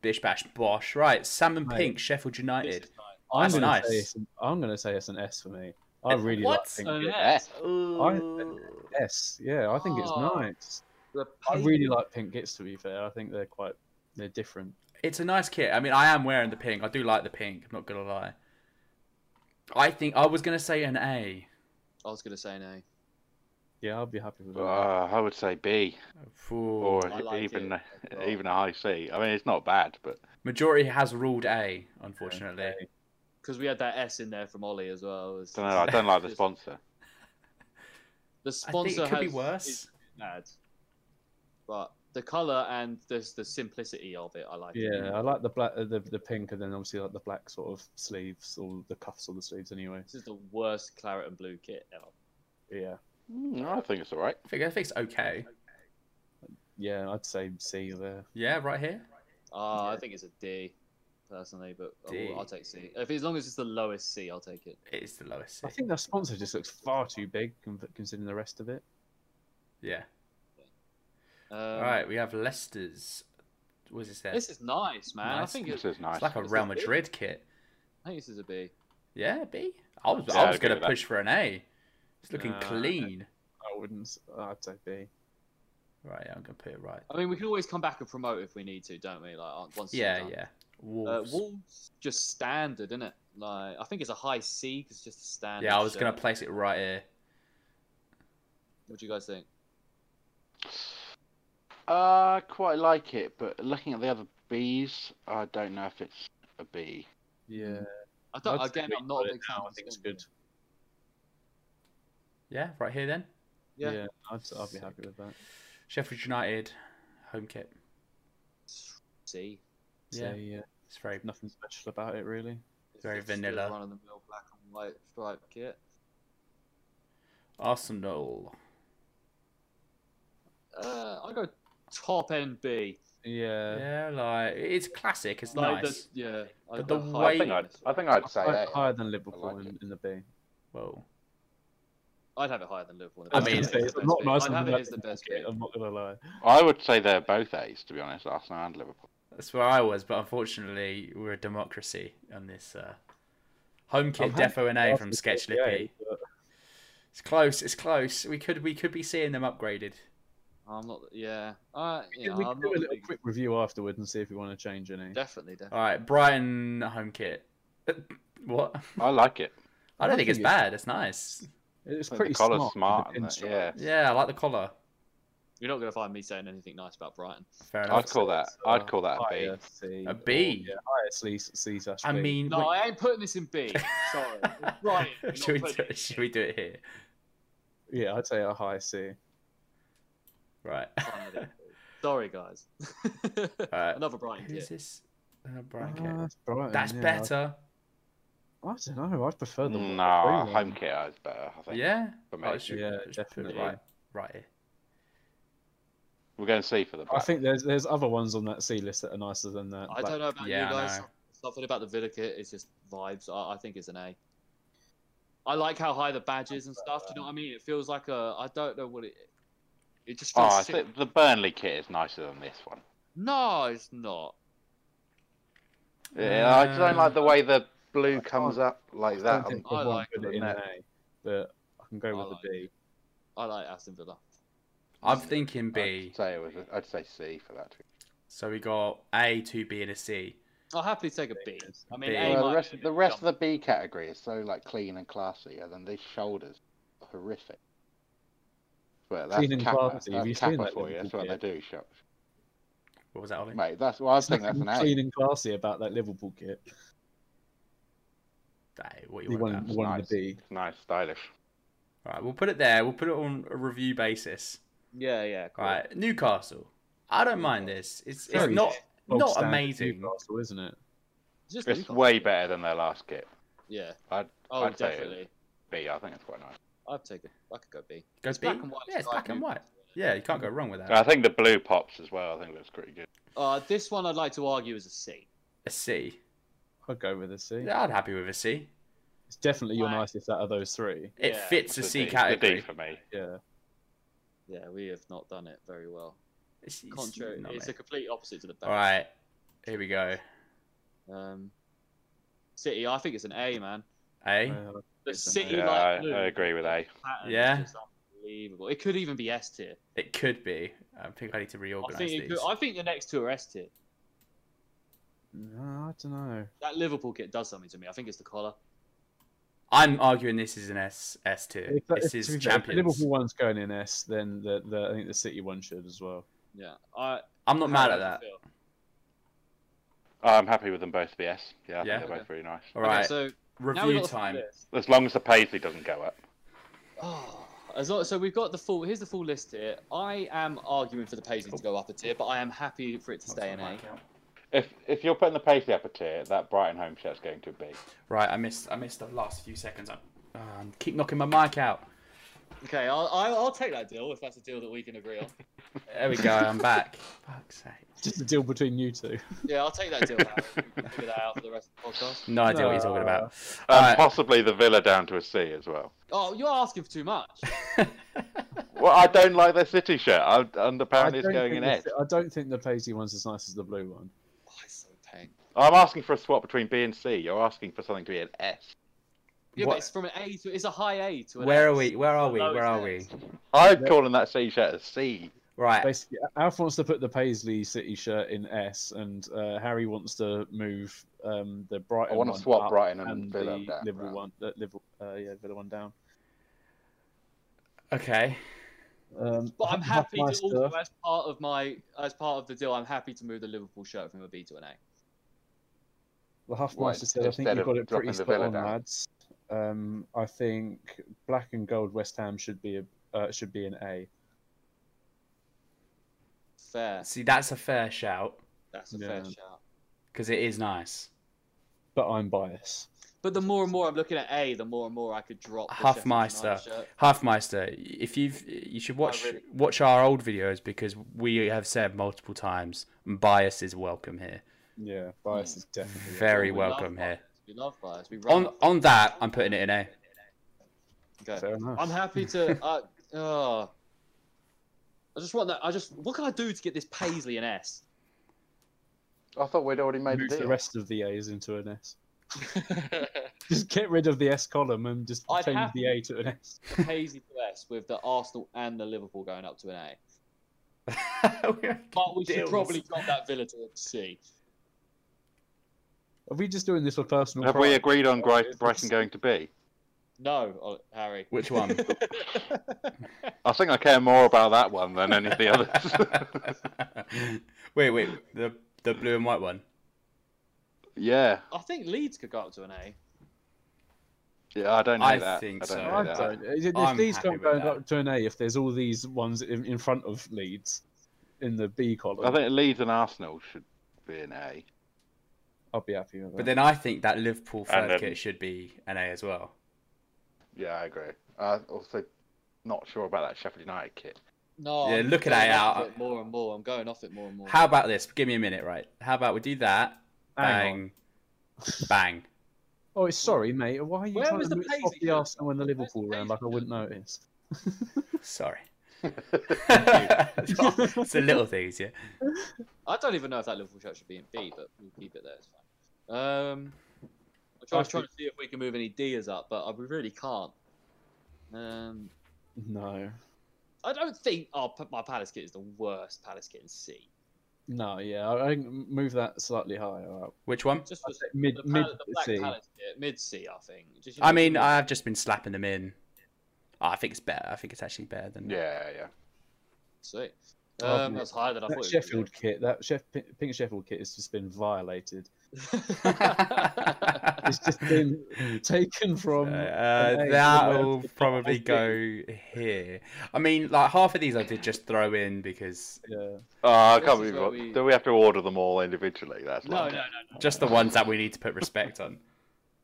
Speaker 2: Bish bash bosh. Right. Salmon
Speaker 4: Mate.
Speaker 2: pink. Sheffield
Speaker 1: This
Speaker 2: United.
Speaker 1: is nice.
Speaker 4: I'm
Speaker 2: That's
Speaker 4: gonna
Speaker 2: nice.
Speaker 4: say it's an, I'm gonna say it's an S for me. I
Speaker 2: It's-
Speaker 4: really
Speaker 2: what?
Speaker 4: like pink.
Speaker 1: Eh, An
Speaker 4: kit.
Speaker 1: S.
Speaker 2: Ooh.
Speaker 4: S. Yeah, I think it's
Speaker 1: Oh.
Speaker 4: nice.
Speaker 1: The
Speaker 4: I
Speaker 1: pink-
Speaker 4: really like pink kits. To be fair, I think they're quite they're different.
Speaker 2: It's a nice kit. I mean, I am wearing the pink. I do like the pink. I'm not gonna lie. I think I was gonna say an A.
Speaker 1: I was gonna say no.
Speaker 4: Yeah, I'll be happy with
Speaker 3: Uh,
Speaker 4: that.
Speaker 3: I would say B
Speaker 2: Ooh.
Speaker 3: or
Speaker 1: I like
Speaker 3: even
Speaker 1: it as well.
Speaker 3: even a high C. I mean, it's not bad, but
Speaker 2: Majority has ruled A, unfortunately.
Speaker 1: Because we had that S in there from Ollie as well. It's-
Speaker 3: I don't know. I don't like the sponsor.
Speaker 1: The
Speaker 2: I think
Speaker 1: sponsor
Speaker 2: it could be
Speaker 1: has- is
Speaker 2: worse.
Speaker 1: mad, but the color and the the simplicity of it, I like. it.
Speaker 4: Yeah, I like the black, uh, the the pink, and then obviously like the black sort of sleeves or the cuffs or the sleeves. Anyway,
Speaker 1: This is the worst claret and blue kit ever.
Speaker 4: yeah,
Speaker 3: Mm, I think it's all right.
Speaker 2: I think, I think it's okay.
Speaker 4: yeah, I'd say C there.
Speaker 2: Yeah, right here.
Speaker 1: Ah, I think it's a D, personally, but I will-
Speaker 2: D.
Speaker 1: I'll take C. If as long as it's the lowest C, I'll take it.
Speaker 2: It is the lowest.
Speaker 4: I
Speaker 2: seat.
Speaker 4: think that sponsor just looks far too big con- considering the rest of it.
Speaker 2: Yeah.
Speaker 1: Um,
Speaker 2: All right, we have Leicester's. What is this there?
Speaker 1: This is nice, man.
Speaker 2: Nice.
Speaker 1: I think
Speaker 3: This
Speaker 1: it's,
Speaker 3: is nice.
Speaker 2: it's like a
Speaker 1: is
Speaker 2: Real
Speaker 1: it B?
Speaker 2: Madrid kit.
Speaker 1: I think this is a B.
Speaker 2: Yeah, B. I was
Speaker 3: Yeah,
Speaker 2: I
Speaker 3: I'd
Speaker 2: was
Speaker 3: agree
Speaker 2: gonna
Speaker 3: with that.
Speaker 2: push for an A. It's looking
Speaker 4: Nah, I don't-
Speaker 2: clean.
Speaker 4: I wouldn't. s- I'd say B.
Speaker 2: Right, yeah, I'm gonna put it right.
Speaker 1: I mean, we can always come back and promote if we need to, don't we? Like uh, once. it's
Speaker 2: Yeah,
Speaker 1: done.
Speaker 2: yeah.
Speaker 1: Uh,
Speaker 2: Wolves.
Speaker 1: Wolves just standard, isn't it? Like I think it's a high C 'cause it's just a standard.
Speaker 2: yeah, I was
Speaker 1: shirt.
Speaker 2: gonna place it right here.
Speaker 1: What do you guys think?
Speaker 3: Uh, quite like it, but looking at the other Bs, I don't know if it's a B.
Speaker 4: Yeah.
Speaker 1: I don't,
Speaker 4: I'd say
Speaker 1: Mm. again,
Speaker 4: we
Speaker 1: I'm not
Speaker 4: put
Speaker 1: a
Speaker 4: it
Speaker 1: big fan.
Speaker 4: now,
Speaker 1: of
Speaker 4: I think
Speaker 1: this
Speaker 4: it's
Speaker 1: one.
Speaker 4: good.
Speaker 2: Yeah, right here then.
Speaker 1: Yeah.
Speaker 4: Yeah. I'd, I'd be happy with that.
Speaker 2: Sheffield United home kit.
Speaker 1: C.
Speaker 2: Yeah,
Speaker 4: So, yeah.
Speaker 2: it's very
Speaker 4: Nothing special about it really.
Speaker 1: It's
Speaker 2: Very
Speaker 1: just a
Speaker 2: vanilla.
Speaker 1: Run of the mill black and white striped kit.
Speaker 2: Arsenal.
Speaker 1: Uh, I go top end B.
Speaker 4: Yeah.
Speaker 2: Yeah, like it's classic. It's
Speaker 1: Like,
Speaker 2: nice.
Speaker 1: The, yeah.
Speaker 2: But the
Speaker 1: high
Speaker 2: way-
Speaker 3: I think I'd,
Speaker 1: I'd,
Speaker 3: I think I'd say
Speaker 4: Hi-
Speaker 3: A.
Speaker 4: higher than Liverpool
Speaker 3: like
Speaker 4: in,
Speaker 3: it.
Speaker 4: in the B.
Speaker 2: Whoa.
Speaker 1: have it higher than Liverpool.
Speaker 2: I mean,
Speaker 1: I'd have it as
Speaker 4: it's
Speaker 1: the
Speaker 4: not
Speaker 1: best
Speaker 4: nice.
Speaker 1: bit. I'd have it
Speaker 4: that
Speaker 1: as the best
Speaker 4: kit,
Speaker 1: bit.
Speaker 4: I'm not gonna lie.
Speaker 3: I would say they're both A's, to be honest, Arsenal and Liverpool.
Speaker 2: That's where I was, but unfortunately, we're a democracy on this. Uh, home kit
Speaker 4: I'm happy
Speaker 2: defo and A from
Speaker 4: Arsenal's
Speaker 2: Sketch
Speaker 4: got the A,
Speaker 2: Lippy.
Speaker 4: but
Speaker 2: It's close. It's close. We could we could be seeing them upgraded.
Speaker 1: I'm not. Yeah. Uh,
Speaker 4: we
Speaker 1: yeah
Speaker 4: can- we
Speaker 1: I'm
Speaker 4: can
Speaker 1: not
Speaker 4: do a
Speaker 1: a
Speaker 4: little
Speaker 1: big-
Speaker 4: quick review afterwarard and see if we want to change any.
Speaker 1: Definitely, definitely.
Speaker 2: All right, Brighton home kit. what?
Speaker 3: I like it.
Speaker 2: I don't
Speaker 4: I
Speaker 2: think it's
Speaker 4: think it's-
Speaker 2: bad. It's nice.
Speaker 4: It's
Speaker 3: Like,
Speaker 4: pretty
Speaker 3: the collar's
Speaker 4: smart.
Speaker 3: smart.
Speaker 4: with the
Speaker 3: and that,
Speaker 4: pinstripe.
Speaker 3: yeah,
Speaker 2: Yeah, I like the collar.
Speaker 1: You're not going to find me saying anything nice about Brighton.
Speaker 2: Fair enough.
Speaker 3: I'd call that. I'd call that a B.
Speaker 4: Higher C
Speaker 2: A
Speaker 4: or,
Speaker 2: B.
Speaker 4: yeah, higher C, C slash
Speaker 2: I
Speaker 4: B.
Speaker 2: mean,
Speaker 1: No,
Speaker 2: we-
Speaker 1: I ain't putting this in B. Sorry. It's Brighton. We're not
Speaker 2: should, we
Speaker 1: putting
Speaker 2: do,
Speaker 1: it in
Speaker 2: should
Speaker 1: B.
Speaker 2: we do it here?
Speaker 4: yeah, I'd say a high C.
Speaker 2: Right.
Speaker 1: Brighton it is. Sorry, guys.
Speaker 2: Alright.
Speaker 1: Another Brighton
Speaker 2: Who's
Speaker 1: kit.
Speaker 2: this? Uh, Brighton
Speaker 4: Ah,
Speaker 2: kit.
Speaker 4: that's Brighton,
Speaker 2: That's
Speaker 4: yeah.
Speaker 2: better.
Speaker 4: I, I don't know. I'd prefer oh, the
Speaker 3: Mm,
Speaker 4: one-
Speaker 3: No,
Speaker 4: really.
Speaker 3: home kit is better. I think.
Speaker 2: Yeah.
Speaker 3: For me.
Speaker 2: Right, should-
Speaker 4: Yeah,
Speaker 2: should put it
Speaker 4: definitely.
Speaker 2: Right, right here.
Speaker 3: We're going to see for the.
Speaker 4: I
Speaker 3: back.
Speaker 4: think there's there's other ones on that C list that are nicer than that.
Speaker 1: I don't know about
Speaker 2: yeah, I
Speaker 1: you guys.
Speaker 2: know.
Speaker 1: Something about the Villa kit is just vibes. I, I think it's an A. I like how high the badge is and stuff. Do you know what I mean? It feels like a. I don't know what it. It just
Speaker 3: Oh,
Speaker 1: feels.
Speaker 3: I
Speaker 1: sick.
Speaker 3: think the Burnley kit is nicer than this one.
Speaker 1: No, it's not.
Speaker 3: Yeah, I just don't like the way the blue
Speaker 4: I
Speaker 3: comes
Speaker 4: can't-
Speaker 3: up like that.
Speaker 4: I
Speaker 3: I'm-
Speaker 4: think
Speaker 1: I
Speaker 4: I'd want
Speaker 1: like
Speaker 4: to put
Speaker 1: it
Speaker 4: it in
Speaker 1: on
Speaker 4: an A, but I can go
Speaker 1: I
Speaker 4: with
Speaker 1: like
Speaker 4: the B.
Speaker 1: I like Aston Villa.
Speaker 2: I'm thinking B.
Speaker 3: I'd say it was. A, I'd say C for that.
Speaker 2: So we got A, two B, and a C.
Speaker 1: I'll happily take a B. I mean,
Speaker 2: B.
Speaker 1: A
Speaker 3: Well,
Speaker 1: might be a
Speaker 3: the rest, the
Speaker 1: bit
Speaker 3: rest of
Speaker 1: dumb.
Speaker 3: the B category is so like clean and classy, and then these shoulders are horrific. But that's
Speaker 4: Clean and
Speaker 3: Kappa,
Speaker 4: classy, have you
Speaker 3: That's
Speaker 4: seen
Speaker 3: Kappa
Speaker 4: that
Speaker 3: for you. That's
Speaker 4: Liverpool
Speaker 3: what they do, shop.
Speaker 2: What was that, Ollie?
Speaker 3: Mate, that's well, I think that's an
Speaker 4: Nothing
Speaker 3: A.
Speaker 4: clean and classy about that Liverpool kit.
Speaker 2: Hey, what you
Speaker 4: You
Speaker 2: want?
Speaker 4: want
Speaker 2: about?
Speaker 4: one
Speaker 3: nice.
Speaker 4: of the B.
Speaker 3: It's nice, stylish.
Speaker 2: All right, we'll put it there. We'll put it on a review basis.
Speaker 1: Yeah, yeah. Cool.
Speaker 2: All right, Newcastle. I don't mind this. It's it's
Speaker 4: Very
Speaker 2: not
Speaker 4: Bog
Speaker 2: not
Speaker 4: standard
Speaker 2: amazing.
Speaker 4: Newcastle, isn't it?
Speaker 1: It's just
Speaker 3: It's
Speaker 1: Newcastle.
Speaker 3: way better than their last kit.
Speaker 1: Yeah.
Speaker 3: I'd,
Speaker 1: Oh,
Speaker 3: I'd say
Speaker 1: definitely.
Speaker 3: B. I think it's quite nice.
Speaker 1: I'd take it. I could go B.
Speaker 2: Go
Speaker 1: It's
Speaker 2: B.
Speaker 1: black and white.
Speaker 2: Yeah, it's
Speaker 1: like
Speaker 2: black and
Speaker 1: Newcastle.
Speaker 2: white. Yeah, you can't go wrong with
Speaker 3: I
Speaker 2: that.
Speaker 3: think the blue pops as well. I think looks pretty good.
Speaker 1: Uh, this one I'd like to argue is a C.
Speaker 2: A C.
Speaker 4: I'd go with a C.
Speaker 2: Yeah, I'd happy with a C.
Speaker 4: It's definitely your
Speaker 1: Right.
Speaker 4: nicest out of those three.
Speaker 2: It
Speaker 1: Yeah,
Speaker 2: fits a
Speaker 3: It's
Speaker 2: C
Speaker 3: D- It's a D
Speaker 2: category.
Speaker 3: for me.
Speaker 4: Yeah.
Speaker 1: Yeah, we have not done it very well.
Speaker 2: It's, it's
Speaker 1: Contrary,
Speaker 2: not
Speaker 1: it's
Speaker 2: me.
Speaker 1: a complete opposite to the
Speaker 2: All
Speaker 1: back.
Speaker 2: right, here we go.
Speaker 1: Um, City, I think it's an A, man.
Speaker 2: A.
Speaker 4: Uh,
Speaker 1: The
Speaker 4: It's an
Speaker 1: City
Speaker 3: Yeah, I,
Speaker 1: like blue.
Speaker 3: I agree with A.
Speaker 1: pattern is
Speaker 2: Yeah.
Speaker 1: just unbelievable. It could even be S tier.
Speaker 2: It could be. I think I need to
Speaker 1: I
Speaker 2: reorganize
Speaker 1: think it
Speaker 2: these.
Speaker 1: could, I think the next two are S tier.
Speaker 4: no, I don't know.
Speaker 1: That Liverpool kit does something to me. I think it's the collar.
Speaker 2: I'm arguing this is an S S tier.
Speaker 4: If that-
Speaker 2: This
Speaker 4: if- to be
Speaker 2: is
Speaker 4: fair, if the
Speaker 2: champions.
Speaker 4: Liverpool one's going in S, then the, the I think the City one should as well.
Speaker 1: Yeah, I.
Speaker 2: I'm not
Speaker 1: how
Speaker 2: mad
Speaker 1: do
Speaker 2: at
Speaker 1: you
Speaker 2: that.
Speaker 1: feel?
Speaker 3: I'm happy with them both. BS. Yeah, I
Speaker 2: Yeah.
Speaker 3: think they're both really nice.
Speaker 2: All
Speaker 1: Okay,
Speaker 2: right,
Speaker 1: so now we've
Speaker 2: review
Speaker 1: got the full
Speaker 2: time.
Speaker 1: list.
Speaker 3: As long as the paisley doesn't go up.
Speaker 1: Oh, as long, so we've got the full. Here's the full list here. I am arguing for the Paisley to go up a tier, but I am happy for it
Speaker 2: Oh,
Speaker 1: to stay in eh? A.
Speaker 3: If if you're putting the paisley up a tier, that Brighton home shirt's going to be.
Speaker 2: Right, I missed. I missed the last few seconds. I um, keep knocking my mic out.
Speaker 1: Okay, I'll, I'll I'll take that deal if that's a deal that we can agree on.
Speaker 2: There we go. I'm back. Fuck's sake.
Speaker 4: Just a deal between you two.
Speaker 1: Yeah, I'll take that deal. Harry. We can figure that out for the rest of the podcast.
Speaker 2: No idea what you're talking about.
Speaker 3: And
Speaker 2: All right.
Speaker 3: possibly the Villa down to a C as well.
Speaker 1: Oh, you're asking for too much.
Speaker 3: Well, I don't like their City shirt. I, and apparently it's
Speaker 4: don't
Speaker 3: going in
Speaker 4: think
Speaker 3: edge.
Speaker 4: the- I don't think the Paisley one's as nice as the blue one.
Speaker 1: Oh, it's so pain.
Speaker 3: I'm asking for a swap between B and C. You're asking for something to be an S.
Speaker 1: Yeah,
Speaker 2: What-
Speaker 1: but it's from an A to it's a high A to an
Speaker 2: Where are
Speaker 1: S.
Speaker 2: we? Where are we?
Speaker 1: Low
Speaker 2: Where are we?
Speaker 1: S.
Speaker 3: I'm
Speaker 4: Yeah.
Speaker 3: calling that C shirt a C.
Speaker 2: Right.
Speaker 4: Basically, Alf wants to put the Paisley City shirt in S, and uh, Harry wants to move um, the Brighton.
Speaker 3: I want to
Speaker 4: one
Speaker 3: swap
Speaker 4: up
Speaker 3: Brighton and,
Speaker 4: and
Speaker 3: Villa
Speaker 4: the
Speaker 3: down.
Speaker 4: Liverpool
Speaker 3: right?
Speaker 4: one, the Liverpool, uh, yeah, Villa one down.
Speaker 2: Okay.
Speaker 4: Um,
Speaker 1: But I'm
Speaker 4: half
Speaker 1: happy to
Speaker 4: my
Speaker 1: also,
Speaker 4: stuff.
Speaker 1: as part of my as part of the deal, I'm happy to move the Liverpool shirt from a B to an A.
Speaker 4: The Huffmaster
Speaker 3: Right,
Speaker 4: said, "I think
Speaker 3: instead
Speaker 4: you
Speaker 3: of
Speaker 4: got it
Speaker 3: dropping
Speaker 4: pretty
Speaker 3: the
Speaker 4: spot
Speaker 3: Villa
Speaker 4: on,
Speaker 3: down.
Speaker 4: lads. Um, I think black and gold West Ham should be a uh, should be an A.
Speaker 1: Fair.
Speaker 2: See, that's a fair shout
Speaker 1: That's a
Speaker 4: Yeah.
Speaker 1: fair shout.
Speaker 2: because it is nice.
Speaker 4: But I'm biased.
Speaker 1: But the more and more I'm looking at A, the more and more I could drop the Sheffield
Speaker 2: Huffmeister.
Speaker 1: United shirt.
Speaker 2: Halfmeister, if you've you should watch
Speaker 1: Oh, really-
Speaker 2: watch our old videos because we have said multiple times bias is welcome here.
Speaker 4: Yeah, bias is definitely. a-
Speaker 2: Hmm. Very
Speaker 1: Oh, We
Speaker 2: welcome
Speaker 1: love
Speaker 2: here.
Speaker 1: bias. We love bias. We run
Speaker 2: On
Speaker 1: off-
Speaker 2: on that, I'm putting it in A.
Speaker 1: Okay.
Speaker 4: Fair enough.
Speaker 1: I'm happy to. Uh, uh, I just want that. I just. What can I do to get this Paisley an S?
Speaker 3: I thought we'd already made
Speaker 4: Move
Speaker 3: the
Speaker 4: the
Speaker 3: deal.
Speaker 4: rest of the A's into an S. Just get rid of the S column and just
Speaker 1: I'd
Speaker 4: change
Speaker 1: have
Speaker 4: the A to an S.
Speaker 1: Paisley to S with the Arsenal and the Liverpool going up to an A. But we should
Speaker 2: Deals.
Speaker 1: probably drop that Villa to a C.
Speaker 4: Are we just doing this for personal?
Speaker 3: Have
Speaker 4: pride?
Speaker 3: we agreed on
Speaker 4: Right,
Speaker 3: Gri-
Speaker 4: it's-
Speaker 3: Brighton going to B?
Speaker 1: No, oh, Harry.
Speaker 2: Which one?
Speaker 3: I think I care more about that one than any of the others.
Speaker 2: wait, wait, the the blue and white one.
Speaker 3: yeah,
Speaker 1: I think Leeds could go up to an A.
Speaker 3: yeah, I don't know
Speaker 2: I
Speaker 3: that.
Speaker 2: think
Speaker 3: I don't
Speaker 2: so.
Speaker 3: know
Speaker 4: I
Speaker 3: that.
Speaker 4: don't. If
Speaker 2: I'm
Speaker 4: these
Speaker 2: happy
Speaker 4: can't
Speaker 2: with
Speaker 4: go
Speaker 2: that.
Speaker 4: up to an A, if there's all these ones in, in front of Leeds in the B column,
Speaker 3: I think Leeds and Arsenal should be an A.
Speaker 4: I'll be happy with that.
Speaker 2: But then I think that Liverpool third
Speaker 3: And then-
Speaker 2: kit should be an A as well.
Speaker 3: Yeah, I agree. Uh, also, not sure about that Sheffield United kit.
Speaker 1: No.
Speaker 2: Yeah,
Speaker 1: I'm
Speaker 2: look at
Speaker 1: going
Speaker 2: that
Speaker 1: off
Speaker 2: out.
Speaker 1: it more and more. I'm going off it more and more.
Speaker 2: How about this? Give me a minute, right? How about we do that?
Speaker 4: Hang on.
Speaker 2: Bang, bang.
Speaker 4: Oh, it's sorry, mate. Why are you
Speaker 1: Where
Speaker 4: trying
Speaker 1: was
Speaker 4: to
Speaker 1: the
Speaker 4: mix off
Speaker 1: Paisley
Speaker 4: the
Speaker 1: shirt?
Speaker 4: Arsenal and the
Speaker 1: Where's the
Speaker 4: Liverpool round? Like I
Speaker 1: Paisley
Speaker 4: wouldn't notice.
Speaker 2: Sorry. it's the little things, yeah.
Speaker 1: I don't even know if that Liverpool shirt should be in B, but we'll keep it there. It's fine. Um, I'm
Speaker 4: I
Speaker 1: trying, trying
Speaker 4: think-
Speaker 1: to see if we can move any D's up, but I, we really can't. Um,
Speaker 4: No,
Speaker 1: I don't think oh, p- my Palace kit is the worst Palace kit in C.
Speaker 4: no, yeah. I, I can move that slightly higher up.
Speaker 2: Which one?
Speaker 1: Just
Speaker 4: I'd
Speaker 1: the,
Speaker 4: say Mid,
Speaker 1: the,
Speaker 4: mid
Speaker 1: pal- the black
Speaker 4: C.
Speaker 1: Palace kit, mid C, I think. Just, you
Speaker 2: I
Speaker 1: know,
Speaker 2: mean,
Speaker 1: mid-
Speaker 2: I've just been slapping them in. Oh, I think it's better. I think it's actually better than.
Speaker 3: Yeah, yeah.
Speaker 1: sweet.
Speaker 4: I've
Speaker 1: Um,
Speaker 4: made-
Speaker 1: that's higher than I thought.
Speaker 4: That
Speaker 1: it would
Speaker 4: Sheffield kit, that Sheff- pink Sheffield kit, has just been violated.
Speaker 1: be.
Speaker 4: It's just been taken
Speaker 2: Uh,
Speaker 4: from. an A
Speaker 2: that
Speaker 4: somewhere
Speaker 2: will
Speaker 4: to the
Speaker 2: probably
Speaker 4: B.
Speaker 2: go here. I mean, like half of these I did just throw in because
Speaker 4: Yeah.
Speaker 3: Oh, I
Speaker 1: This
Speaker 3: can't
Speaker 1: is
Speaker 3: believe
Speaker 1: where
Speaker 3: what.
Speaker 1: we-
Speaker 3: Do we have to order them all individually? That's
Speaker 1: no, no,
Speaker 3: like
Speaker 1: no.
Speaker 2: just the ones that we need to put respect on.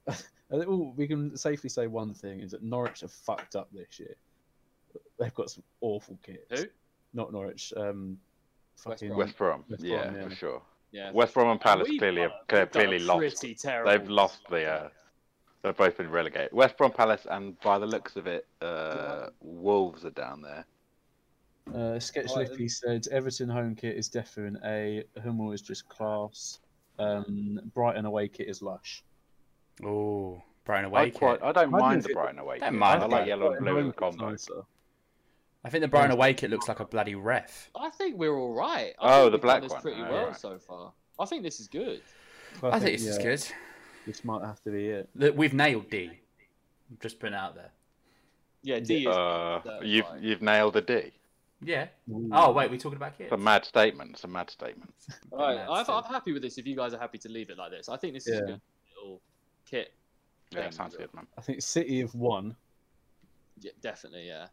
Speaker 4: I think all oh, we can safely say one thing is that Norwich have fucked up this year. They've got some awful kits.
Speaker 1: Who?
Speaker 4: Not Norwich. Um, fucking
Speaker 1: Brom.
Speaker 3: West Brom.
Speaker 4: West Brom,
Speaker 3: yeah,
Speaker 4: yeah.
Speaker 3: for sure.
Speaker 1: Yeah.
Speaker 3: West Brom and Palace
Speaker 1: We've
Speaker 3: clearly
Speaker 1: done a- we've
Speaker 3: have,
Speaker 1: done a
Speaker 3: clearly lost.
Speaker 1: pretty terrible
Speaker 3: They've lost
Speaker 1: job.
Speaker 3: the. Uh, they've both been relegated. West Brom, Palace, and by the looks of it, uh, Wolves are down there.
Speaker 4: Uh, Sketch
Speaker 1: Alright,
Speaker 4: Lifty said Everton home kit is definitely an A. Hummel is just class. Um, Brighton away kit is lush.
Speaker 2: Oh, Brighton
Speaker 3: I
Speaker 2: away kit.
Speaker 3: quite. I don't
Speaker 4: I
Speaker 3: mind
Speaker 4: think
Speaker 3: the
Speaker 4: it-
Speaker 3: Brighton away.
Speaker 2: Don't
Speaker 3: kit.
Speaker 2: mind
Speaker 3: I
Speaker 2: the
Speaker 3: like
Speaker 2: Brighton-
Speaker 3: yellow and
Speaker 4: Brighton
Speaker 3: blue
Speaker 4: home
Speaker 3: in
Speaker 4: kit's
Speaker 3: combo.
Speaker 4: nicer.
Speaker 2: I think the Brighton away kit looks like a bloody ref.
Speaker 1: I think we're all right. I
Speaker 3: Oh,
Speaker 1: think
Speaker 3: the
Speaker 1: we've done
Speaker 3: black
Speaker 1: this
Speaker 3: one.
Speaker 1: Pretty
Speaker 3: Oh,
Speaker 1: well
Speaker 3: right.
Speaker 1: so far. I think this is good.
Speaker 2: I, think, this
Speaker 4: yeah,
Speaker 2: is
Speaker 4: This might have to be it.
Speaker 2: good. Look, we've nailed D. Just putting it out there.
Speaker 1: Yeah, D is.
Speaker 3: Uh,
Speaker 1: That's
Speaker 3: you've
Speaker 1: fine.
Speaker 3: you've nailed the D.
Speaker 2: Yeah. Oh wait, we're talking about kids.
Speaker 3: It's a mad statement. It's a mad statement.
Speaker 1: all right,
Speaker 2: Mad
Speaker 1: I've,
Speaker 2: still.
Speaker 1: I'm happy with this. If you guys are happy to leave it like this, I think this is a
Speaker 4: Yeah.
Speaker 1: good little kit.
Speaker 3: Yeah,
Speaker 1: Thank
Speaker 3: sounds
Speaker 1: you.
Speaker 3: good, man.
Speaker 4: I think City have won,
Speaker 1: Yeah, definitely, yeah.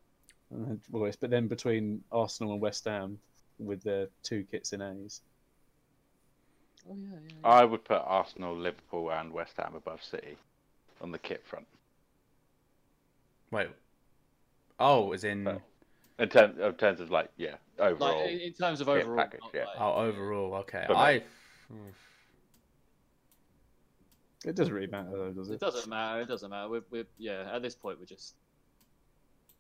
Speaker 4: and then- well, it's- but then between Arsenal and West Ham with their two kits in A's.
Speaker 1: Oh yeah, yeah. yeah.
Speaker 3: I would put Arsenal, Liverpool, and West Ham above City on the kit front.
Speaker 2: Wait. Oh, as in
Speaker 3: Oh. In, term, in terms of like, yeah, overall.
Speaker 1: like in, in terms of
Speaker 3: kit
Speaker 1: overall.
Speaker 3: package,
Speaker 1: not
Speaker 3: yeah.
Speaker 1: like-
Speaker 2: oh overall. Okay.
Speaker 3: But-
Speaker 2: I.
Speaker 4: It doesn't really matter though, does
Speaker 1: It
Speaker 4: it?
Speaker 1: doesn't matter. It doesn't matter. We're, we're yeah. At this point, we're just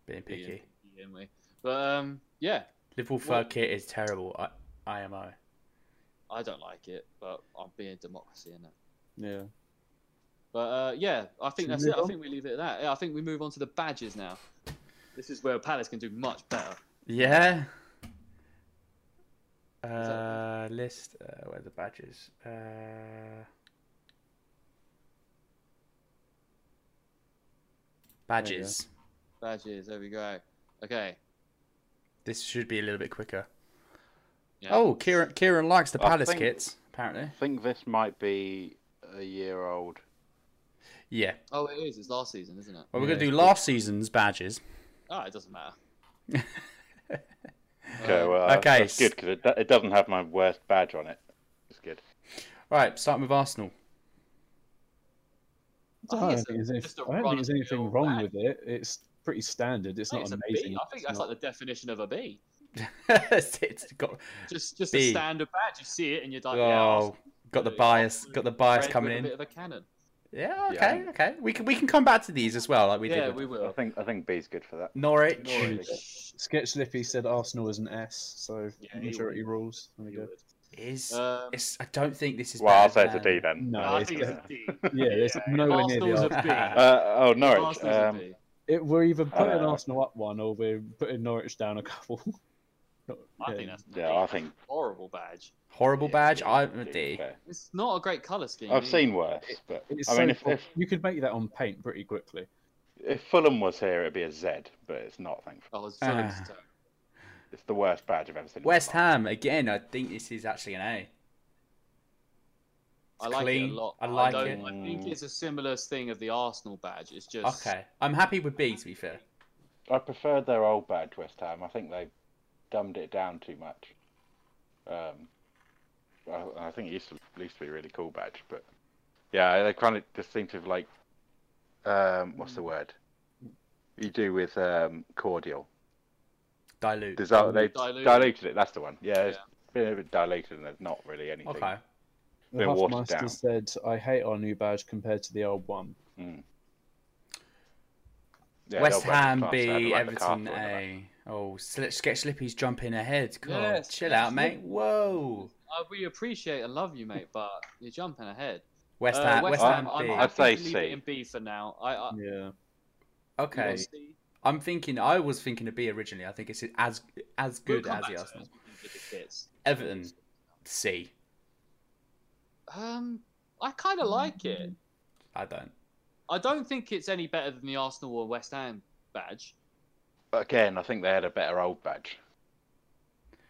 Speaker 2: Being picky.
Speaker 1: being, we? But um, yeah,
Speaker 2: Liverpool third kit is terrible. I, IMO.
Speaker 1: I don't like it, but I'm being democracy in it.
Speaker 4: Yeah.
Speaker 1: But uh, yeah, I think
Speaker 4: Should we
Speaker 1: that's
Speaker 4: move
Speaker 1: it. I
Speaker 4: on?
Speaker 1: think we leave it at that. Yeah, I think we move on to the badges now. This is where Palace can do much better.
Speaker 2: Yeah. Uh,
Speaker 1: that-
Speaker 2: list. Uh, where are the badges? Uh, badges.
Speaker 1: Badges, there we go. Okay.
Speaker 2: This should be a little bit quicker.
Speaker 1: Yeah.
Speaker 2: Oh, Kieran, Kieran likes the
Speaker 3: I
Speaker 2: Palace
Speaker 3: think-
Speaker 2: kits, apparently.
Speaker 3: I think this might be a year old.
Speaker 2: Yeah.
Speaker 1: Oh, it is. It's last season, isn't it?
Speaker 2: Well, we're going to
Speaker 4: Yeah.
Speaker 2: do last season's badges.
Speaker 1: Ah, it doesn't matter.
Speaker 3: Okay,
Speaker 1: Um,
Speaker 3: well,
Speaker 2: Okay,
Speaker 3: okay. uh, that's good because it, do- it doesn't have my worst badge on it. It's good.
Speaker 2: Right, starting with Arsenal.
Speaker 1: I
Speaker 4: I
Speaker 1: think
Speaker 4: don't
Speaker 1: it's
Speaker 4: think
Speaker 1: a-
Speaker 4: there's any-
Speaker 1: just a
Speaker 4: I don't think there's anything
Speaker 1: run-of-the-mill
Speaker 4: wrong
Speaker 1: bag.
Speaker 4: with it. It's pretty standard. It's
Speaker 1: I
Speaker 4: not
Speaker 1: think it's a B.
Speaker 4: amazing.
Speaker 1: I think
Speaker 4: It's
Speaker 1: that's
Speaker 4: not-
Speaker 1: like the definition of a B.
Speaker 2: it's got
Speaker 1: Just, just
Speaker 2: B.
Speaker 1: a standard badge. You see it and you're like, yeah,
Speaker 2: oh,
Speaker 1: Arsenal
Speaker 2: got the
Speaker 1: do.
Speaker 2: bias, got the bias
Speaker 1: red
Speaker 2: coming
Speaker 1: with A
Speaker 2: in.
Speaker 1: bit of a cannon.
Speaker 2: Yeah,
Speaker 3: Yeah.
Speaker 2: okay, okay. We can we can come back to these as well, like we
Speaker 1: yeah,
Speaker 2: did. With
Speaker 1: we
Speaker 3: I
Speaker 1: will.
Speaker 3: think I think B's good for that.
Speaker 2: Norwich.
Speaker 3: Norwich.
Speaker 4: Sketch Lippy said Arsenal is an S, so
Speaker 1: Yeah, he
Speaker 4: majority rules. There we
Speaker 1: You
Speaker 4: go.
Speaker 1: would.
Speaker 2: is.
Speaker 1: Um,
Speaker 2: it's, I don't think this is.
Speaker 3: Well, I'll
Speaker 2: better
Speaker 3: say it's a
Speaker 2: than-
Speaker 3: D then.
Speaker 4: No,
Speaker 1: I
Speaker 4: it's
Speaker 1: think it's a D.
Speaker 4: Yeah, there's
Speaker 1: Yeah,
Speaker 4: nowhere near
Speaker 1: Arsenal's
Speaker 4: the
Speaker 1: a B.
Speaker 3: Uh, oh, Norwich.
Speaker 1: Arsenal's a
Speaker 3: Um,
Speaker 1: B.
Speaker 4: It, we're either
Speaker 1: Uh,
Speaker 4: putting
Speaker 3: know.
Speaker 4: Arsenal up one or we're putting Norwich down a couple. Not-
Speaker 1: I
Speaker 4: yeah.
Speaker 1: think that's
Speaker 3: yeah, I
Speaker 1: that's
Speaker 3: think
Speaker 1: a horrible badge.
Speaker 2: Horrible
Speaker 3: Yeah,
Speaker 2: badge.
Speaker 3: yeah,
Speaker 2: I'm a
Speaker 3: D's
Speaker 2: D.
Speaker 3: fair.
Speaker 1: It's not a great color scheme.
Speaker 3: I've
Speaker 1: either.
Speaker 3: seen worse, but
Speaker 4: It's
Speaker 3: I
Speaker 4: so
Speaker 3: mean, if,
Speaker 4: cool.
Speaker 3: if
Speaker 4: you could make that on paint pretty quickly.
Speaker 3: if Fulham was here, it'd be a Z, but it's not. Thankfully,
Speaker 1: Oh, it's Fulham's
Speaker 2: Ah.
Speaker 1: turn.
Speaker 3: it's the worst badge I've ever seen. in my
Speaker 2: West
Speaker 3: life.
Speaker 2: Ham again. I think this is actually an A.
Speaker 1: I like it
Speaker 2: clean.
Speaker 1: a lot.
Speaker 2: I like
Speaker 1: don't-
Speaker 2: it.
Speaker 1: I think it's a similar thing of the Arsenal badge. It's just
Speaker 2: Okay, I'm happy with B. To be fair,
Speaker 3: I preferred their old badge, West Ham. I think they dumbed it down too much. Um, I, I think it used to used to be a really cool badge, but yeah, they kind of just seem to have like, um, what's the word? You do with um, cordial.
Speaker 2: dilute.
Speaker 3: Dissol- they
Speaker 1: Diluted.
Speaker 3: diluted it. That's the one. Yeah, it's
Speaker 1: Yeah.
Speaker 3: been a bit diluted, and there's not really anything.
Speaker 2: Okay.
Speaker 4: The
Speaker 3: Bit watered down.
Speaker 4: Huffmaster said, I hate our new badge compared to the old one.
Speaker 3: Yeah,
Speaker 2: West
Speaker 3: the old badge was
Speaker 2: Ham
Speaker 3: class. They
Speaker 2: B.
Speaker 3: had, like, the
Speaker 2: Everton
Speaker 3: castle and all that.
Speaker 2: A. Oh, Sl- Sketch Lippy's jumping ahead. God,
Speaker 1: Yes,
Speaker 2: chill
Speaker 1: Sketch
Speaker 2: out, mate. Whoa.
Speaker 1: uh, we appreciate and love you, mate, but you're jumping ahead.
Speaker 2: West
Speaker 1: Uh,
Speaker 2: Ham. West
Speaker 1: West
Speaker 2: Ham
Speaker 1: I'm
Speaker 2: B.
Speaker 1: happy
Speaker 3: I'd say
Speaker 1: to leave
Speaker 3: C.
Speaker 1: it in B for now. I, I
Speaker 4: Yeah.
Speaker 1: you want
Speaker 2: Okay.
Speaker 1: C?
Speaker 2: I'm thinking. I was thinking of B originally. I think it's as as
Speaker 1: We'll
Speaker 2: good
Speaker 1: come
Speaker 2: as
Speaker 1: back
Speaker 2: the
Speaker 1: to
Speaker 2: Arsenal.
Speaker 1: it as we do the kits.
Speaker 2: Everton C.
Speaker 1: Um, I kind of like it.
Speaker 2: I don't.
Speaker 1: I don't think it's any better than the Arsenal or West Ham badge.
Speaker 3: But again, I think they had a better old badge,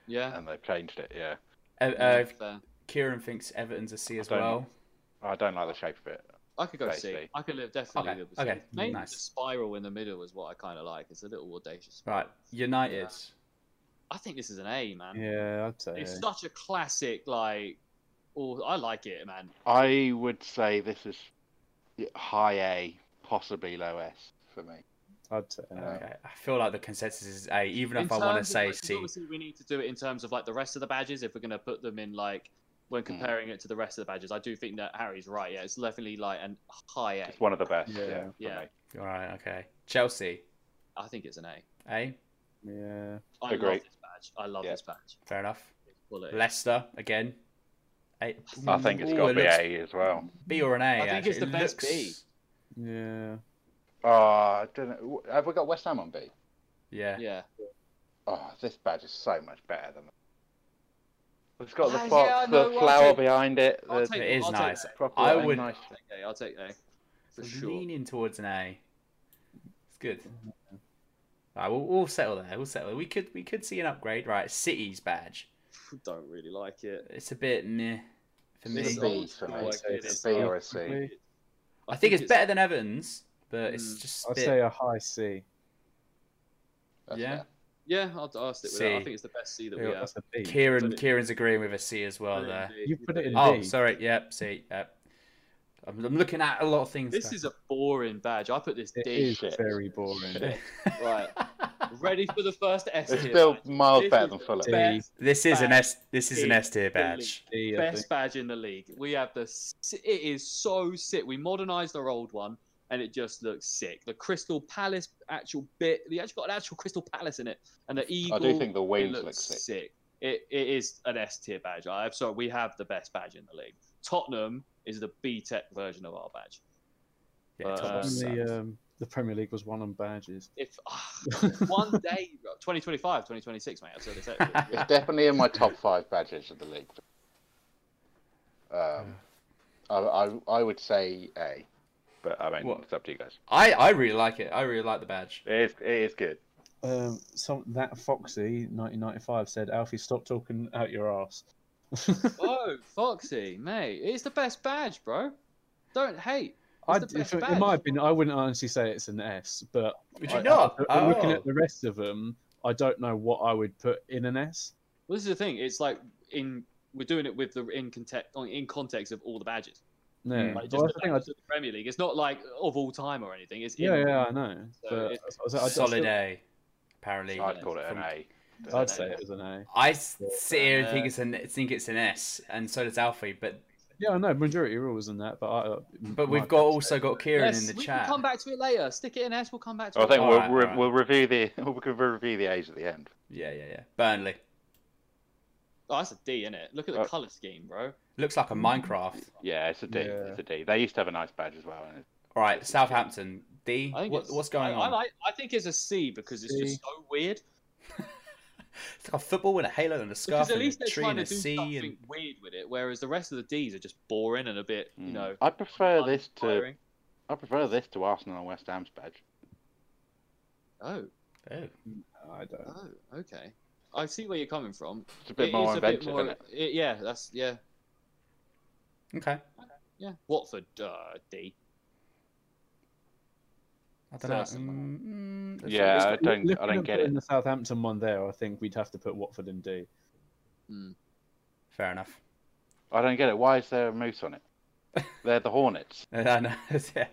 Speaker 1: Yeah.
Speaker 3: and they've changed it. Yeah,
Speaker 2: Uh, uh,
Speaker 1: fair.
Speaker 2: Kieran thinks Everton's a C as
Speaker 3: don't
Speaker 2: well.
Speaker 3: I don't like the shape of it.
Speaker 1: I could go
Speaker 3: Okay,
Speaker 1: C. I
Speaker 3: C.
Speaker 1: could live definitely
Speaker 2: Okay,
Speaker 1: live with
Speaker 2: okay,
Speaker 1: C. Maybe
Speaker 2: nice.
Speaker 1: the spiral in the middle is what I kind of like. It's a little audacious.
Speaker 2: Right, United.
Speaker 1: I think this is an A, man.
Speaker 4: Yeah, I'd say.
Speaker 1: It's such a classic, like. Oh, I like it, man.
Speaker 3: I would say this is high A, possibly low S for me.
Speaker 4: I'd say.
Speaker 2: Okay, I feel like the consensus is A, even if I
Speaker 1: In
Speaker 2: want to
Speaker 1: terms of,
Speaker 2: say
Speaker 1: like, 'cause
Speaker 2: C.
Speaker 1: Obviously, we need to do it in terms of like the rest of the badges if we're going to put them in like when
Speaker 2: Hmm.
Speaker 1: comparing it to the rest of the badges. I do think that Harry's right. Yeah, it's definitely like an high A.
Speaker 3: It's one of the best.
Speaker 4: Yeah.
Speaker 3: Yeah, for
Speaker 1: Yeah.
Speaker 3: me.
Speaker 2: All right, okay. Chelsea,
Speaker 1: I think it's an A.
Speaker 2: A,
Speaker 4: Yeah.
Speaker 1: I
Speaker 3: Agree.
Speaker 1: love this badge. I love
Speaker 3: Yeah.
Speaker 1: this badge.
Speaker 2: fair enough.
Speaker 1: It's quality.
Speaker 2: Leicester again. A.
Speaker 3: I think it's
Speaker 2: Ooh,
Speaker 3: got to
Speaker 2: it
Speaker 3: be
Speaker 2: looks-
Speaker 3: A as well.
Speaker 2: B or an A.
Speaker 1: I think
Speaker 2: actually.
Speaker 1: it's the
Speaker 2: It
Speaker 1: best
Speaker 2: looks-
Speaker 1: B.
Speaker 4: Yeah.
Speaker 3: Oh, I don't know. Have we got West Ham on B?
Speaker 2: Yeah.
Speaker 1: yeah.
Speaker 3: Oh, this badge is so much better than. It's got the
Speaker 1: Ah, yeah,
Speaker 3: fox,
Speaker 1: I know,
Speaker 3: the
Speaker 1: I'll
Speaker 3: flower
Speaker 1: take-
Speaker 3: behind it.
Speaker 1: I'll
Speaker 3: the
Speaker 1: take-
Speaker 2: it is
Speaker 1: I'll take
Speaker 2: nice.
Speaker 1: that.
Speaker 3: proper
Speaker 2: I
Speaker 3: like,
Speaker 2: would-
Speaker 3: nice-
Speaker 1: I'll take A. I'll take A. For
Speaker 2: I'm
Speaker 1: sure.
Speaker 2: Leaning towards an A. It's good.
Speaker 1: Mm-hmm.
Speaker 2: All right, we'll, we'll settle there. We'll settle. We could we could see an upgrade. Right, City's badge.
Speaker 1: Don't really like it.
Speaker 2: It's a bit meh for me.
Speaker 1: It's
Speaker 3: It's
Speaker 1: a
Speaker 3: a
Speaker 1: B
Speaker 3: B for me.
Speaker 1: like it
Speaker 3: It's
Speaker 1: is.
Speaker 3: a B or a C.
Speaker 2: I think it's better than Everton's, but it's
Speaker 1: Mm.
Speaker 2: just a
Speaker 4: I'd
Speaker 2: bit.
Speaker 4: say a high C.
Speaker 3: That's
Speaker 2: Yeah.
Speaker 3: fair.
Speaker 1: Yeah, I'll, I'll stick with that. I
Speaker 2: C.
Speaker 1: think it's the best C that we
Speaker 2: Yeah.
Speaker 1: have.
Speaker 4: That's a B.
Speaker 2: Kieran
Speaker 1: Put it-
Speaker 2: Kieran's agreeing with a C as well
Speaker 1: Put it in
Speaker 2: there.
Speaker 1: B.
Speaker 4: You put it in
Speaker 2: Oh,
Speaker 4: B.
Speaker 2: sorry. Yep. See. Yep. I'm, I'm looking at a lot of things.
Speaker 1: This
Speaker 2: there.
Speaker 1: is a boring badge. I put this
Speaker 4: It
Speaker 1: D.
Speaker 4: is
Speaker 3: shit.
Speaker 4: very boring.
Speaker 1: Right. Ready for the first S
Speaker 3: It's
Speaker 1: tier
Speaker 3: still
Speaker 1: badge.
Speaker 3: miles
Speaker 1: This
Speaker 3: better
Speaker 1: is
Speaker 3: than
Speaker 1: the
Speaker 3: Fulham.
Speaker 4: D.
Speaker 1: Best,
Speaker 2: this is an
Speaker 1: Badge
Speaker 2: S. This is an
Speaker 1: in
Speaker 2: S tier badge.
Speaker 1: league.
Speaker 4: D, I think.
Speaker 1: best badge in the league. We have the. s- It is so sick. We modernised our old one, and and it just looks sick. The Crystal Palace actual bit, the actual got an actual Crystal Palace in it, and the eagle.
Speaker 3: I do think the
Speaker 1: it
Speaker 3: wings
Speaker 1: looks
Speaker 3: look sick.
Speaker 1: It, it is an S tier badge. I'm sorry, we have the best badge in the league. Tottenham is the B Tech version of our badge.
Speaker 2: Yeah,
Speaker 1: Uh,
Speaker 2: Tottenham
Speaker 4: When
Speaker 2: sucks.
Speaker 4: the, um, the Premier League was won on badges.
Speaker 1: If ah, one day, bro, 2025, 2026, mate. I've said this. every year.
Speaker 3: It's definitely in my top five badges of the league. Um, I, I I would say A, but I mean
Speaker 2: What?
Speaker 3: it's up to you guys.
Speaker 2: I, I really like it. I really like the badge.
Speaker 3: It is, it is good.
Speaker 4: Um, some that Foxy 1995 said, "Alfie, stop talking out your ass."
Speaker 1: Whoa, Foxy, mate. It's the best badge, bro. Don't hate.
Speaker 4: I,
Speaker 1: It's the
Speaker 4: if,
Speaker 1: best
Speaker 4: in
Speaker 1: badge.
Speaker 4: my opinion, I wouldn't honestly say it's an S, but
Speaker 2: Would
Speaker 4: I-
Speaker 2: you not?
Speaker 4: I, am looking
Speaker 2: Oh.
Speaker 4: at the rest of them, I don't know what I would put in an S.
Speaker 1: Well, this is the thing. It's like in we're doing it with the in context in context of all the badges.
Speaker 4: No,
Speaker 2: Hmm.
Speaker 1: Like
Speaker 4: but
Speaker 1: just
Speaker 4: I
Speaker 1: the
Speaker 4: think I,
Speaker 1: badges of the Premier League. It's not like of all time or anything. It's
Speaker 4: yeah,
Speaker 1: in,
Speaker 4: yeah, I know.
Speaker 1: So
Speaker 4: but
Speaker 1: it's-
Speaker 4: I was- I- I
Speaker 2: Solid
Speaker 4: still-
Speaker 2: A, apparently.
Speaker 3: I'd call it an
Speaker 2: From-
Speaker 3: A.
Speaker 4: I'd say it was an A.
Speaker 2: I s- sit here and think
Speaker 1: Uh,
Speaker 2: it's an think it's an S, and so does Alfie. But
Speaker 4: Yeah, I know majority rules and that, but I, uh,
Speaker 2: but we've got also got Kieran
Speaker 1: Yes,
Speaker 2: in the
Speaker 1: we
Speaker 2: chat.
Speaker 1: can come back to it later. Stick it in S. We'll come back to
Speaker 3: I
Speaker 1: it.
Speaker 3: think
Speaker 1: later.
Speaker 3: we'll,
Speaker 2: Alright,
Speaker 3: we'll,
Speaker 2: alright.
Speaker 3: we'll review the we can review the A's at the end.
Speaker 2: Yeah, yeah, yeah. Burnley
Speaker 1: Oh, that's a D, isn't it? Look at the
Speaker 3: Uh,
Speaker 1: color scheme, bro.
Speaker 2: looks like a
Speaker 4: Mm-hmm.
Speaker 2: Minecraft.
Speaker 3: Yeah, it's a D.
Speaker 4: Yeah.
Speaker 3: It's a D. They used to have a nice badge as well. And it-
Speaker 2: All right, Southampton D.
Speaker 1: I think
Speaker 2: What,
Speaker 1: it's-
Speaker 2: what's going
Speaker 1: I,
Speaker 2: on?
Speaker 1: I, like, I think it's a C because it's
Speaker 4: C.
Speaker 1: just so weird.
Speaker 2: It's like a football with a halo and a
Speaker 1: Because
Speaker 2: scarf
Speaker 1: at
Speaker 2: and a
Speaker 1: least they're
Speaker 2: tree
Speaker 1: trying
Speaker 2: and
Speaker 1: to
Speaker 2: a
Speaker 1: do
Speaker 2: sea.
Speaker 1: something
Speaker 2: And...
Speaker 1: weird with it, whereas the rest of the D's are just boring and a bit, you
Speaker 3: Mm.
Speaker 1: know.
Speaker 3: I prefer this to
Speaker 1: uninspiring.
Speaker 3: I prefer this to Arsenal and West Ham's badge.
Speaker 1: Oh,
Speaker 2: Oh,
Speaker 4: I don't.
Speaker 1: oh, okay. I see where you're coming from.
Speaker 3: It's a bit
Speaker 1: It
Speaker 3: more
Speaker 1: is a bit
Speaker 3: inventive,
Speaker 1: more-
Speaker 3: isn't it?
Speaker 1: it- yeah, that's yeah,
Speaker 2: oh, okay.
Speaker 1: yeah. Watford uh, D.
Speaker 2: I don't know.
Speaker 1: Southampton.
Speaker 2: Mm, mm, it's-
Speaker 3: Yeah,
Speaker 2: it's-
Speaker 3: I don't- I don't get it.
Speaker 4: In the Southampton one there, I think we'd have to put Watford in D.
Speaker 2: fair enough.
Speaker 3: I don't get it. Why is there a moose on it? They're the Hornets.
Speaker 2: I know. yeah.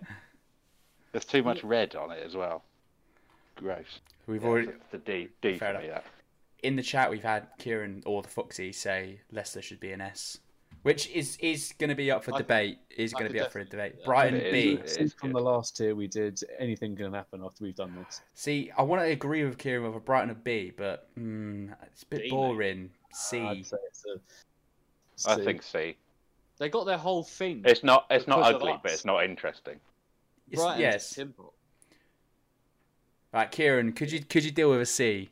Speaker 3: There's too much red on it as well. Gross.
Speaker 2: We've
Speaker 3: Yeah,
Speaker 2: already
Speaker 3: it's the D D
Speaker 2: Fair
Speaker 3: for me, that.
Speaker 2: in the chat we've had Kieran or the Foxy say Leicester should be an S, which is is going to be up for
Speaker 1: I-
Speaker 2: debate. Is
Speaker 1: I
Speaker 2: going
Speaker 1: could
Speaker 2: to be up for a
Speaker 1: definitely
Speaker 2: debate.
Speaker 1: do that.
Speaker 2: Brighton
Speaker 3: It
Speaker 2: B.
Speaker 3: is.
Speaker 4: Since from the last tier we did, anything can happen after we've done this.
Speaker 2: See, I want to agree with Kieran with a Brighton a B, but mm, it's a bit
Speaker 1: D, mate.
Speaker 2: boring. C.
Speaker 4: I'd say it's a
Speaker 3: I
Speaker 4: C.
Speaker 3: think C.
Speaker 1: They got their whole thing.
Speaker 3: It's not. It's not
Speaker 1: Because of
Speaker 3: ugly,
Speaker 1: us.
Speaker 3: but it's not interesting.
Speaker 2: It's-
Speaker 1: Brighton's
Speaker 2: yes.
Speaker 1: simple.
Speaker 2: Right, Kieran, could you could you deal with a C?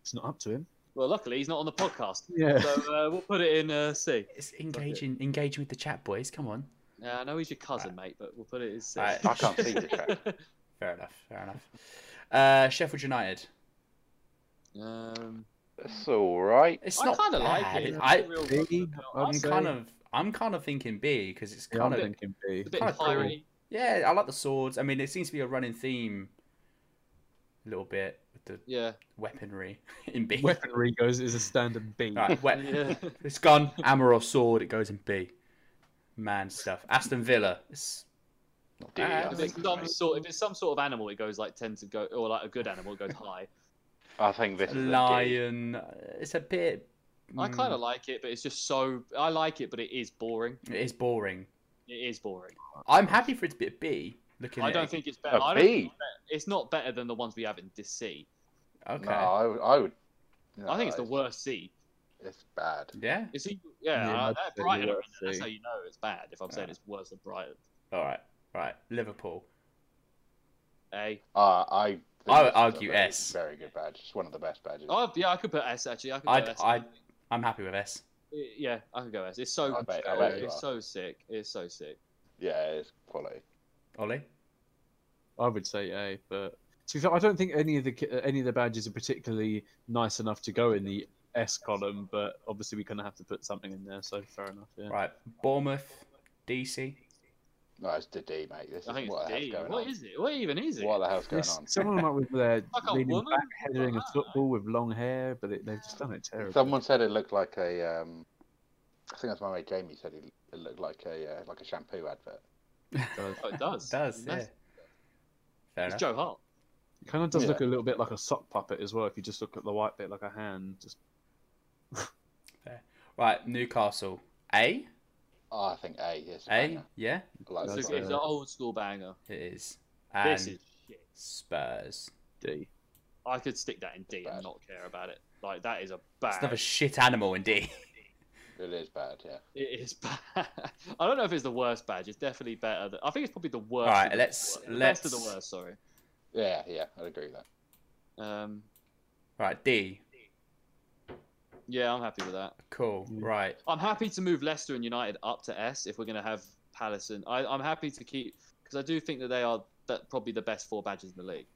Speaker 4: it's not up to him.
Speaker 1: Well, luckily he's not on the podcast,
Speaker 4: Yeah.
Speaker 1: so uh, we'll put it in uh, C.
Speaker 2: It's engaging, engaging with the chat, boys. Come on.
Speaker 1: Uh, I know he's your cousin, mate, but we'll put it as C.
Speaker 2: Alright.
Speaker 3: I can't see the chat.
Speaker 2: Fair enough. Fair enough. Uh, Sheffield United.
Speaker 1: um,
Speaker 3: It's all right.
Speaker 2: It's
Speaker 1: I
Speaker 2: not
Speaker 1: kind of like
Speaker 2: bad.
Speaker 1: it. It's
Speaker 2: I,
Speaker 1: a real-
Speaker 4: B,
Speaker 2: I'm
Speaker 4: I'd say.
Speaker 2: kind of I'm kind of thinking B because it's
Speaker 4: Yeah, I'm
Speaker 2: kind of
Speaker 4: thinking B.
Speaker 1: it's a bit
Speaker 2: kinda cool.
Speaker 1: fiery.
Speaker 2: Yeah, I like the swords. I mean, it seems to be a running theme a little bit with the
Speaker 1: Yeah.
Speaker 2: weaponry in B.
Speaker 4: Weaponry goes is a standard B.
Speaker 2: Right, we-
Speaker 1: yeah.
Speaker 2: it's gone. Armor or sword, it goes in B. Man stuff. Aston Villa. It's not
Speaker 3: D, I
Speaker 2: bad.
Speaker 1: If
Speaker 3: think
Speaker 1: it's,
Speaker 3: so,
Speaker 1: some
Speaker 3: mate.
Speaker 1: sort, if it's some sort of animal, it goes like tend to go, or like a good animal, it goes high.
Speaker 3: I think this is a D.
Speaker 2: Lion. Uh, It's a bit.
Speaker 1: I kind
Speaker 2: mm,
Speaker 1: of like it, but it's just so. I like it, but it is boring.
Speaker 2: It is boring.
Speaker 1: It is boring.
Speaker 2: I'm happy for it to be a B. Looking
Speaker 1: I
Speaker 2: at
Speaker 1: don't
Speaker 2: it.
Speaker 1: think it's better.
Speaker 3: A
Speaker 1: I don't think
Speaker 3: B.
Speaker 1: it's better- it's not better than the ones we have in this C.
Speaker 2: Okay.
Speaker 3: No, I, would- I would.
Speaker 1: I think it's the
Speaker 3: no,
Speaker 1: worst C.
Speaker 3: It's bad.
Speaker 2: Yeah.
Speaker 1: Is he? Yeah,
Speaker 4: Yeah,
Speaker 1: uh,
Speaker 4: I'd
Speaker 1: they're
Speaker 4: say
Speaker 1: Brighton. are in
Speaker 4: worst
Speaker 1: there, That's
Speaker 4: C.
Speaker 1: how you know it's bad. If I'm saying
Speaker 2: Yeah.
Speaker 1: it's worse than Brighton,
Speaker 2: All right. Right. Liverpool.
Speaker 1: A.
Speaker 3: Uh, I. think
Speaker 2: I would
Speaker 3: this is a
Speaker 2: argue
Speaker 3: very-
Speaker 2: S.
Speaker 3: Very good badge. It's one of the best badges.
Speaker 1: Oh yeah, I could put S actually. I could go
Speaker 2: I'd-
Speaker 1: S. Eh,
Speaker 2: I'd- I'm happy with S.
Speaker 1: Yeah, I could go S. It's so.
Speaker 3: I bet- I
Speaker 1: oh,
Speaker 3: bet you
Speaker 1: it's
Speaker 3: are.
Speaker 1: so sick. It's so sick.
Speaker 3: Yeah, it's quality.
Speaker 2: Ollie.
Speaker 4: I would say A, but to be fair, I don't think any of the ki- uh, any of the badges are particularly nice enough to go in the S column. But obviously, we kind of have to put something in there. So fair enough. Yeah.
Speaker 2: Right. Bournemouth. DC.
Speaker 3: No, it's the D, mate. This
Speaker 1: I
Speaker 3: is
Speaker 1: think
Speaker 3: what
Speaker 1: it's
Speaker 3: the hell's
Speaker 1: D.
Speaker 3: going
Speaker 1: What
Speaker 3: on.
Speaker 1: is it? What even is it?
Speaker 3: What the hell's going
Speaker 4: There's
Speaker 3: on?
Speaker 4: Someone up with their
Speaker 1: Like a
Speaker 4: leaning
Speaker 1: woman?
Speaker 4: back, headering a
Speaker 1: Wow.
Speaker 4: football with long hair, but it, they've just done it terribly.
Speaker 3: Someone said it looked like a. Um, I think that's my mate Jamie said it it looked like a uh, like a shampoo advert.
Speaker 4: does.
Speaker 1: Oh, it does.
Speaker 2: does. Yeah.
Speaker 1: That's-
Speaker 2: Fair
Speaker 1: It's
Speaker 2: enough.
Speaker 1: Joe Hart.
Speaker 4: It kind of does
Speaker 3: Yeah.
Speaker 4: look a little bit like a sock puppet as well. If you just look at the white bit, like a hand, just
Speaker 2: Right, Newcastle. A?
Speaker 3: Oh, I think A. Yes.
Speaker 2: Eh? Yeah,
Speaker 3: I like
Speaker 1: It's,
Speaker 3: this
Speaker 4: That's
Speaker 1: a,
Speaker 4: it.
Speaker 3: one.
Speaker 1: it's an old school banger.
Speaker 2: it is. And
Speaker 1: This is shit.
Speaker 2: Spurs.
Speaker 4: D.
Speaker 1: I could stick that in D
Speaker 3: Bad.
Speaker 1: and not care about it. Like that is a bad.
Speaker 2: It's another shit animal indeed.
Speaker 3: It is bad. Yeah.
Speaker 1: it is bad. I don't know if it's the worst badge. It's definitely better. Than, I think it's probably the worst.
Speaker 2: Alright,
Speaker 1: of the
Speaker 2: let's-
Speaker 1: wor- the best of the
Speaker 2: let's-
Speaker 1: worst. Sorry.
Speaker 3: Yeah. Yeah. I'd agree with that.
Speaker 1: Um.
Speaker 2: Right, D.
Speaker 1: Yeah, I'm happy with that.
Speaker 2: Cool.
Speaker 4: Mm.
Speaker 2: Right.
Speaker 1: I'm happy to move Leicester and United up to S if we're going to have Palace and I, I'm happy to keep because I do think that they are that probably the best four badges in the league.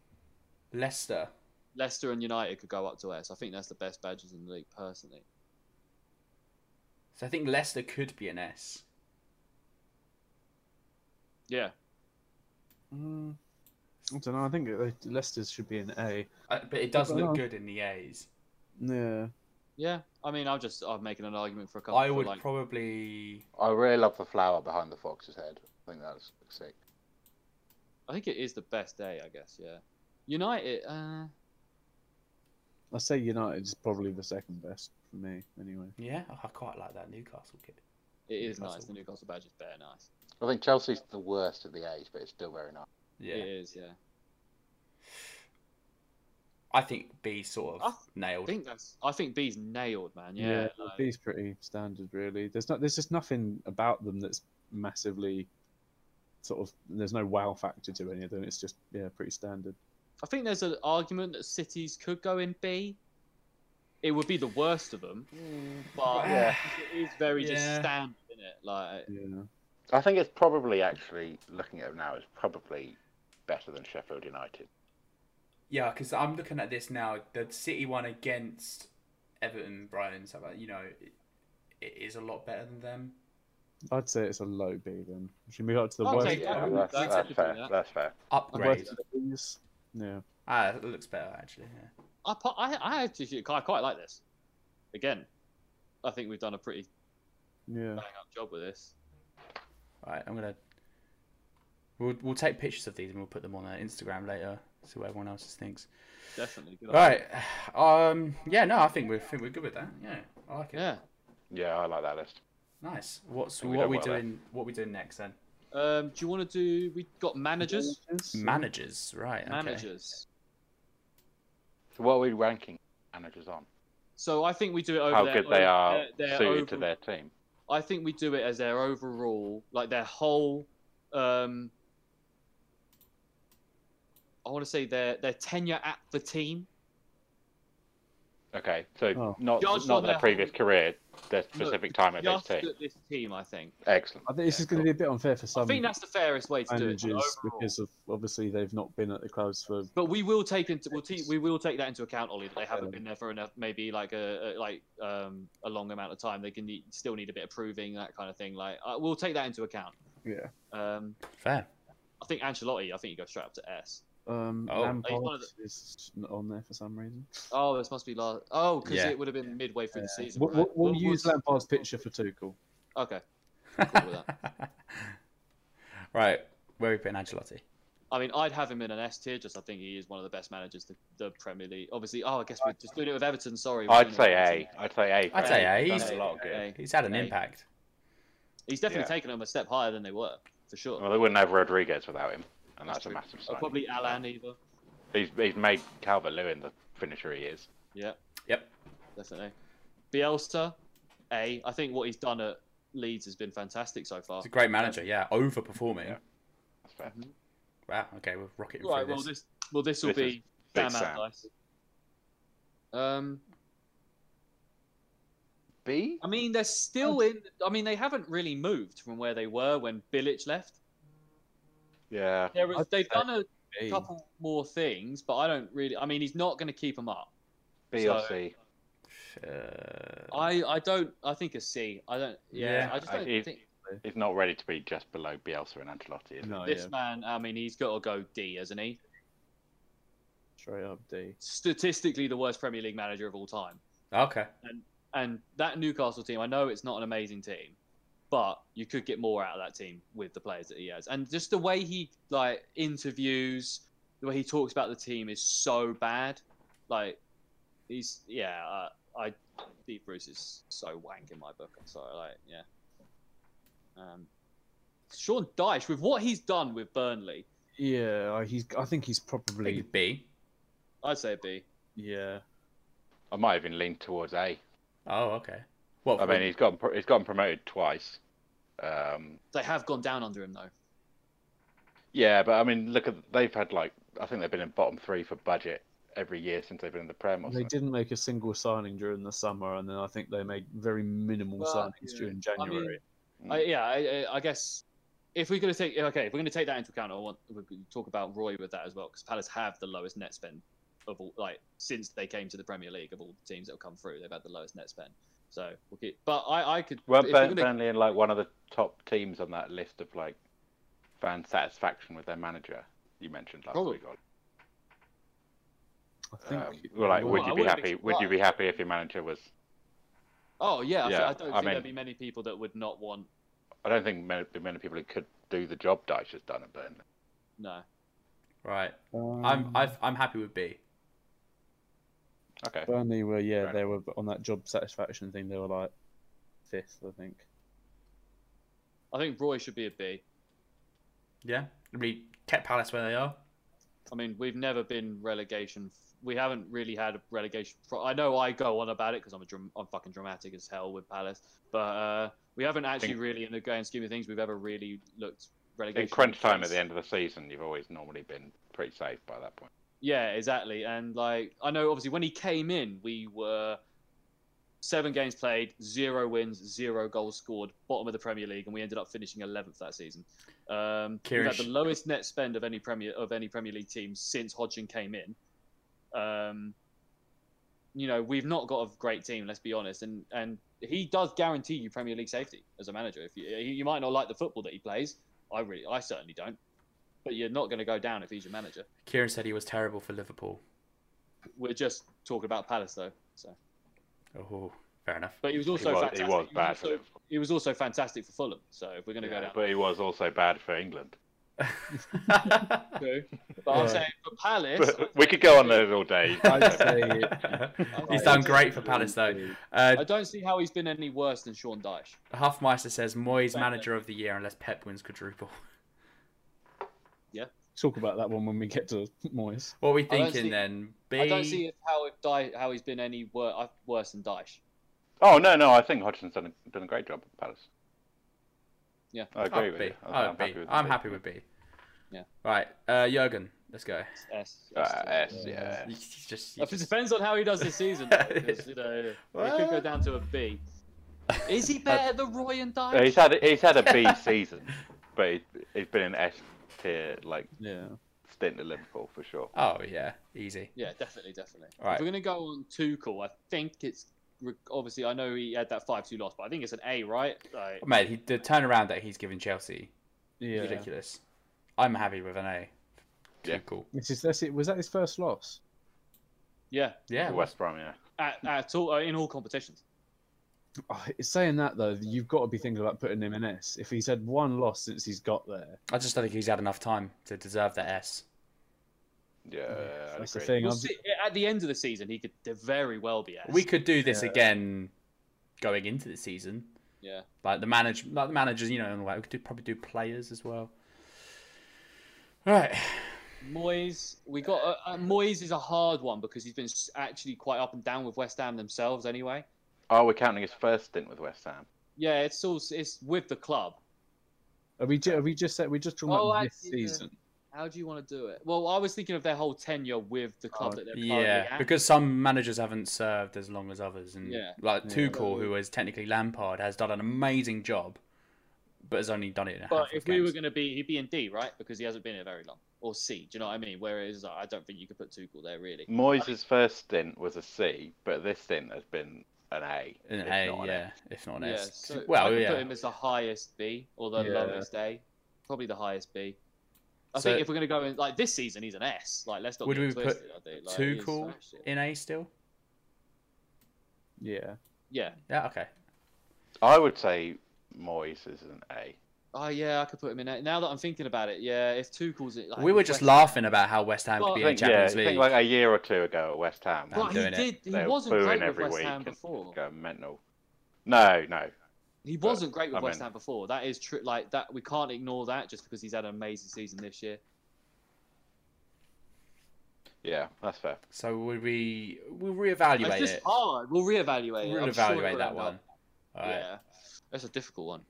Speaker 2: Leicester.
Speaker 1: Leicester and United could go up to S. I think that's the best badges in the league personally.
Speaker 2: So I think Leicester could be an S.
Speaker 1: Yeah,
Speaker 4: Mm, I don't know. I think it- Leicester's should be an A.
Speaker 2: Uh, but it does
Speaker 4: I don't
Speaker 2: look
Speaker 4: know.
Speaker 2: good in the A's.
Speaker 4: Yeah.
Speaker 1: yeah. I mean, I'm just I'm making an argument for a couple.
Speaker 2: I
Speaker 1: for
Speaker 2: would
Speaker 1: like,
Speaker 2: probably.
Speaker 3: I really love the flower behind the fox's head. I think that's sick.
Speaker 1: I think it is the best day, I guess. Yeah, United. Uh,
Speaker 4: I say United is probably the second best for me, anyway.
Speaker 2: Yeah, oh, I quite like that Newcastle kid.
Speaker 1: it is
Speaker 2: Newcastle.
Speaker 1: nice. The Newcastle badge is bare nice.
Speaker 3: I think Chelsea's the worst of the A's, but it's still very nice.
Speaker 1: It is. Yeah,
Speaker 2: I think B sort of
Speaker 1: I I
Speaker 2: nailed.
Speaker 1: think that's. I think B's nailed, man. Yeah. like-
Speaker 4: B's pretty standard, really. There's not. There's just nothing about them that's massively sort of. There's no wow factor to any of them. It's just yeah, pretty standard.
Speaker 1: I think there's an argument that cities could go in B. It would be the worst of them, but
Speaker 2: Yeah.
Speaker 1: it is very just
Speaker 2: Yeah.
Speaker 1: standard in it. Like,
Speaker 4: Yeah.
Speaker 3: I think it's probably actually looking at it now is probably better than Sheffield United.
Speaker 2: Yeah, because I'm looking at this now. The City one against Everton, Brighton, so you know, it, it is a lot better than them.
Speaker 4: I'd say it's a low B then. Should we move up to the
Speaker 1: I'll
Speaker 4: worst?
Speaker 1: take that.
Speaker 3: Yeah,
Speaker 1: Yeah,
Speaker 3: that's,
Speaker 1: that's-
Speaker 3: that's
Speaker 1: that's
Speaker 3: fair.
Speaker 1: that.
Speaker 3: That's fair.
Speaker 4: the
Speaker 2: Upgrade.
Speaker 4: worst of the Bs? Yeah.
Speaker 2: Ah, it looks better actually. Yeah.
Speaker 1: I, pu- I, I actually I quite like this. Again, I think we've done a pretty
Speaker 4: Yeah.
Speaker 1: bang up job with this.
Speaker 2: All right, I'm gonna. We'll we'll take pictures of these and we'll put them on our Instagram later. See what everyone else thinks.
Speaker 1: Definitely. Good idea.
Speaker 2: Right. Um. Yeah. No, I think we're think we're good with that. Yeah. I like it.
Speaker 1: Yeah.
Speaker 3: Yeah, I like that list.
Speaker 2: Nice. What's
Speaker 3: We
Speaker 2: what
Speaker 3: done
Speaker 2: we
Speaker 3: well there.
Speaker 2: doing? What we doing next then?
Speaker 1: Um, do you want to do? We got managers.
Speaker 2: Managers. Right. Okay.
Speaker 1: Managers.
Speaker 3: So what are we ranking managers on?
Speaker 1: So I think we do it Oh, over
Speaker 3: How
Speaker 1: their,
Speaker 3: good they are
Speaker 1: their- their
Speaker 3: suited to
Speaker 1: overall-
Speaker 3: their team.
Speaker 1: I think we do it as their overall, like their whole. Um, I want to say their their tenure at the team.
Speaker 3: Okay, so
Speaker 4: Oh.
Speaker 3: not
Speaker 1: Judged
Speaker 3: not
Speaker 1: on
Speaker 3: their
Speaker 1: their
Speaker 3: previous
Speaker 1: whole-
Speaker 3: career, their specific time at this
Speaker 1: Just
Speaker 3: team.
Speaker 1: at this team, I think.
Speaker 3: Excellent.
Speaker 4: I think this
Speaker 3: Yeah,
Speaker 4: is going
Speaker 3: cool.
Speaker 4: to be a bit unfair for
Speaker 1: I
Speaker 4: some
Speaker 1: think that's the fairest way to do it.
Speaker 4: managers
Speaker 1: but overall.
Speaker 4: because of obviously they've not been at the clubs for.
Speaker 1: But we will take into we'll te- we will take that into account, Ollie. That they haven't
Speaker 4: Yeah.
Speaker 1: been there for enough, maybe like a, a like um a long amount of time. They can need, still need a bit of proving that kind of thing. Like uh, we'll take that into account.
Speaker 4: Yeah.
Speaker 1: Um,
Speaker 2: Fair.
Speaker 1: I think Ancelotti. I think he goes straight up to S.
Speaker 4: Um,
Speaker 2: Oh.
Speaker 4: Lampard
Speaker 1: He's one of
Speaker 4: is not on there for some reason.
Speaker 1: Oh, this must be last. Oh, because
Speaker 2: Yeah.
Speaker 1: it would have been midway through the season.
Speaker 4: We'll,
Speaker 1: right?
Speaker 4: we'll, we'll use
Speaker 1: we'll-
Speaker 4: Lampard's picture for Tuchel.
Speaker 1: Okay. I'm cool with that.
Speaker 2: right. Where are we putting Angelotti?
Speaker 1: I mean, I'd have him in an S tier. Just I think he is one of the best managers the, the Premier League. Obviously, oh, I guess we're just doing it with Everton. Sorry,
Speaker 3: I'd say A. I'd say A.
Speaker 2: I'd
Speaker 3: for
Speaker 2: say
Speaker 3: A.
Speaker 2: A.
Speaker 3: He's
Speaker 2: He's-
Speaker 3: done a lot of good.
Speaker 1: A.
Speaker 2: He's had an
Speaker 1: A.
Speaker 2: impact.
Speaker 1: He's definitely
Speaker 3: Yeah.
Speaker 1: taken them a step higher than they were for sure.
Speaker 3: Well, they wouldn't have Rodriguez without him, and
Speaker 1: That's
Speaker 3: that's, a
Speaker 1: true.
Speaker 3: massive
Speaker 1: Or
Speaker 3: sign.
Speaker 1: probably Alan either.
Speaker 3: He's, he's made Calvert Lewin the finisher he is.
Speaker 1: Yeah,
Speaker 2: Yep.
Speaker 1: definitely. Bielsa, A. I think what he's done at Leeds has been fantastic so far.
Speaker 2: He's a great manager. Yeah. Overperforming.
Speaker 3: Yeah. That's fair.
Speaker 2: Wow. Okay. We're rocketing
Speaker 1: Right.
Speaker 2: through
Speaker 1: Well,
Speaker 2: this.
Speaker 1: this well this will
Speaker 3: This is
Speaker 1: be Sam
Speaker 3: Sam.
Speaker 1: Allardyce. Um,
Speaker 3: B?
Speaker 1: I mean, they're still in. I mean, they haven't really moved from where they were when Bilic left.
Speaker 3: Yeah.
Speaker 1: There is,
Speaker 4: I'd
Speaker 1: they've
Speaker 4: say
Speaker 1: done a
Speaker 4: B.
Speaker 1: couple more things, but I don't really. I mean, he's not going to keep them up.
Speaker 3: B or
Speaker 1: So-
Speaker 3: C.
Speaker 2: Uh,
Speaker 1: I, I don't. I think a C. I don't. Yeah.
Speaker 2: Yeah.
Speaker 1: I just
Speaker 3: I-
Speaker 1: don't
Speaker 3: it-
Speaker 1: think
Speaker 3: He's not ready to be just below Bielsa and Ancelotti. Is he?
Speaker 4: No,
Speaker 1: this
Speaker 4: oh, yeah,
Speaker 1: man. I mean, he's got to go D, hasn't he?
Speaker 4: straight up D.
Speaker 1: Statistically, the worst Premier League manager of all time.
Speaker 2: okay.
Speaker 1: And that Newcastle team, I know it's not an amazing team, but you could get more out of that team with the players that he has. And just the way he like interviews, the way he talks about the team is so bad. Like he's yeah, uh, I Steve Bruce is so wank in my book. I'm sorry, like yeah. Um, Sean Dyche, with what he's done with Burnley,
Speaker 4: Yeah, I- he's. I think he's probably.
Speaker 2: Think B.
Speaker 1: I'd say a B.
Speaker 4: yeah,
Speaker 3: I might even lean towards A.
Speaker 2: Oh, okay. What?
Speaker 3: I mean, he's gotten pro- he's gotten promoted twice. Um,
Speaker 1: They have gone down under him though.
Speaker 3: yeah, but I mean, look at they've had like I think they've been in bottom three for budget every year since they've been in the Prem. Or
Speaker 4: they
Speaker 3: something.
Speaker 4: didn't make a single signing during the summer, and then I think they made very minimal
Speaker 1: Well,
Speaker 4: signings
Speaker 1: yeah.
Speaker 4: during
Speaker 1: I mean,
Speaker 4: January.
Speaker 1: I, yeah, I, I- I guess if we're going to take okay, if we're going to take that into account, I want we can talk about Roy with that as well because Palace have the lowest net spend of all like since they came to the Premier League of all the teams that have come through, they've had the lowest net spend. So we'll keep, but I, I could
Speaker 3: Well,
Speaker 1: if we're
Speaker 3: Burn-
Speaker 1: gonna-
Speaker 3: Burnley in like one of the top teams on that list of like fan satisfaction with their manager you mentioned last
Speaker 1: Probably.
Speaker 3: week. Ollie.
Speaker 4: I think.
Speaker 3: Um, well, like,
Speaker 1: Well,
Speaker 3: would
Speaker 1: I
Speaker 3: you be
Speaker 1: wouldn't be
Speaker 3: happy? Would you be
Speaker 1: surprised.
Speaker 3: happy if your manager was?
Speaker 1: oh yeah, I
Speaker 3: Yeah,
Speaker 1: I don't think
Speaker 3: I mean-
Speaker 1: there'd be many people that would not want
Speaker 3: I don't think many, many people who could do the job Dyche has done at Burnley.
Speaker 1: no.
Speaker 2: right. I'm.
Speaker 4: Um,
Speaker 2: I've, I'm happy with B.
Speaker 3: Okay.
Speaker 4: Burnley were yeah
Speaker 3: Right.
Speaker 4: they were on that job satisfaction thing they were like fifth I think
Speaker 1: I think Roy should be a B.
Speaker 2: Yeah. We kept Palace where they are.
Speaker 1: I mean, we've never been relegation. We haven't really had a relegation. Pro- I know I go on about it because I'm a dram- I'm fucking dramatic as hell with Palace, but uh, we haven't actually
Speaker 3: Think-
Speaker 1: really, in the grand scheme of things, we've ever really looked relegation.
Speaker 3: In crunch time at
Speaker 1: threats.
Speaker 3: the end of the season, you've always normally been pretty safe by that point.
Speaker 1: Yeah, exactly. And like I know, obviously, when he came in, we were seven games played, zero wins, zero goals scored, bottom of the Premier League, and we ended up finishing eleventh that season. Um, we had
Speaker 2: Kirish.
Speaker 1: the lowest net spend of any Premier of any Premier League team since Hodgson came in. Um, you know, we've not got a great team. Let's be honest, and and he does guarantee you Premier League safety as a manager. If you you might not like the football that he plays, I really, I certainly don't. But you're not going to go down if he's your manager
Speaker 2: Kieran said he was terrible for Liverpool.
Speaker 1: we're just talking about Palace though. So,
Speaker 2: Oh, fair enough.
Speaker 1: but he was also
Speaker 3: he was, he
Speaker 1: fantastic.
Speaker 3: was bad for
Speaker 1: also,
Speaker 3: Liverpool,
Speaker 1: he was also fantastic for Fulham. So if we're going to
Speaker 3: yeah,
Speaker 1: go down,
Speaker 3: but he was also bad for England.
Speaker 1: two. But I'm
Speaker 4: Yeah.
Speaker 1: saying for Palace,
Speaker 3: But we could go on those all day.
Speaker 4: I'd say
Speaker 2: He's done great for Palace though. Uh,
Speaker 1: I don't see how he's been any worse than Sean Dyche.
Speaker 2: Huffmeister says Moyes manager of the year unless Pep wins quadruple.
Speaker 4: talk about that one when we get to Moyes
Speaker 2: What are we
Speaker 1: don't
Speaker 2: thinking
Speaker 1: see-
Speaker 2: then? B.
Speaker 1: I don't see how if Dy how he's been any wor- uh, worse than Dyche.
Speaker 3: oh no, no, I think Hodgson's done a, done a great job at Palace.
Speaker 1: Yeah.
Speaker 3: I
Speaker 2: Oh,
Speaker 3: agree with
Speaker 2: B.
Speaker 3: you. I-
Speaker 2: Oh, B. I'm happy with B.
Speaker 1: Yeah.
Speaker 2: Right, uh, Jurgen, let's go.
Speaker 1: It's S.
Speaker 3: Uh,
Speaker 1: S.
Speaker 3: S, yeah.
Speaker 2: He's just,
Speaker 1: It depends on how he does this season, though, because you know it could go
Speaker 2: Well-
Speaker 1: down to a B. Is he better than Roy and
Speaker 3: Uh, He's
Speaker 1: Dyche?
Speaker 3: had he's had a B season, but he's, he's been an S tier like
Speaker 4: yeah
Speaker 3: stint at Liverpool for sure.
Speaker 2: oh yeah, easy.
Speaker 1: Yeah, definitely, definitely.
Speaker 2: All right.
Speaker 1: If we're gonna go on Tuchel, I think it's obviously I know he had that five two loss, but I think it's an A, right? Like,
Speaker 2: Mate, he, the turnaround that he's given Chelsea,
Speaker 4: yeah
Speaker 2: ridiculous. I'm happy with an A.
Speaker 3: Yeah.
Speaker 2: Cool.
Speaker 4: this is that's it was that his first loss
Speaker 1: yeah,
Speaker 2: Yeah.
Speaker 3: West Brom, yeah.
Speaker 1: at, at all uh, in all competitions.
Speaker 4: oh, it's saying that though you've got to be thinking about putting him in S if he's had one loss since he's got there
Speaker 2: I just don't think he's had enough time to deserve the S.
Speaker 3: Yeah, I'd
Speaker 4: that's the
Speaker 3: agree.
Speaker 4: thing
Speaker 1: We'll
Speaker 4: I'm-
Speaker 1: see, at the end of the season, he could very well be S.
Speaker 2: We could do this
Speaker 4: Yeah.
Speaker 2: again going into the season.
Speaker 1: yeah,
Speaker 2: Like the manage, like the managers, you know, and like we could do, probably do players as well. Right.
Speaker 1: Moyes. We got uh, uh, Moyes is a hard one because he's been s- actually quite up and down with West Ham themselves anyway.
Speaker 3: Oh, we're counting his first stint with West Ham.
Speaker 1: Yeah, it's all it's with the club.
Speaker 4: are we ju- are we just are we just talking
Speaker 1: Oh,
Speaker 4: about
Speaker 1: I
Speaker 4: this
Speaker 1: see, yeah.
Speaker 4: season
Speaker 1: How do you want to do it? Well, I was thinking of their whole tenure with the club
Speaker 4: Oh,
Speaker 1: that they're currently
Speaker 2: Yeah,
Speaker 1: at.
Speaker 2: because some managers haven't served as long as others, and
Speaker 1: Yeah.
Speaker 2: like
Speaker 4: Yeah.
Speaker 2: Tuchel, who is technically Lampard, has done an amazing job, but has only done it in a
Speaker 1: But
Speaker 2: handful
Speaker 1: if
Speaker 2: of
Speaker 1: we were
Speaker 2: games.
Speaker 1: going to be, he'd be in D, right? Because he hasn't been here very long. Or C, do you know what I mean? Whereas like, I don't think you could put Tuchel there, really.
Speaker 3: Moyes' first stint was a C, but this stint has been an A.
Speaker 2: An
Speaker 3: if
Speaker 2: A,
Speaker 3: not an
Speaker 2: yeah, if not an
Speaker 1: Yeah,
Speaker 2: S.
Speaker 1: so I
Speaker 2: well,
Speaker 1: could
Speaker 2: yeah,
Speaker 1: put him as the highest B or the
Speaker 4: Yeah.
Speaker 1: lowest A. Probably the highest B. I
Speaker 2: So-
Speaker 1: think if we're going to go in, like this season, he's an S. Like, let's not
Speaker 2: Would
Speaker 1: get
Speaker 2: we
Speaker 1: it
Speaker 2: put
Speaker 1: twisted, I think. Like, he's
Speaker 2: Tuchel
Speaker 1: smashed it.
Speaker 2: in A still.
Speaker 4: yeah
Speaker 1: Yeah.
Speaker 2: Yeah, okay.
Speaker 3: I would say Moyes is an A.
Speaker 1: Oh, yeah, I could put him in A. Now that I'm thinking about it, yeah, if Tuchel's it. Like,
Speaker 2: we were just
Speaker 1: West-
Speaker 2: laughing about how West Ham
Speaker 1: Well,
Speaker 2: could be
Speaker 3: I
Speaker 2: in the
Speaker 3: think, yeah, I
Speaker 2: Champions League.
Speaker 3: think like a year or two ago at West Ham,
Speaker 2: Well,
Speaker 1: But he
Speaker 2: doing it.
Speaker 1: did. He
Speaker 3: they were
Speaker 1: wasn't
Speaker 3: booing
Speaker 1: great with
Speaker 3: every
Speaker 1: West
Speaker 3: week
Speaker 1: Ham
Speaker 3: and
Speaker 1: before.
Speaker 3: going mental. No, no,
Speaker 1: He wasn't great with
Speaker 3: I
Speaker 1: West
Speaker 3: mean-
Speaker 1: Ham before. That is true. Like that, we can't ignore that just because he's had an amazing season this year.
Speaker 3: Yeah, that's fair.
Speaker 2: So would we we'll
Speaker 1: It's
Speaker 2: reevaluate
Speaker 1: just
Speaker 2: it.
Speaker 1: hard. We'll reevaluate.
Speaker 2: We'll
Speaker 1: it. I'm sure
Speaker 2: reevaluate
Speaker 1: we'll
Speaker 2: that
Speaker 1: end
Speaker 2: one.
Speaker 1: up-
Speaker 2: All right.
Speaker 1: Yeah, that's a difficult one.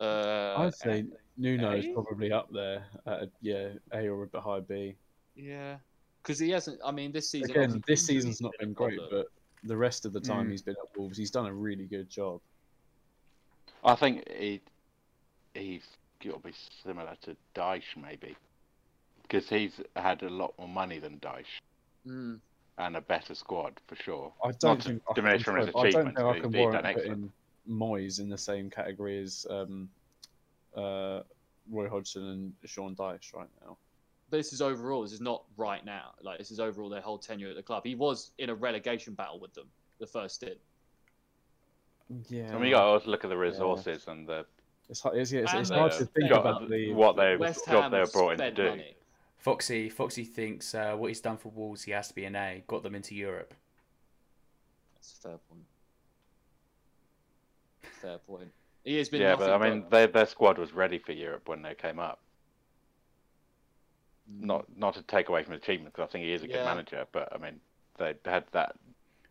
Speaker 1: Uh,
Speaker 4: I'd say Nuno is
Speaker 1: A?
Speaker 4: probably up there. At a, yeah, A or a bit high B.
Speaker 1: yeah, because he hasn't. I mean, this season
Speaker 4: Again,
Speaker 1: obviously,
Speaker 4: this season's not been great,
Speaker 1: problem.
Speaker 4: but the rest of the time
Speaker 2: Mm.
Speaker 4: he's been at Wolves, he's done a really good job.
Speaker 3: I think he he's got to be similar to Dyche maybe, because he's had a lot more money than Dyche
Speaker 1: Mm.
Speaker 3: and a better squad for sure.
Speaker 4: I don't
Speaker 3: Not to
Speaker 4: think I
Speaker 3: diminish
Speaker 4: can-
Speaker 3: from his
Speaker 4: I don't
Speaker 3: achievements,
Speaker 4: think I
Speaker 3: but
Speaker 4: can
Speaker 3: he's done
Speaker 4: warrant putting
Speaker 3: excellent.
Speaker 4: Moyes in the same category as um, uh, Roy Hodgson and Sean Dyche right now.
Speaker 1: But this is overall. This is not right now. Like this is overall their whole tenure at the club. He was in a relegation battle with them the first stint.
Speaker 4: Yeah,
Speaker 3: And we got to also look at the resources and the
Speaker 4: it's hard, it's, it's, it's
Speaker 1: And
Speaker 4: hard
Speaker 1: the-
Speaker 4: to think
Speaker 1: got-
Speaker 4: about the
Speaker 3: uh, what they
Speaker 1: West
Speaker 3: job
Speaker 1: Ham
Speaker 3: they were
Speaker 1: have
Speaker 3: brought in to
Speaker 1: spent
Speaker 3: do.
Speaker 1: money.
Speaker 2: Foxy Foxy thinks uh, what he's done for Wolves, he has to be an A. Got them into Europe.
Speaker 1: That's a fair point. Fair point. He has been.
Speaker 3: Yeah,
Speaker 1: nothing
Speaker 3: but I mean, their their squad was ready for Europe when they came up.
Speaker 1: Mm.
Speaker 3: Not not to take away from the achievement, because I think he is a
Speaker 1: Yeah.
Speaker 3: good manager. But I mean, they had that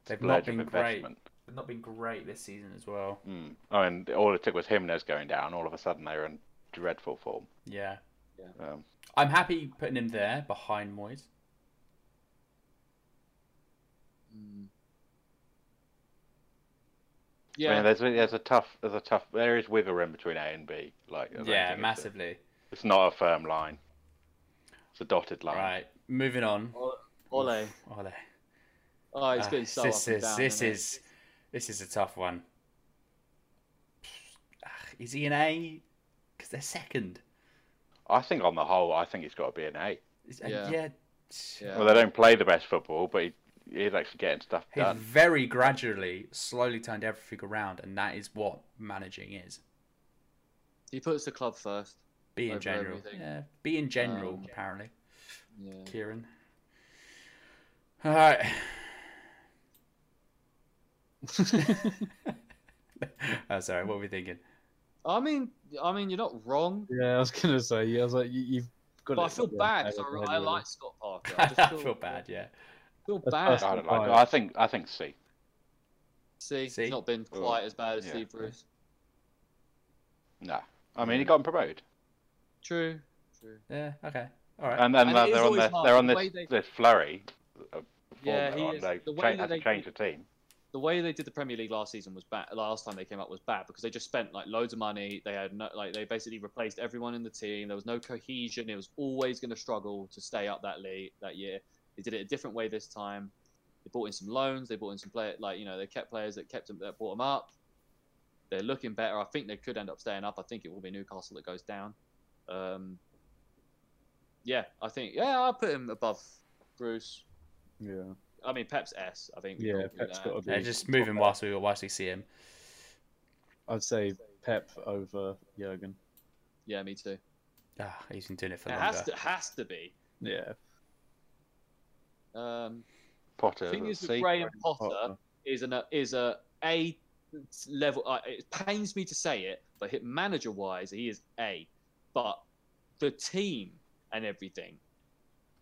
Speaker 2: They've
Speaker 3: splurge
Speaker 2: not
Speaker 3: of
Speaker 2: been great.
Speaker 3: investment.
Speaker 2: They've not been great this season as well.
Speaker 3: Mm. I mean, all it took was Jimenez going down. All of a sudden, they were in dreadful form.
Speaker 2: Yeah,
Speaker 3: Um,
Speaker 2: I'm happy putting him there behind Moyes.
Speaker 1: Mm.
Speaker 3: yeah,
Speaker 1: Yeah,
Speaker 3: there's there's a tough there's a tough there is wiggle room between A and B. Like I don't
Speaker 2: yeah,
Speaker 3: think it's a-
Speaker 2: massively.
Speaker 3: It's, not a firm line. It's a dotted line.
Speaker 2: Right, moving on.
Speaker 1: Ole.
Speaker 2: Ole.
Speaker 1: Oh, it's
Speaker 2: Ah,
Speaker 1: getting so up
Speaker 2: this
Speaker 1: and
Speaker 2: is
Speaker 1: down,
Speaker 2: this
Speaker 1: isn't it?
Speaker 2: is this is a tough one. Ah, Is he an A? Because they're second.
Speaker 3: I think on the whole, I think it's got to be an A.
Speaker 2: Is- and
Speaker 1: Yeah.
Speaker 2: yeah.
Speaker 1: Yeah.
Speaker 3: Well, they don't play the best football, but he, he's actually getting stuff
Speaker 2: He's
Speaker 3: done.
Speaker 2: very gradually, slowly turned everything around, and that is what managing is.
Speaker 1: He puts the club first.
Speaker 2: Be in
Speaker 1: Over
Speaker 2: general.
Speaker 1: everything.
Speaker 2: Yeah, be in general,
Speaker 1: Um,
Speaker 2: apparently,
Speaker 1: Yeah.
Speaker 2: Kieran. All right. oh, sorry, what were we thinking?
Speaker 1: I mean, I mean, you're not wrong,
Speaker 4: Yeah, I was gonna say. Yeah, I was like, you, you've got.
Speaker 1: but I
Speaker 4: it
Speaker 1: feel
Speaker 4: up there,
Speaker 1: bad
Speaker 4: Taylor,
Speaker 1: because I, I
Speaker 4: anyway.
Speaker 1: like Scott Parker.
Speaker 2: I
Speaker 1: just
Speaker 2: feel bad, yeah.
Speaker 1: Feel
Speaker 4: That's
Speaker 1: bad.
Speaker 3: I don't like.
Speaker 4: Right.
Speaker 3: it. I think I think C.
Speaker 1: See,
Speaker 2: See?
Speaker 1: he's not been
Speaker 3: Oh,
Speaker 1: quite as bad as
Speaker 3: yeah.
Speaker 1: Steve Bruce.
Speaker 3: No, I
Speaker 2: Mm.
Speaker 3: mean he got promoted,
Speaker 1: True. True.
Speaker 2: Yeah, okay. All right.
Speaker 3: and then
Speaker 1: And
Speaker 3: uh,
Speaker 1: it is
Speaker 3: they're on
Speaker 1: always
Speaker 3: this
Speaker 1: hard,
Speaker 3: they're on
Speaker 1: the
Speaker 3: this,
Speaker 1: way they-
Speaker 3: this flurry. Of
Speaker 1: Yeah,
Speaker 3: form
Speaker 1: he
Speaker 3: they're on.
Speaker 1: is- the
Speaker 3: They
Speaker 1: way
Speaker 3: cha-
Speaker 1: that
Speaker 3: had
Speaker 1: they-
Speaker 3: to change the team.
Speaker 1: the way they did the Premier League last season was bad. Last time they came up was bad because they just spent like loads of money. They had no, like they basically replaced everyone in the team. There was no cohesion. It was always going to struggle to stay up that league that year. They did it a different way this time. They bought in some loans. They bought in some player like you know they kept players that kept them that brought them up. They're looking better. I think they could end up staying up. I think it will be Newcastle that goes down. Um, yeah, I think yeah I'll put him above Bruce.
Speaker 4: Yeah,
Speaker 1: I mean Pep's S. I think. we
Speaker 4: yeah.
Speaker 1: can't do
Speaker 4: Pep's
Speaker 1: that.
Speaker 4: got to be.
Speaker 2: Yeah, Uh, just move him whilst we whilst we see him.
Speaker 4: I'd say Pep over Jurgen.
Speaker 1: Yeah, me too.
Speaker 2: Ah, he's been doing it for
Speaker 1: It
Speaker 2: longer.
Speaker 1: has to has to be.
Speaker 4: Yeah.
Speaker 1: Um,
Speaker 3: Potter.
Speaker 1: the thing is,
Speaker 3: C.
Speaker 1: with Graham Potter
Speaker 4: Potter.
Speaker 1: is an a, is a A level. Uh, it pains me to say it, but hit manager wise, he is A. But the team and everything,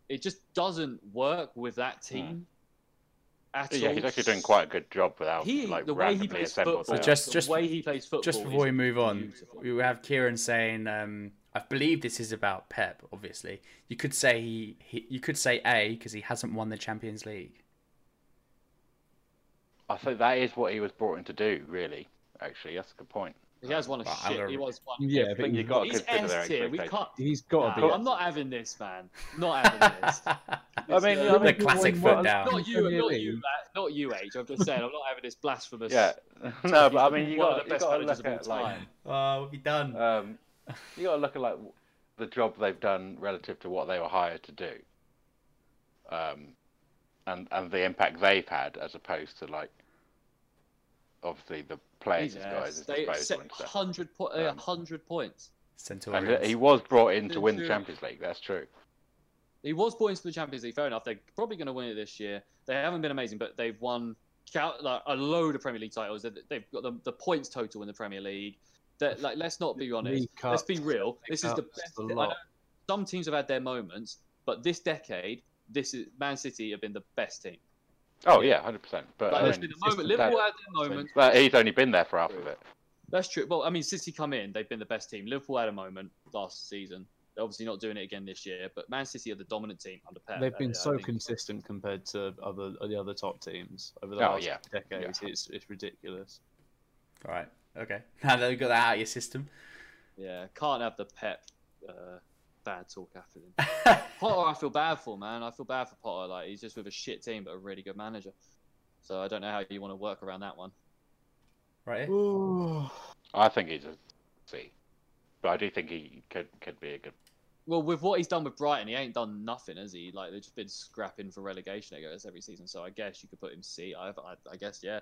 Speaker 1: it just doesn't work with that team. At
Speaker 3: yeah,
Speaker 1: all.
Speaker 3: he's actually doing quite a good job without
Speaker 1: He,
Speaker 3: like
Speaker 1: the way he
Speaker 3: randomly
Speaker 1: plays
Speaker 3: assembled.
Speaker 1: football,
Speaker 2: So
Speaker 3: there.
Speaker 2: just-
Speaker 1: the way he plays football.
Speaker 2: Just before
Speaker 1: is
Speaker 2: we move on,
Speaker 1: beautiful.
Speaker 2: we have Kieran saying, um, "I believe this is about Pep." Obviously, you could say he, he you could say A because he hasn't won the Champions League.
Speaker 3: I think that is what he was brought in to do. Really, actually, that's a good point.
Speaker 1: He has won a
Speaker 2: Right, I'm
Speaker 1: shit.
Speaker 2: gonna-
Speaker 1: He was one.
Speaker 4: Yeah,
Speaker 3: I think you got to
Speaker 1: he's
Speaker 3: consider their
Speaker 1: S tier. We
Speaker 3: expectations.
Speaker 1: can't.
Speaker 4: He's got to
Speaker 1: Nah,
Speaker 4: be.
Speaker 1: I'm not having this, man. Not having this.
Speaker 3: I mean,
Speaker 1: It's,
Speaker 3: I
Speaker 2: the
Speaker 3: mean,
Speaker 2: classic
Speaker 4: what-
Speaker 2: foot
Speaker 4: what-
Speaker 2: down.
Speaker 1: not you, not you,
Speaker 4: Really?
Speaker 1: Matt, not you, H. I'm just saying, I'm not having this blasphemous.
Speaker 3: Yeah, no, but I mean, you
Speaker 1: one
Speaker 3: got
Speaker 1: of the best
Speaker 3: to
Speaker 1: managers
Speaker 3: look
Speaker 1: of all
Speaker 3: at like
Speaker 1: time.
Speaker 2: Oh, we'll be done.
Speaker 3: um, you got to look at like the job they've done relative to what they were hired to do, um, and and the impact they've had as opposed to like obviously the players this guy is
Speaker 1: Jesus, they
Speaker 3: disposal
Speaker 1: set
Speaker 3: and stuff.
Speaker 1: 100, po- uh,
Speaker 3: Um,
Speaker 1: 100 points.
Speaker 3: And
Speaker 2: Centurions.
Speaker 3: he- he was brought in to win the
Speaker 1: True.
Speaker 3: Champions League. That's true.
Speaker 1: He was brought into the Champions League, fair enough. They're probably going to win it this year. They haven't been amazing, but they've won count like a load of Premier League titles. They- They've got the, the points total in the Premier League. That like, let's not be honest.
Speaker 4: League Cup,
Speaker 1: Let's be real. This is the
Speaker 4: Cups,
Speaker 1: best.
Speaker 4: the
Speaker 1: I
Speaker 4: lot.
Speaker 1: know some teams have had their moments, but this decade, this is Man City have been the best team.
Speaker 3: Oh yeah, hundred percent. But
Speaker 1: Like,
Speaker 3: I
Speaker 1: there's
Speaker 3: mean,
Speaker 1: been a moment.
Speaker 3: it's just
Speaker 1: Liverpool had their moment.
Speaker 3: that- he's only been there for half of it.
Speaker 1: That's true. Well, I mean, City come in, they've been the best team. Liverpool had a moment last season. They're obviously not doing it again this year, but Man City are the dominant team under Pep.
Speaker 4: They've been
Speaker 1: I
Speaker 4: so
Speaker 1: think.
Speaker 4: consistent compared to other the other top teams over the
Speaker 3: Oh,
Speaker 4: last
Speaker 3: yeah.
Speaker 4: decades. It's it's ridiculous.
Speaker 2: All right. Okay. Now that we've got that out of your system.
Speaker 1: Yeah, can't have the Pep uh, bad talk after them. Potter, I feel bad for man. I feel bad for Potter. Like he's just with a shit team, but a really good manager. So I don't know how you want to work around that one.
Speaker 2: right. here.
Speaker 3: I think he's a C, but I do think he could could be a good.
Speaker 1: Well, with what he's done with Brighton, he ain't done nothing, has he? Like they've just been scrapping for relegation, I guess, every season. So I guess you could put him C. I, I, I guess yeah.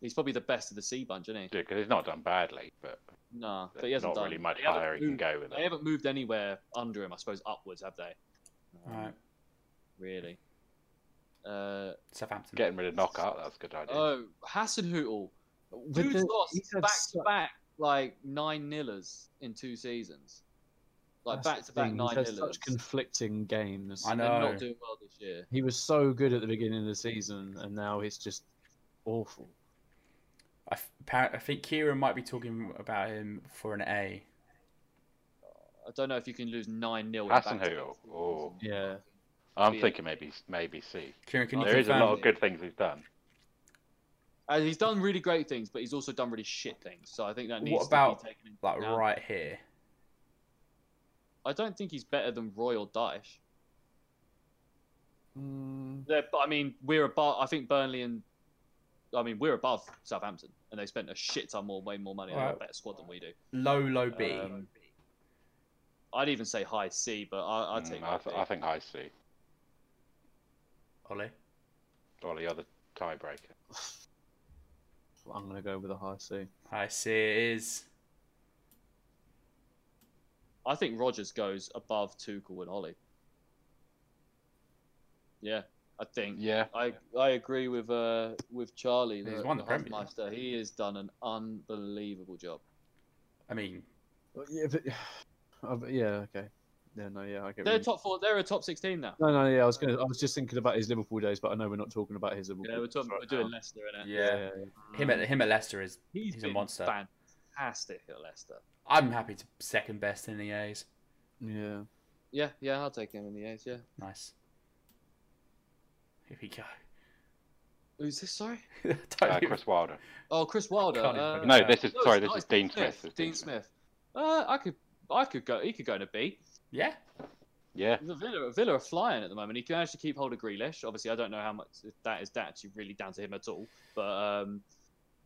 Speaker 1: He's probably the best of the C bunch, isn't he?
Speaker 3: Because he's not done badly, but
Speaker 1: No, but he
Speaker 3: there's
Speaker 1: hasn't
Speaker 3: not
Speaker 1: done.
Speaker 3: really much
Speaker 1: they haven't
Speaker 3: higher he can
Speaker 1: moved-
Speaker 3: go with
Speaker 1: They
Speaker 3: it.
Speaker 1: haven't moved anywhere under him, I suppose. Upwards, have they?
Speaker 2: All right.
Speaker 1: Really. Uh,
Speaker 2: Southampton.
Speaker 3: Getting rid of knockout, that's a good idea.
Speaker 1: oh, Hassan Hootel. Dude's
Speaker 4: the-
Speaker 1: lost
Speaker 4: he's had
Speaker 1: back to
Speaker 4: su-
Speaker 1: back like nine nillers in two seasons. Like back
Speaker 4: That's
Speaker 1: to
Speaker 4: the
Speaker 1: back
Speaker 4: thing,
Speaker 1: nine
Speaker 4: He's had
Speaker 1: nillers.
Speaker 4: such conflicting games.
Speaker 2: I
Speaker 1: and they're
Speaker 2: know.
Speaker 1: not doing well this year.
Speaker 4: He was so good at the beginning of the season, and now he's just awful.
Speaker 2: I, f- apparent- I think Kieran might be talking about him for an A.
Speaker 1: I don't know if you can lose nine 0
Speaker 3: Hassan Hootel. Oh,
Speaker 4: Yeah,
Speaker 3: I'm
Speaker 1: Yeah.
Speaker 3: thinking maybe maybe C.
Speaker 2: Kieran, can you
Speaker 3: Oh, There is a
Speaker 2: confirm?
Speaker 3: lot of good things he's done.
Speaker 1: And he's done really great things, but he's also done really shit things. So I think that
Speaker 2: What
Speaker 1: needs
Speaker 2: about,
Speaker 1: to be taken into
Speaker 2: like
Speaker 1: account.
Speaker 2: right here.
Speaker 1: I don't think he's better than Royal Dyche.
Speaker 4: Mm,
Speaker 1: They're, but, I mean, we're above. I think Burnley and I mean we're above Southampton, and they spent a shit ton more, way more money. They've got
Speaker 2: Alright.
Speaker 1: a better squad than we do.
Speaker 2: Low, low B.
Speaker 1: Um, I'd even say high C, but I, I'd take.
Speaker 3: Mm, I, th- I think I see.
Speaker 2: Ollie.
Speaker 3: Or the other tiebreaker.
Speaker 4: I'm gonna go with a high C.
Speaker 2: I see it is.
Speaker 1: I think Rogers goes above Tuchel and Ollie. Yeah, I think.
Speaker 3: Yeah.
Speaker 1: I I agree with uh with Charlie.
Speaker 2: He's won the Premier League.
Speaker 1: Hofmeister. He has done an unbelievable job.
Speaker 2: I mean,
Speaker 4: Well, Yeah, but, uh, but yeah, okay. Yeah, no, yeah, I get. what
Speaker 1: They're
Speaker 4: you-
Speaker 1: top four. They're a top sixteen now.
Speaker 4: No, no, yeah, I was gonna. I was just thinking about his Liverpool days, but I know we're not talking about his Liverpool.
Speaker 1: Yeah, we're
Speaker 4: days
Speaker 1: talking.
Speaker 4: right
Speaker 1: We're doing
Speaker 4: now.
Speaker 1: Leicester, innit? Mm.
Speaker 4: Yeah,
Speaker 2: him at him at Leicester is. he's a
Speaker 1: been
Speaker 2: monster.
Speaker 1: Fantastic at Leicester.
Speaker 2: I'm happy to second best in the A's.
Speaker 4: yeah.
Speaker 1: Yeah, yeah, I'll take him in the A's. Yeah.
Speaker 2: Nice. Here we go.
Speaker 1: Who's this? Sorry.
Speaker 2: Don't
Speaker 3: Uh,
Speaker 2: even-
Speaker 3: Chris Wilder.
Speaker 1: Oh, Chris Wilder.
Speaker 2: Can't even
Speaker 1: uh,
Speaker 2: fucking-
Speaker 3: No, this is
Speaker 1: no, it's
Speaker 3: sorry.
Speaker 1: not,
Speaker 3: This is
Speaker 1: it's
Speaker 3: Dean Smith. It's
Speaker 1: Dean Smith. Uh, I could, I could go. He could go to B.
Speaker 2: Yeah.
Speaker 3: Yeah.
Speaker 1: The Villa, Villa are flying at the moment. He can actually keep hold of Grealish. Obviously, I don't know how much if that is actually really down to him at all. But um,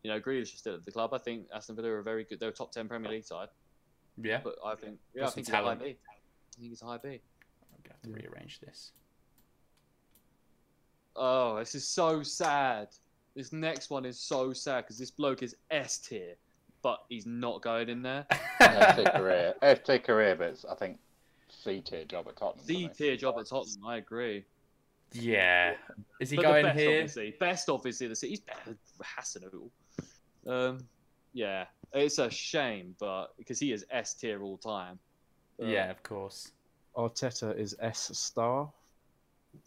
Speaker 1: you know, Grealish is still at the club. I think Aston Villa are very good. They're a top ten Premier League side.
Speaker 2: Yeah.
Speaker 1: But I think, yeah, I
Speaker 2: Got some
Speaker 1: think he's a high
Speaker 2: talent.
Speaker 1: B. I think he's a high B.
Speaker 2: I'm gonna have to rearrange this.
Speaker 1: Oh, this is so sad. This next one is so sad because this bloke is S tier, but he's not going in there.
Speaker 3: FT career. FT career, but it's, I think C tier job at Tottenham.
Speaker 1: The
Speaker 3: isn't it?
Speaker 1: tier job at Tottenham, I agree.
Speaker 2: yeah. Is he
Speaker 1: But the
Speaker 2: going
Speaker 1: best,
Speaker 2: here?
Speaker 1: Obviously. Best, obviously, the city's better than Hassan Hool. Um, yeah, it's a shame, but because he is S tier all time. But-
Speaker 2: Yeah, of course.
Speaker 4: Arteta is S star.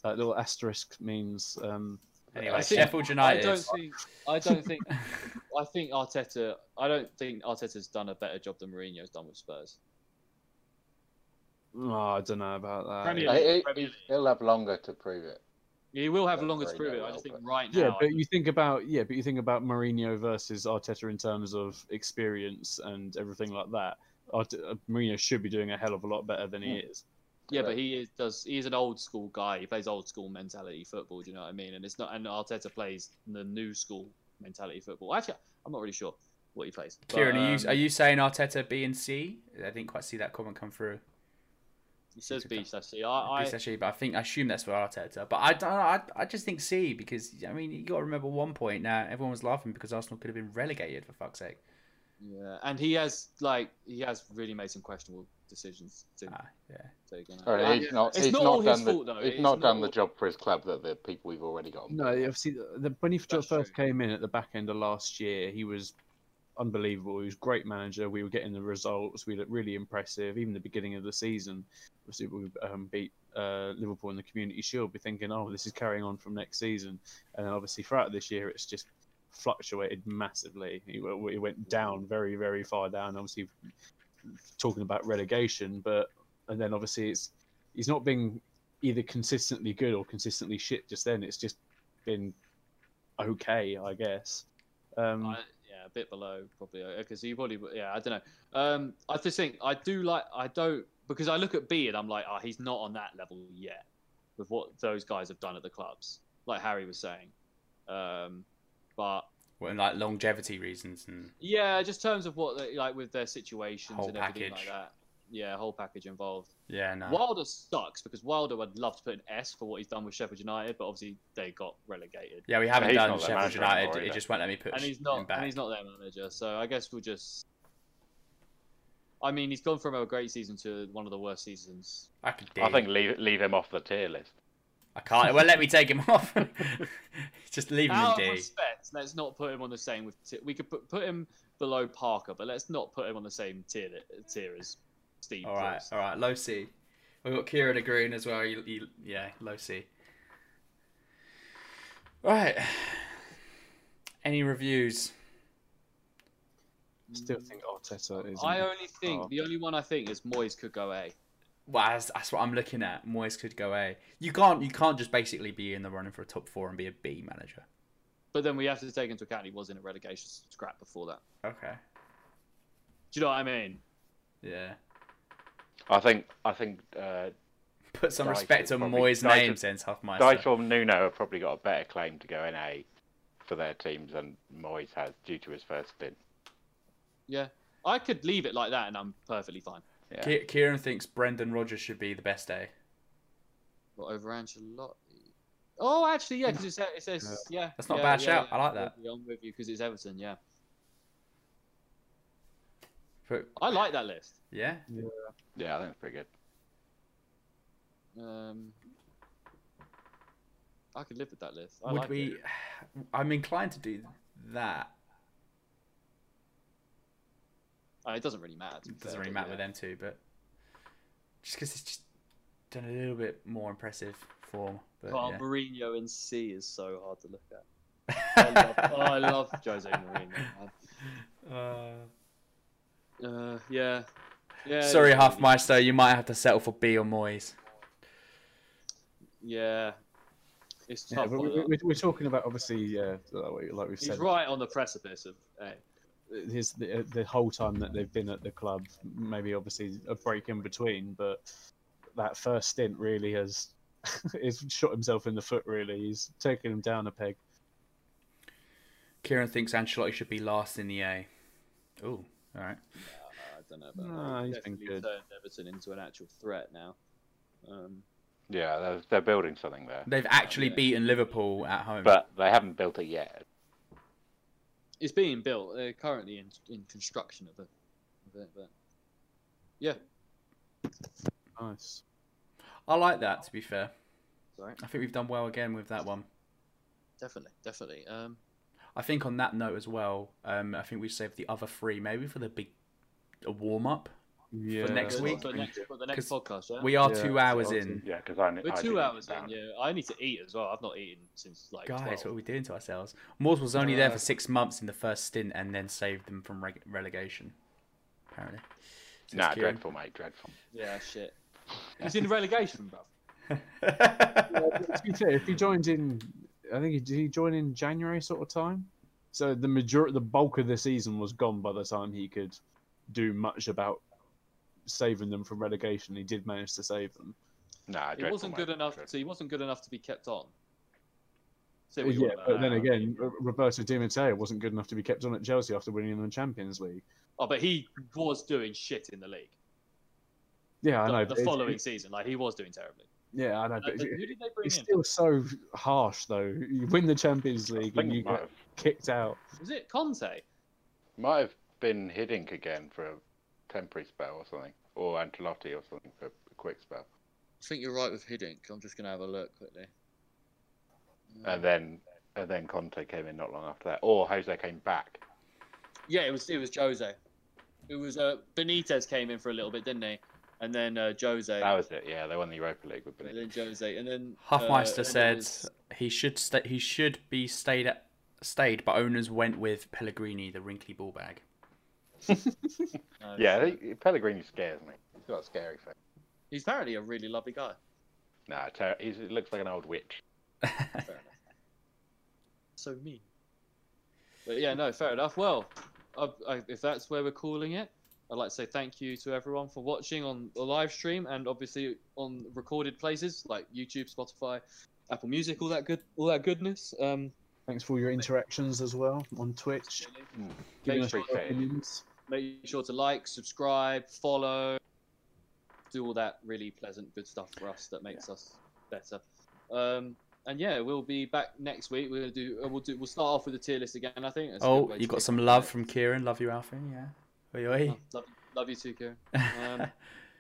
Speaker 4: That little asterisk means um,
Speaker 2: Anyway,
Speaker 1: think-
Speaker 2: Sheffield
Speaker 1: I
Speaker 2: United.
Speaker 1: don't think. I don't think. I think Arteta. I don't think Arteta's done a better job than Mourinho's done with Spurs.
Speaker 4: oh, I don't know about that.
Speaker 1: Premier
Speaker 4: Yeah,
Speaker 1: League.
Speaker 3: He- he- He'll have longer to prove it.
Speaker 1: He will have
Speaker 3: Don't
Speaker 1: longer to
Speaker 3: worry,
Speaker 1: prove
Speaker 3: no,
Speaker 1: it. I
Speaker 3: well,
Speaker 1: just think
Speaker 3: but-
Speaker 1: right now.
Speaker 4: yeah, but you think about yeah, but you think about Mourinho versus Arteta in terms of experience and everything like that. Arte- uh, Mourinho should be doing a hell of a lot better than he is.
Speaker 1: Yeah, but
Speaker 3: Correct.
Speaker 1: he is does he is an old school guy. He plays old school mentality football. Do you know what I mean? And it's not. And Arteta plays the new school mentality football. Actually, I'm not really sure what he plays. but,
Speaker 2: Kieran,
Speaker 1: um,
Speaker 2: are you are you saying Arteta B and C? I didn't quite see that comment come through.
Speaker 1: He says
Speaker 2: Okay.
Speaker 1: B slash C. I,
Speaker 2: It's
Speaker 1: I
Speaker 2: actually- but I think I assume that's for Arteta. But I don't. know, I, I just think C because I mean you got to remember one point now. Everyone was laughing because Arsenal could have been relegated for fuck's sake.
Speaker 1: yeah, and he has like he has really made some questionable decisions to
Speaker 2: Ah, yeah.
Speaker 1: take on. that.
Speaker 3: Sorry,
Speaker 1: Uh,
Speaker 3: he's not,
Speaker 1: It's
Speaker 3: he's
Speaker 1: not
Speaker 3: not,
Speaker 1: all his
Speaker 3: done, the,
Speaker 1: fault, though.
Speaker 3: he's
Speaker 1: It's
Speaker 3: not done
Speaker 1: not-
Speaker 3: the job for his club that the people we've already got.
Speaker 4: No, obviously, the, the, when he
Speaker 1: That's
Speaker 4: first first
Speaker 1: true.
Speaker 4: came in at the back end of last year, he was unbelievable. He was a great manager. We were getting the results. We looked really impressive. Even the beginning of the season, obviously, we um, beat uh, Liverpool in the Community Shield. We're thinking, oh, this is carrying on from next season. And then obviously, throughout this year, it's just fluctuated massively. He, w- he went down very, very far down. Obviously, talking about relegation, but and then obviously, it's he's not being either consistently good or consistently shit. Just then, it's just been okay, I guess. Um,
Speaker 1: I, yeah, a bit below probably because he probably yeah I don't know. Um, I just think I do like I don't because I look at B and I'm like ah he's not on that level yet with what those guys have done at the clubs like Harry was saying, um, but
Speaker 2: Well, and, like longevity reasons and
Speaker 1: yeah just terms of what they, like with their situations
Speaker 2: Whole
Speaker 1: and everything
Speaker 2: package.
Speaker 1: like that yeah whole package involved.
Speaker 2: yeah, no.
Speaker 1: Wilder sucks because Wilder I'd love to put an S for what he's done with Sheffield United but obviously they got relegated.
Speaker 2: Yeah, we haven't
Speaker 3: he's
Speaker 2: done
Speaker 3: not their
Speaker 2: Sheffield
Speaker 3: manager
Speaker 2: United.
Speaker 3: anymore
Speaker 2: It
Speaker 3: either.
Speaker 2: just won't let me put
Speaker 1: and he's
Speaker 2: him
Speaker 1: not
Speaker 2: back.
Speaker 1: and he's not their manager so i guess we'll just i mean he's gone from a great season to one of the worst seasons
Speaker 2: I could
Speaker 3: I
Speaker 2: dig.
Speaker 3: think leave leave him off the tier list.
Speaker 2: I can't. Well, let me take him off. just leave him
Speaker 1: out of
Speaker 2: in D.
Speaker 1: respect let's not put him on the same with t- we could put, put him below parker but let's not put him on the same tier tier as steve
Speaker 2: All right,
Speaker 1: Bruce.
Speaker 2: all right. Low C. We've got Kieran agreeing as well. You, you, yeah, low C. Right. Any reviews?
Speaker 4: still think Arteta is.
Speaker 1: i only think
Speaker 4: Oh.
Speaker 1: the only one i think is moyes could go a
Speaker 2: Well, that's, that's what I'm looking at. Moyes could go A. You can't. You can't just basically be in the running for a top four and be a B manager.
Speaker 1: but then we have to take into account he was in a relegation scrap before that
Speaker 2: Okay.
Speaker 1: do you know what i mean
Speaker 2: Yeah.
Speaker 3: I think I think uh,
Speaker 2: Put some
Speaker 3: Dyche
Speaker 2: respect
Speaker 3: is
Speaker 2: on
Speaker 3: probably-
Speaker 2: Moyes'
Speaker 3: Dyche
Speaker 2: name,
Speaker 3: is-
Speaker 2: then Huffmeister.
Speaker 3: Dice or Nuno have probably got a better claim to go in A for their teams than Moyes has due to his first stint.
Speaker 1: yeah i could leave it like that and i'm perfectly fine
Speaker 3: Yeah.
Speaker 2: Ki- Kieran thinks Brendan Rodgers should be the best A.
Speaker 1: What over Ancelotti? Oh, actually, yeah, because it says, it says yeah.
Speaker 2: That's not a
Speaker 1: yeah,
Speaker 2: bad
Speaker 1: yeah,
Speaker 2: shout.
Speaker 1: yeah,
Speaker 2: I like that.
Speaker 1: yeah, I'm with you because it's Everton. Yeah,
Speaker 2: But
Speaker 1: I like that list.
Speaker 2: yeah,
Speaker 3: yeah, I think it's pretty good.
Speaker 1: Um, I could live with that list. I
Speaker 2: would
Speaker 1: like
Speaker 2: we?
Speaker 1: it.
Speaker 2: I'm inclined to do that.
Speaker 1: Uh, it doesn't really matter. to be
Speaker 2: It doesn't
Speaker 1: fair,
Speaker 2: really
Speaker 1: but
Speaker 2: matter
Speaker 1: yeah.
Speaker 2: with them two, but just because it's just done a little bit more impressive form. But
Speaker 1: Carl
Speaker 2: yeah.
Speaker 1: Mourinho in C is so hard to look at. I love, oh, I love Jose Mourinho. Man. Uh, yeah, yeah.
Speaker 2: Sorry,
Speaker 1: it's really-
Speaker 2: Huffmeister, you might have to settle for B or Moyes.
Speaker 1: Yeah, it's
Speaker 4: Yeah,
Speaker 1: tough.
Speaker 4: but we,
Speaker 1: isn't it?
Speaker 4: we, we're talking about obviously, yeah, like like we've
Speaker 1: He's
Speaker 4: said,
Speaker 1: right on the precipice of A.
Speaker 4: his the, the whole time that they've been at the club. Maybe obviously a break in between, but that first stint really has he's shot himself in the foot. Really, he's taken him down a peg.
Speaker 2: Kieran thinks Ancelotti should be last in the A. Ooh, all right.
Speaker 1: I don't know about
Speaker 4: Nah,
Speaker 1: that.
Speaker 4: he's
Speaker 1: They've
Speaker 4: been
Speaker 1: definitely
Speaker 4: good.
Speaker 1: turned Everton into an actual threat now. Um,
Speaker 3: Yeah, they're, they're building something there,
Speaker 2: They've actually
Speaker 1: yeah.
Speaker 2: beaten Liverpool at home.
Speaker 3: but they haven't built it yet.
Speaker 1: it's being built. They're currently in, in construction of it. Of it but yeah,
Speaker 4: Nice.
Speaker 2: I like that. To be fair,
Speaker 1: sorry,
Speaker 2: I think we've done well again with that one.
Speaker 1: definitely, definitely. Um,
Speaker 2: I think on that note as well, um, I think we saved the other three maybe for the big a warm up.
Speaker 4: Yeah.
Speaker 2: next
Speaker 1: for-
Speaker 2: week?
Speaker 1: for next, for the
Speaker 2: 'Cause
Speaker 1: next podcast. Yeah,
Speaker 2: We are
Speaker 4: Yeah,
Speaker 2: two hours
Speaker 4: awesome.
Speaker 2: in.
Speaker 3: Yeah, because I
Speaker 1: we're
Speaker 3: I
Speaker 1: two
Speaker 3: didn't
Speaker 1: hours
Speaker 3: down.
Speaker 1: in. Yeah, I need to eat as well. I've not eaten since like
Speaker 2: Guys, what are
Speaker 1: 12.
Speaker 2: we doing to ourselves? Moores was only there
Speaker 4: Uh,
Speaker 2: for six months in the first stint and then saved them from reg- relegation. Apparently. Says
Speaker 3: Nah,
Speaker 2: Kieran.
Speaker 3: dreadful, mate, dreadful.
Speaker 1: Yeah, shit. He's in relegation, bro.
Speaker 4: to be fair, if he joined in, I think he did he join in January sort of time. So the major, the bulk of the season was gone by the time he could do much about saving them from relegation. He did manage to save them.
Speaker 3: Nah,
Speaker 1: He
Speaker 3: dreadful.
Speaker 1: wasn't
Speaker 3: mate,
Speaker 1: good enough.
Speaker 3: dreadful.
Speaker 1: To, he wasn't good enough to be kept on. Say what you
Speaker 4: Yeah,
Speaker 1: want about
Speaker 4: but then
Speaker 1: that.
Speaker 4: again, R- Roberto Di Matteo wasn't good enough to be kept on at Chelsea after winning the Champions League.
Speaker 1: oh, but he was doing shit in the league.
Speaker 4: Yeah, I
Speaker 1: the,
Speaker 4: know.
Speaker 1: the
Speaker 4: but it-
Speaker 1: following
Speaker 4: it-
Speaker 1: season. Like he was doing terribly.
Speaker 4: yeah, I know.
Speaker 1: Like,
Speaker 4: But
Speaker 1: Uh, who
Speaker 4: it-
Speaker 1: did they bring
Speaker 4: it's
Speaker 1: in?
Speaker 4: still so harsh, though. You win the Champions
Speaker 3: I
Speaker 4: League
Speaker 3: think
Speaker 4: and you
Speaker 3: it might
Speaker 4: get
Speaker 3: have,
Speaker 4: kicked out.
Speaker 1: Was it Conte?
Speaker 3: might have been Hiddink again for a temporary spell or something. or Ancelotti or something for a quick spell.
Speaker 1: I think you're right with Hiddink. I'm just going to have a look quickly.
Speaker 3: And
Speaker 1: Um,
Speaker 3: then and then Conte came in not long after that, or Jose came back.
Speaker 1: Yeah, it was it was Jose. It was uh, Benitez came in for a little bit, didn't he? And then uh, Jose.
Speaker 3: That was it. Yeah, they won the Europa League with
Speaker 1: and
Speaker 3: Benitez.
Speaker 1: then Jose, and then uh,
Speaker 2: Huffmeister
Speaker 1: and then it
Speaker 2: said
Speaker 1: was-
Speaker 2: he should stay. He should be stayed at stayed, but owners went with Pellegrini, the wrinkly ball bag.
Speaker 1: no,
Speaker 3: Yeah, they- Pellegrini scares me. He's got a scary face.
Speaker 1: he's apparently a really lovely guy.
Speaker 3: Nah, ter- he's, he looks like an old witch.
Speaker 1: So mean. But yeah, no, fair enough. Well, I, I, if that's where we're calling it, I'd like to say thank you to everyone for watching on the live stream and obviously on recorded places like YouTube, Spotify, Apple Music, all that good, all that goodness. Um,
Speaker 4: Thanks for all your interactions as well on Twitch. Giving us your
Speaker 3: Appreciate it.
Speaker 4: opinions.
Speaker 1: make sure to like, subscribe, follow, do all that really pleasant, good stuff for us that makes us better. Um, and yeah, we'll be back next week. We're gonna do. uh, We'll do. We'll start off with the tier list again. I think. That's a good
Speaker 2: oh,
Speaker 1: way
Speaker 2: you
Speaker 1: to
Speaker 2: got
Speaker 1: kick
Speaker 2: some
Speaker 1: off
Speaker 2: love
Speaker 1: it.
Speaker 2: from Kieran. Love you, Alfin. Yeah. Oi, oi.
Speaker 1: Oh, love, love you too, Kieran. Um,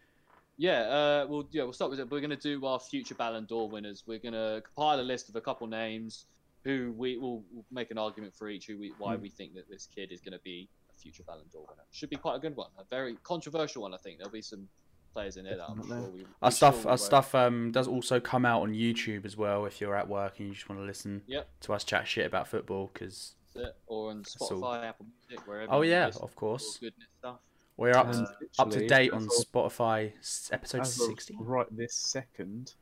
Speaker 1: yeah, uh, we'll yeah we'll start with it. We're gonna do our future Ballon d'Or winners. We're gonna compile a list of a couple names who we will we'll make an argument for each who we
Speaker 2: Hmm.
Speaker 1: why we think that this kid is gonna be a future Ballon d'Or winner. Should be quite a good one. A very controversial one, I think. There'll be some players in there that I'm sure
Speaker 4: Definitely.
Speaker 1: we. we
Speaker 2: our
Speaker 1: sure
Speaker 2: stuff,
Speaker 1: we
Speaker 2: our
Speaker 1: won't-
Speaker 2: stuff um, does also come out on YouTube as well. If you're at work and you just want to listen
Speaker 1: Yep.
Speaker 2: to us chat shit about football, because
Speaker 1: or on
Speaker 2: all.
Speaker 1: Spotify, Apple Music, wherever.
Speaker 2: oh
Speaker 1: you
Speaker 2: yeah,
Speaker 1: listen to
Speaker 2: of
Speaker 1: all
Speaker 2: course,
Speaker 1: goodness stuff.
Speaker 2: we're up
Speaker 4: And
Speaker 2: to, up to
Speaker 4: literally,
Speaker 2: date
Speaker 4: as
Speaker 2: on
Speaker 4: of-
Speaker 2: Spotify s- episode
Speaker 4: as of
Speaker 2: sixty.
Speaker 4: right this second,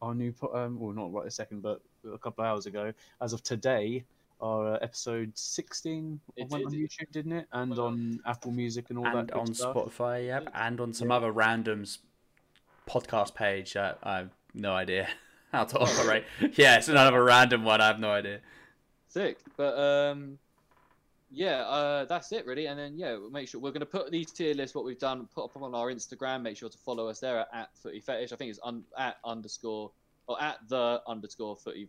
Speaker 4: our new po- um, well, not right this second, but a couple of hours ago, as of today, our uh, episode sixteen
Speaker 1: It
Speaker 4: went
Speaker 1: did,
Speaker 4: on
Speaker 1: it-
Speaker 4: YouTube, didn't it? And
Speaker 1: went
Speaker 4: on Apple Music and all that.
Speaker 2: and
Speaker 4: good
Speaker 2: on
Speaker 4: stuff.
Speaker 2: Spotify, yep, and on some other random s- podcast page that I have no idea how
Speaker 4: Oh,
Speaker 2: to operate. yeah, it's another random one. I have no idea.
Speaker 1: Sick. But um yeah, uh that's it really. And then yeah, we'll make sure we're gonna put these tier lists what we've done, put up on our Instagram, make sure to follow us there at, at footy fetish. I think it's un, at underscore or at the underscore footy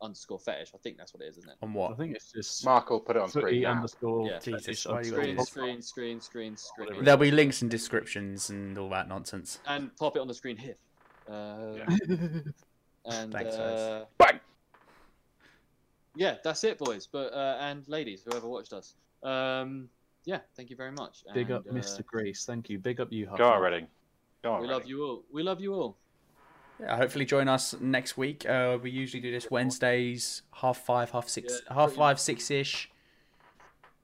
Speaker 1: underscore fetish. I think that's what it is, isn't it?
Speaker 2: On
Speaker 4: I
Speaker 2: what?
Speaker 4: think it's just
Speaker 3: Mark will put it on
Speaker 4: footy
Speaker 3: screen now.
Speaker 4: underscore.
Speaker 1: Yeah.
Speaker 2: Jesus,
Speaker 4: fetish
Speaker 2: why you gotta
Speaker 1: Screen,
Speaker 2: do
Speaker 4: underscore.
Speaker 1: screen, screen, screen, screen.
Speaker 2: There'll be links and descriptions and all that nonsense.
Speaker 1: And pop it on the screen here. Uh,
Speaker 3: Yeah.
Speaker 1: and
Speaker 2: Thanks, guys.
Speaker 1: uh,
Speaker 3: Bang!
Speaker 1: yeah, that's it, boys. But uh, and ladies, whoever watched us. Um, yeah, thank you very much.
Speaker 4: Big
Speaker 1: and, uh,
Speaker 4: up, Mr. Grace. Thank you. Big up, you.
Speaker 3: Go
Speaker 4: Huffman.
Speaker 3: on, Reading. Go on,
Speaker 1: We love
Speaker 3: Reading.
Speaker 1: you all. We love you all.
Speaker 2: Yeah, hopefully join us next week. Uh, we usually do this Wednesdays, half five, half six,
Speaker 1: Yeah,
Speaker 2: half
Speaker 1: pretty
Speaker 2: five, six ish.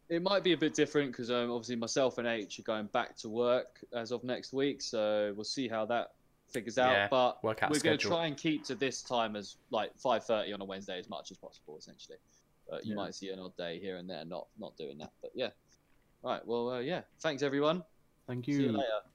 Speaker 1: It might be a bit different because um, obviously myself and H are going back to work as of next week, so we'll see how that figures out.
Speaker 2: Yeah,
Speaker 1: but
Speaker 2: work out
Speaker 1: we're going to
Speaker 2: schedule.
Speaker 1: try and keep to this time as like five thirty on a Wednesday as much as possible, essentially. But you
Speaker 4: Yeah.
Speaker 1: might see an odd day here and there, not not doing that. But yeah, right. Well, uh, yeah. Thanks everyone.
Speaker 4: Thank
Speaker 1: See you
Speaker 4: you.
Speaker 1: later.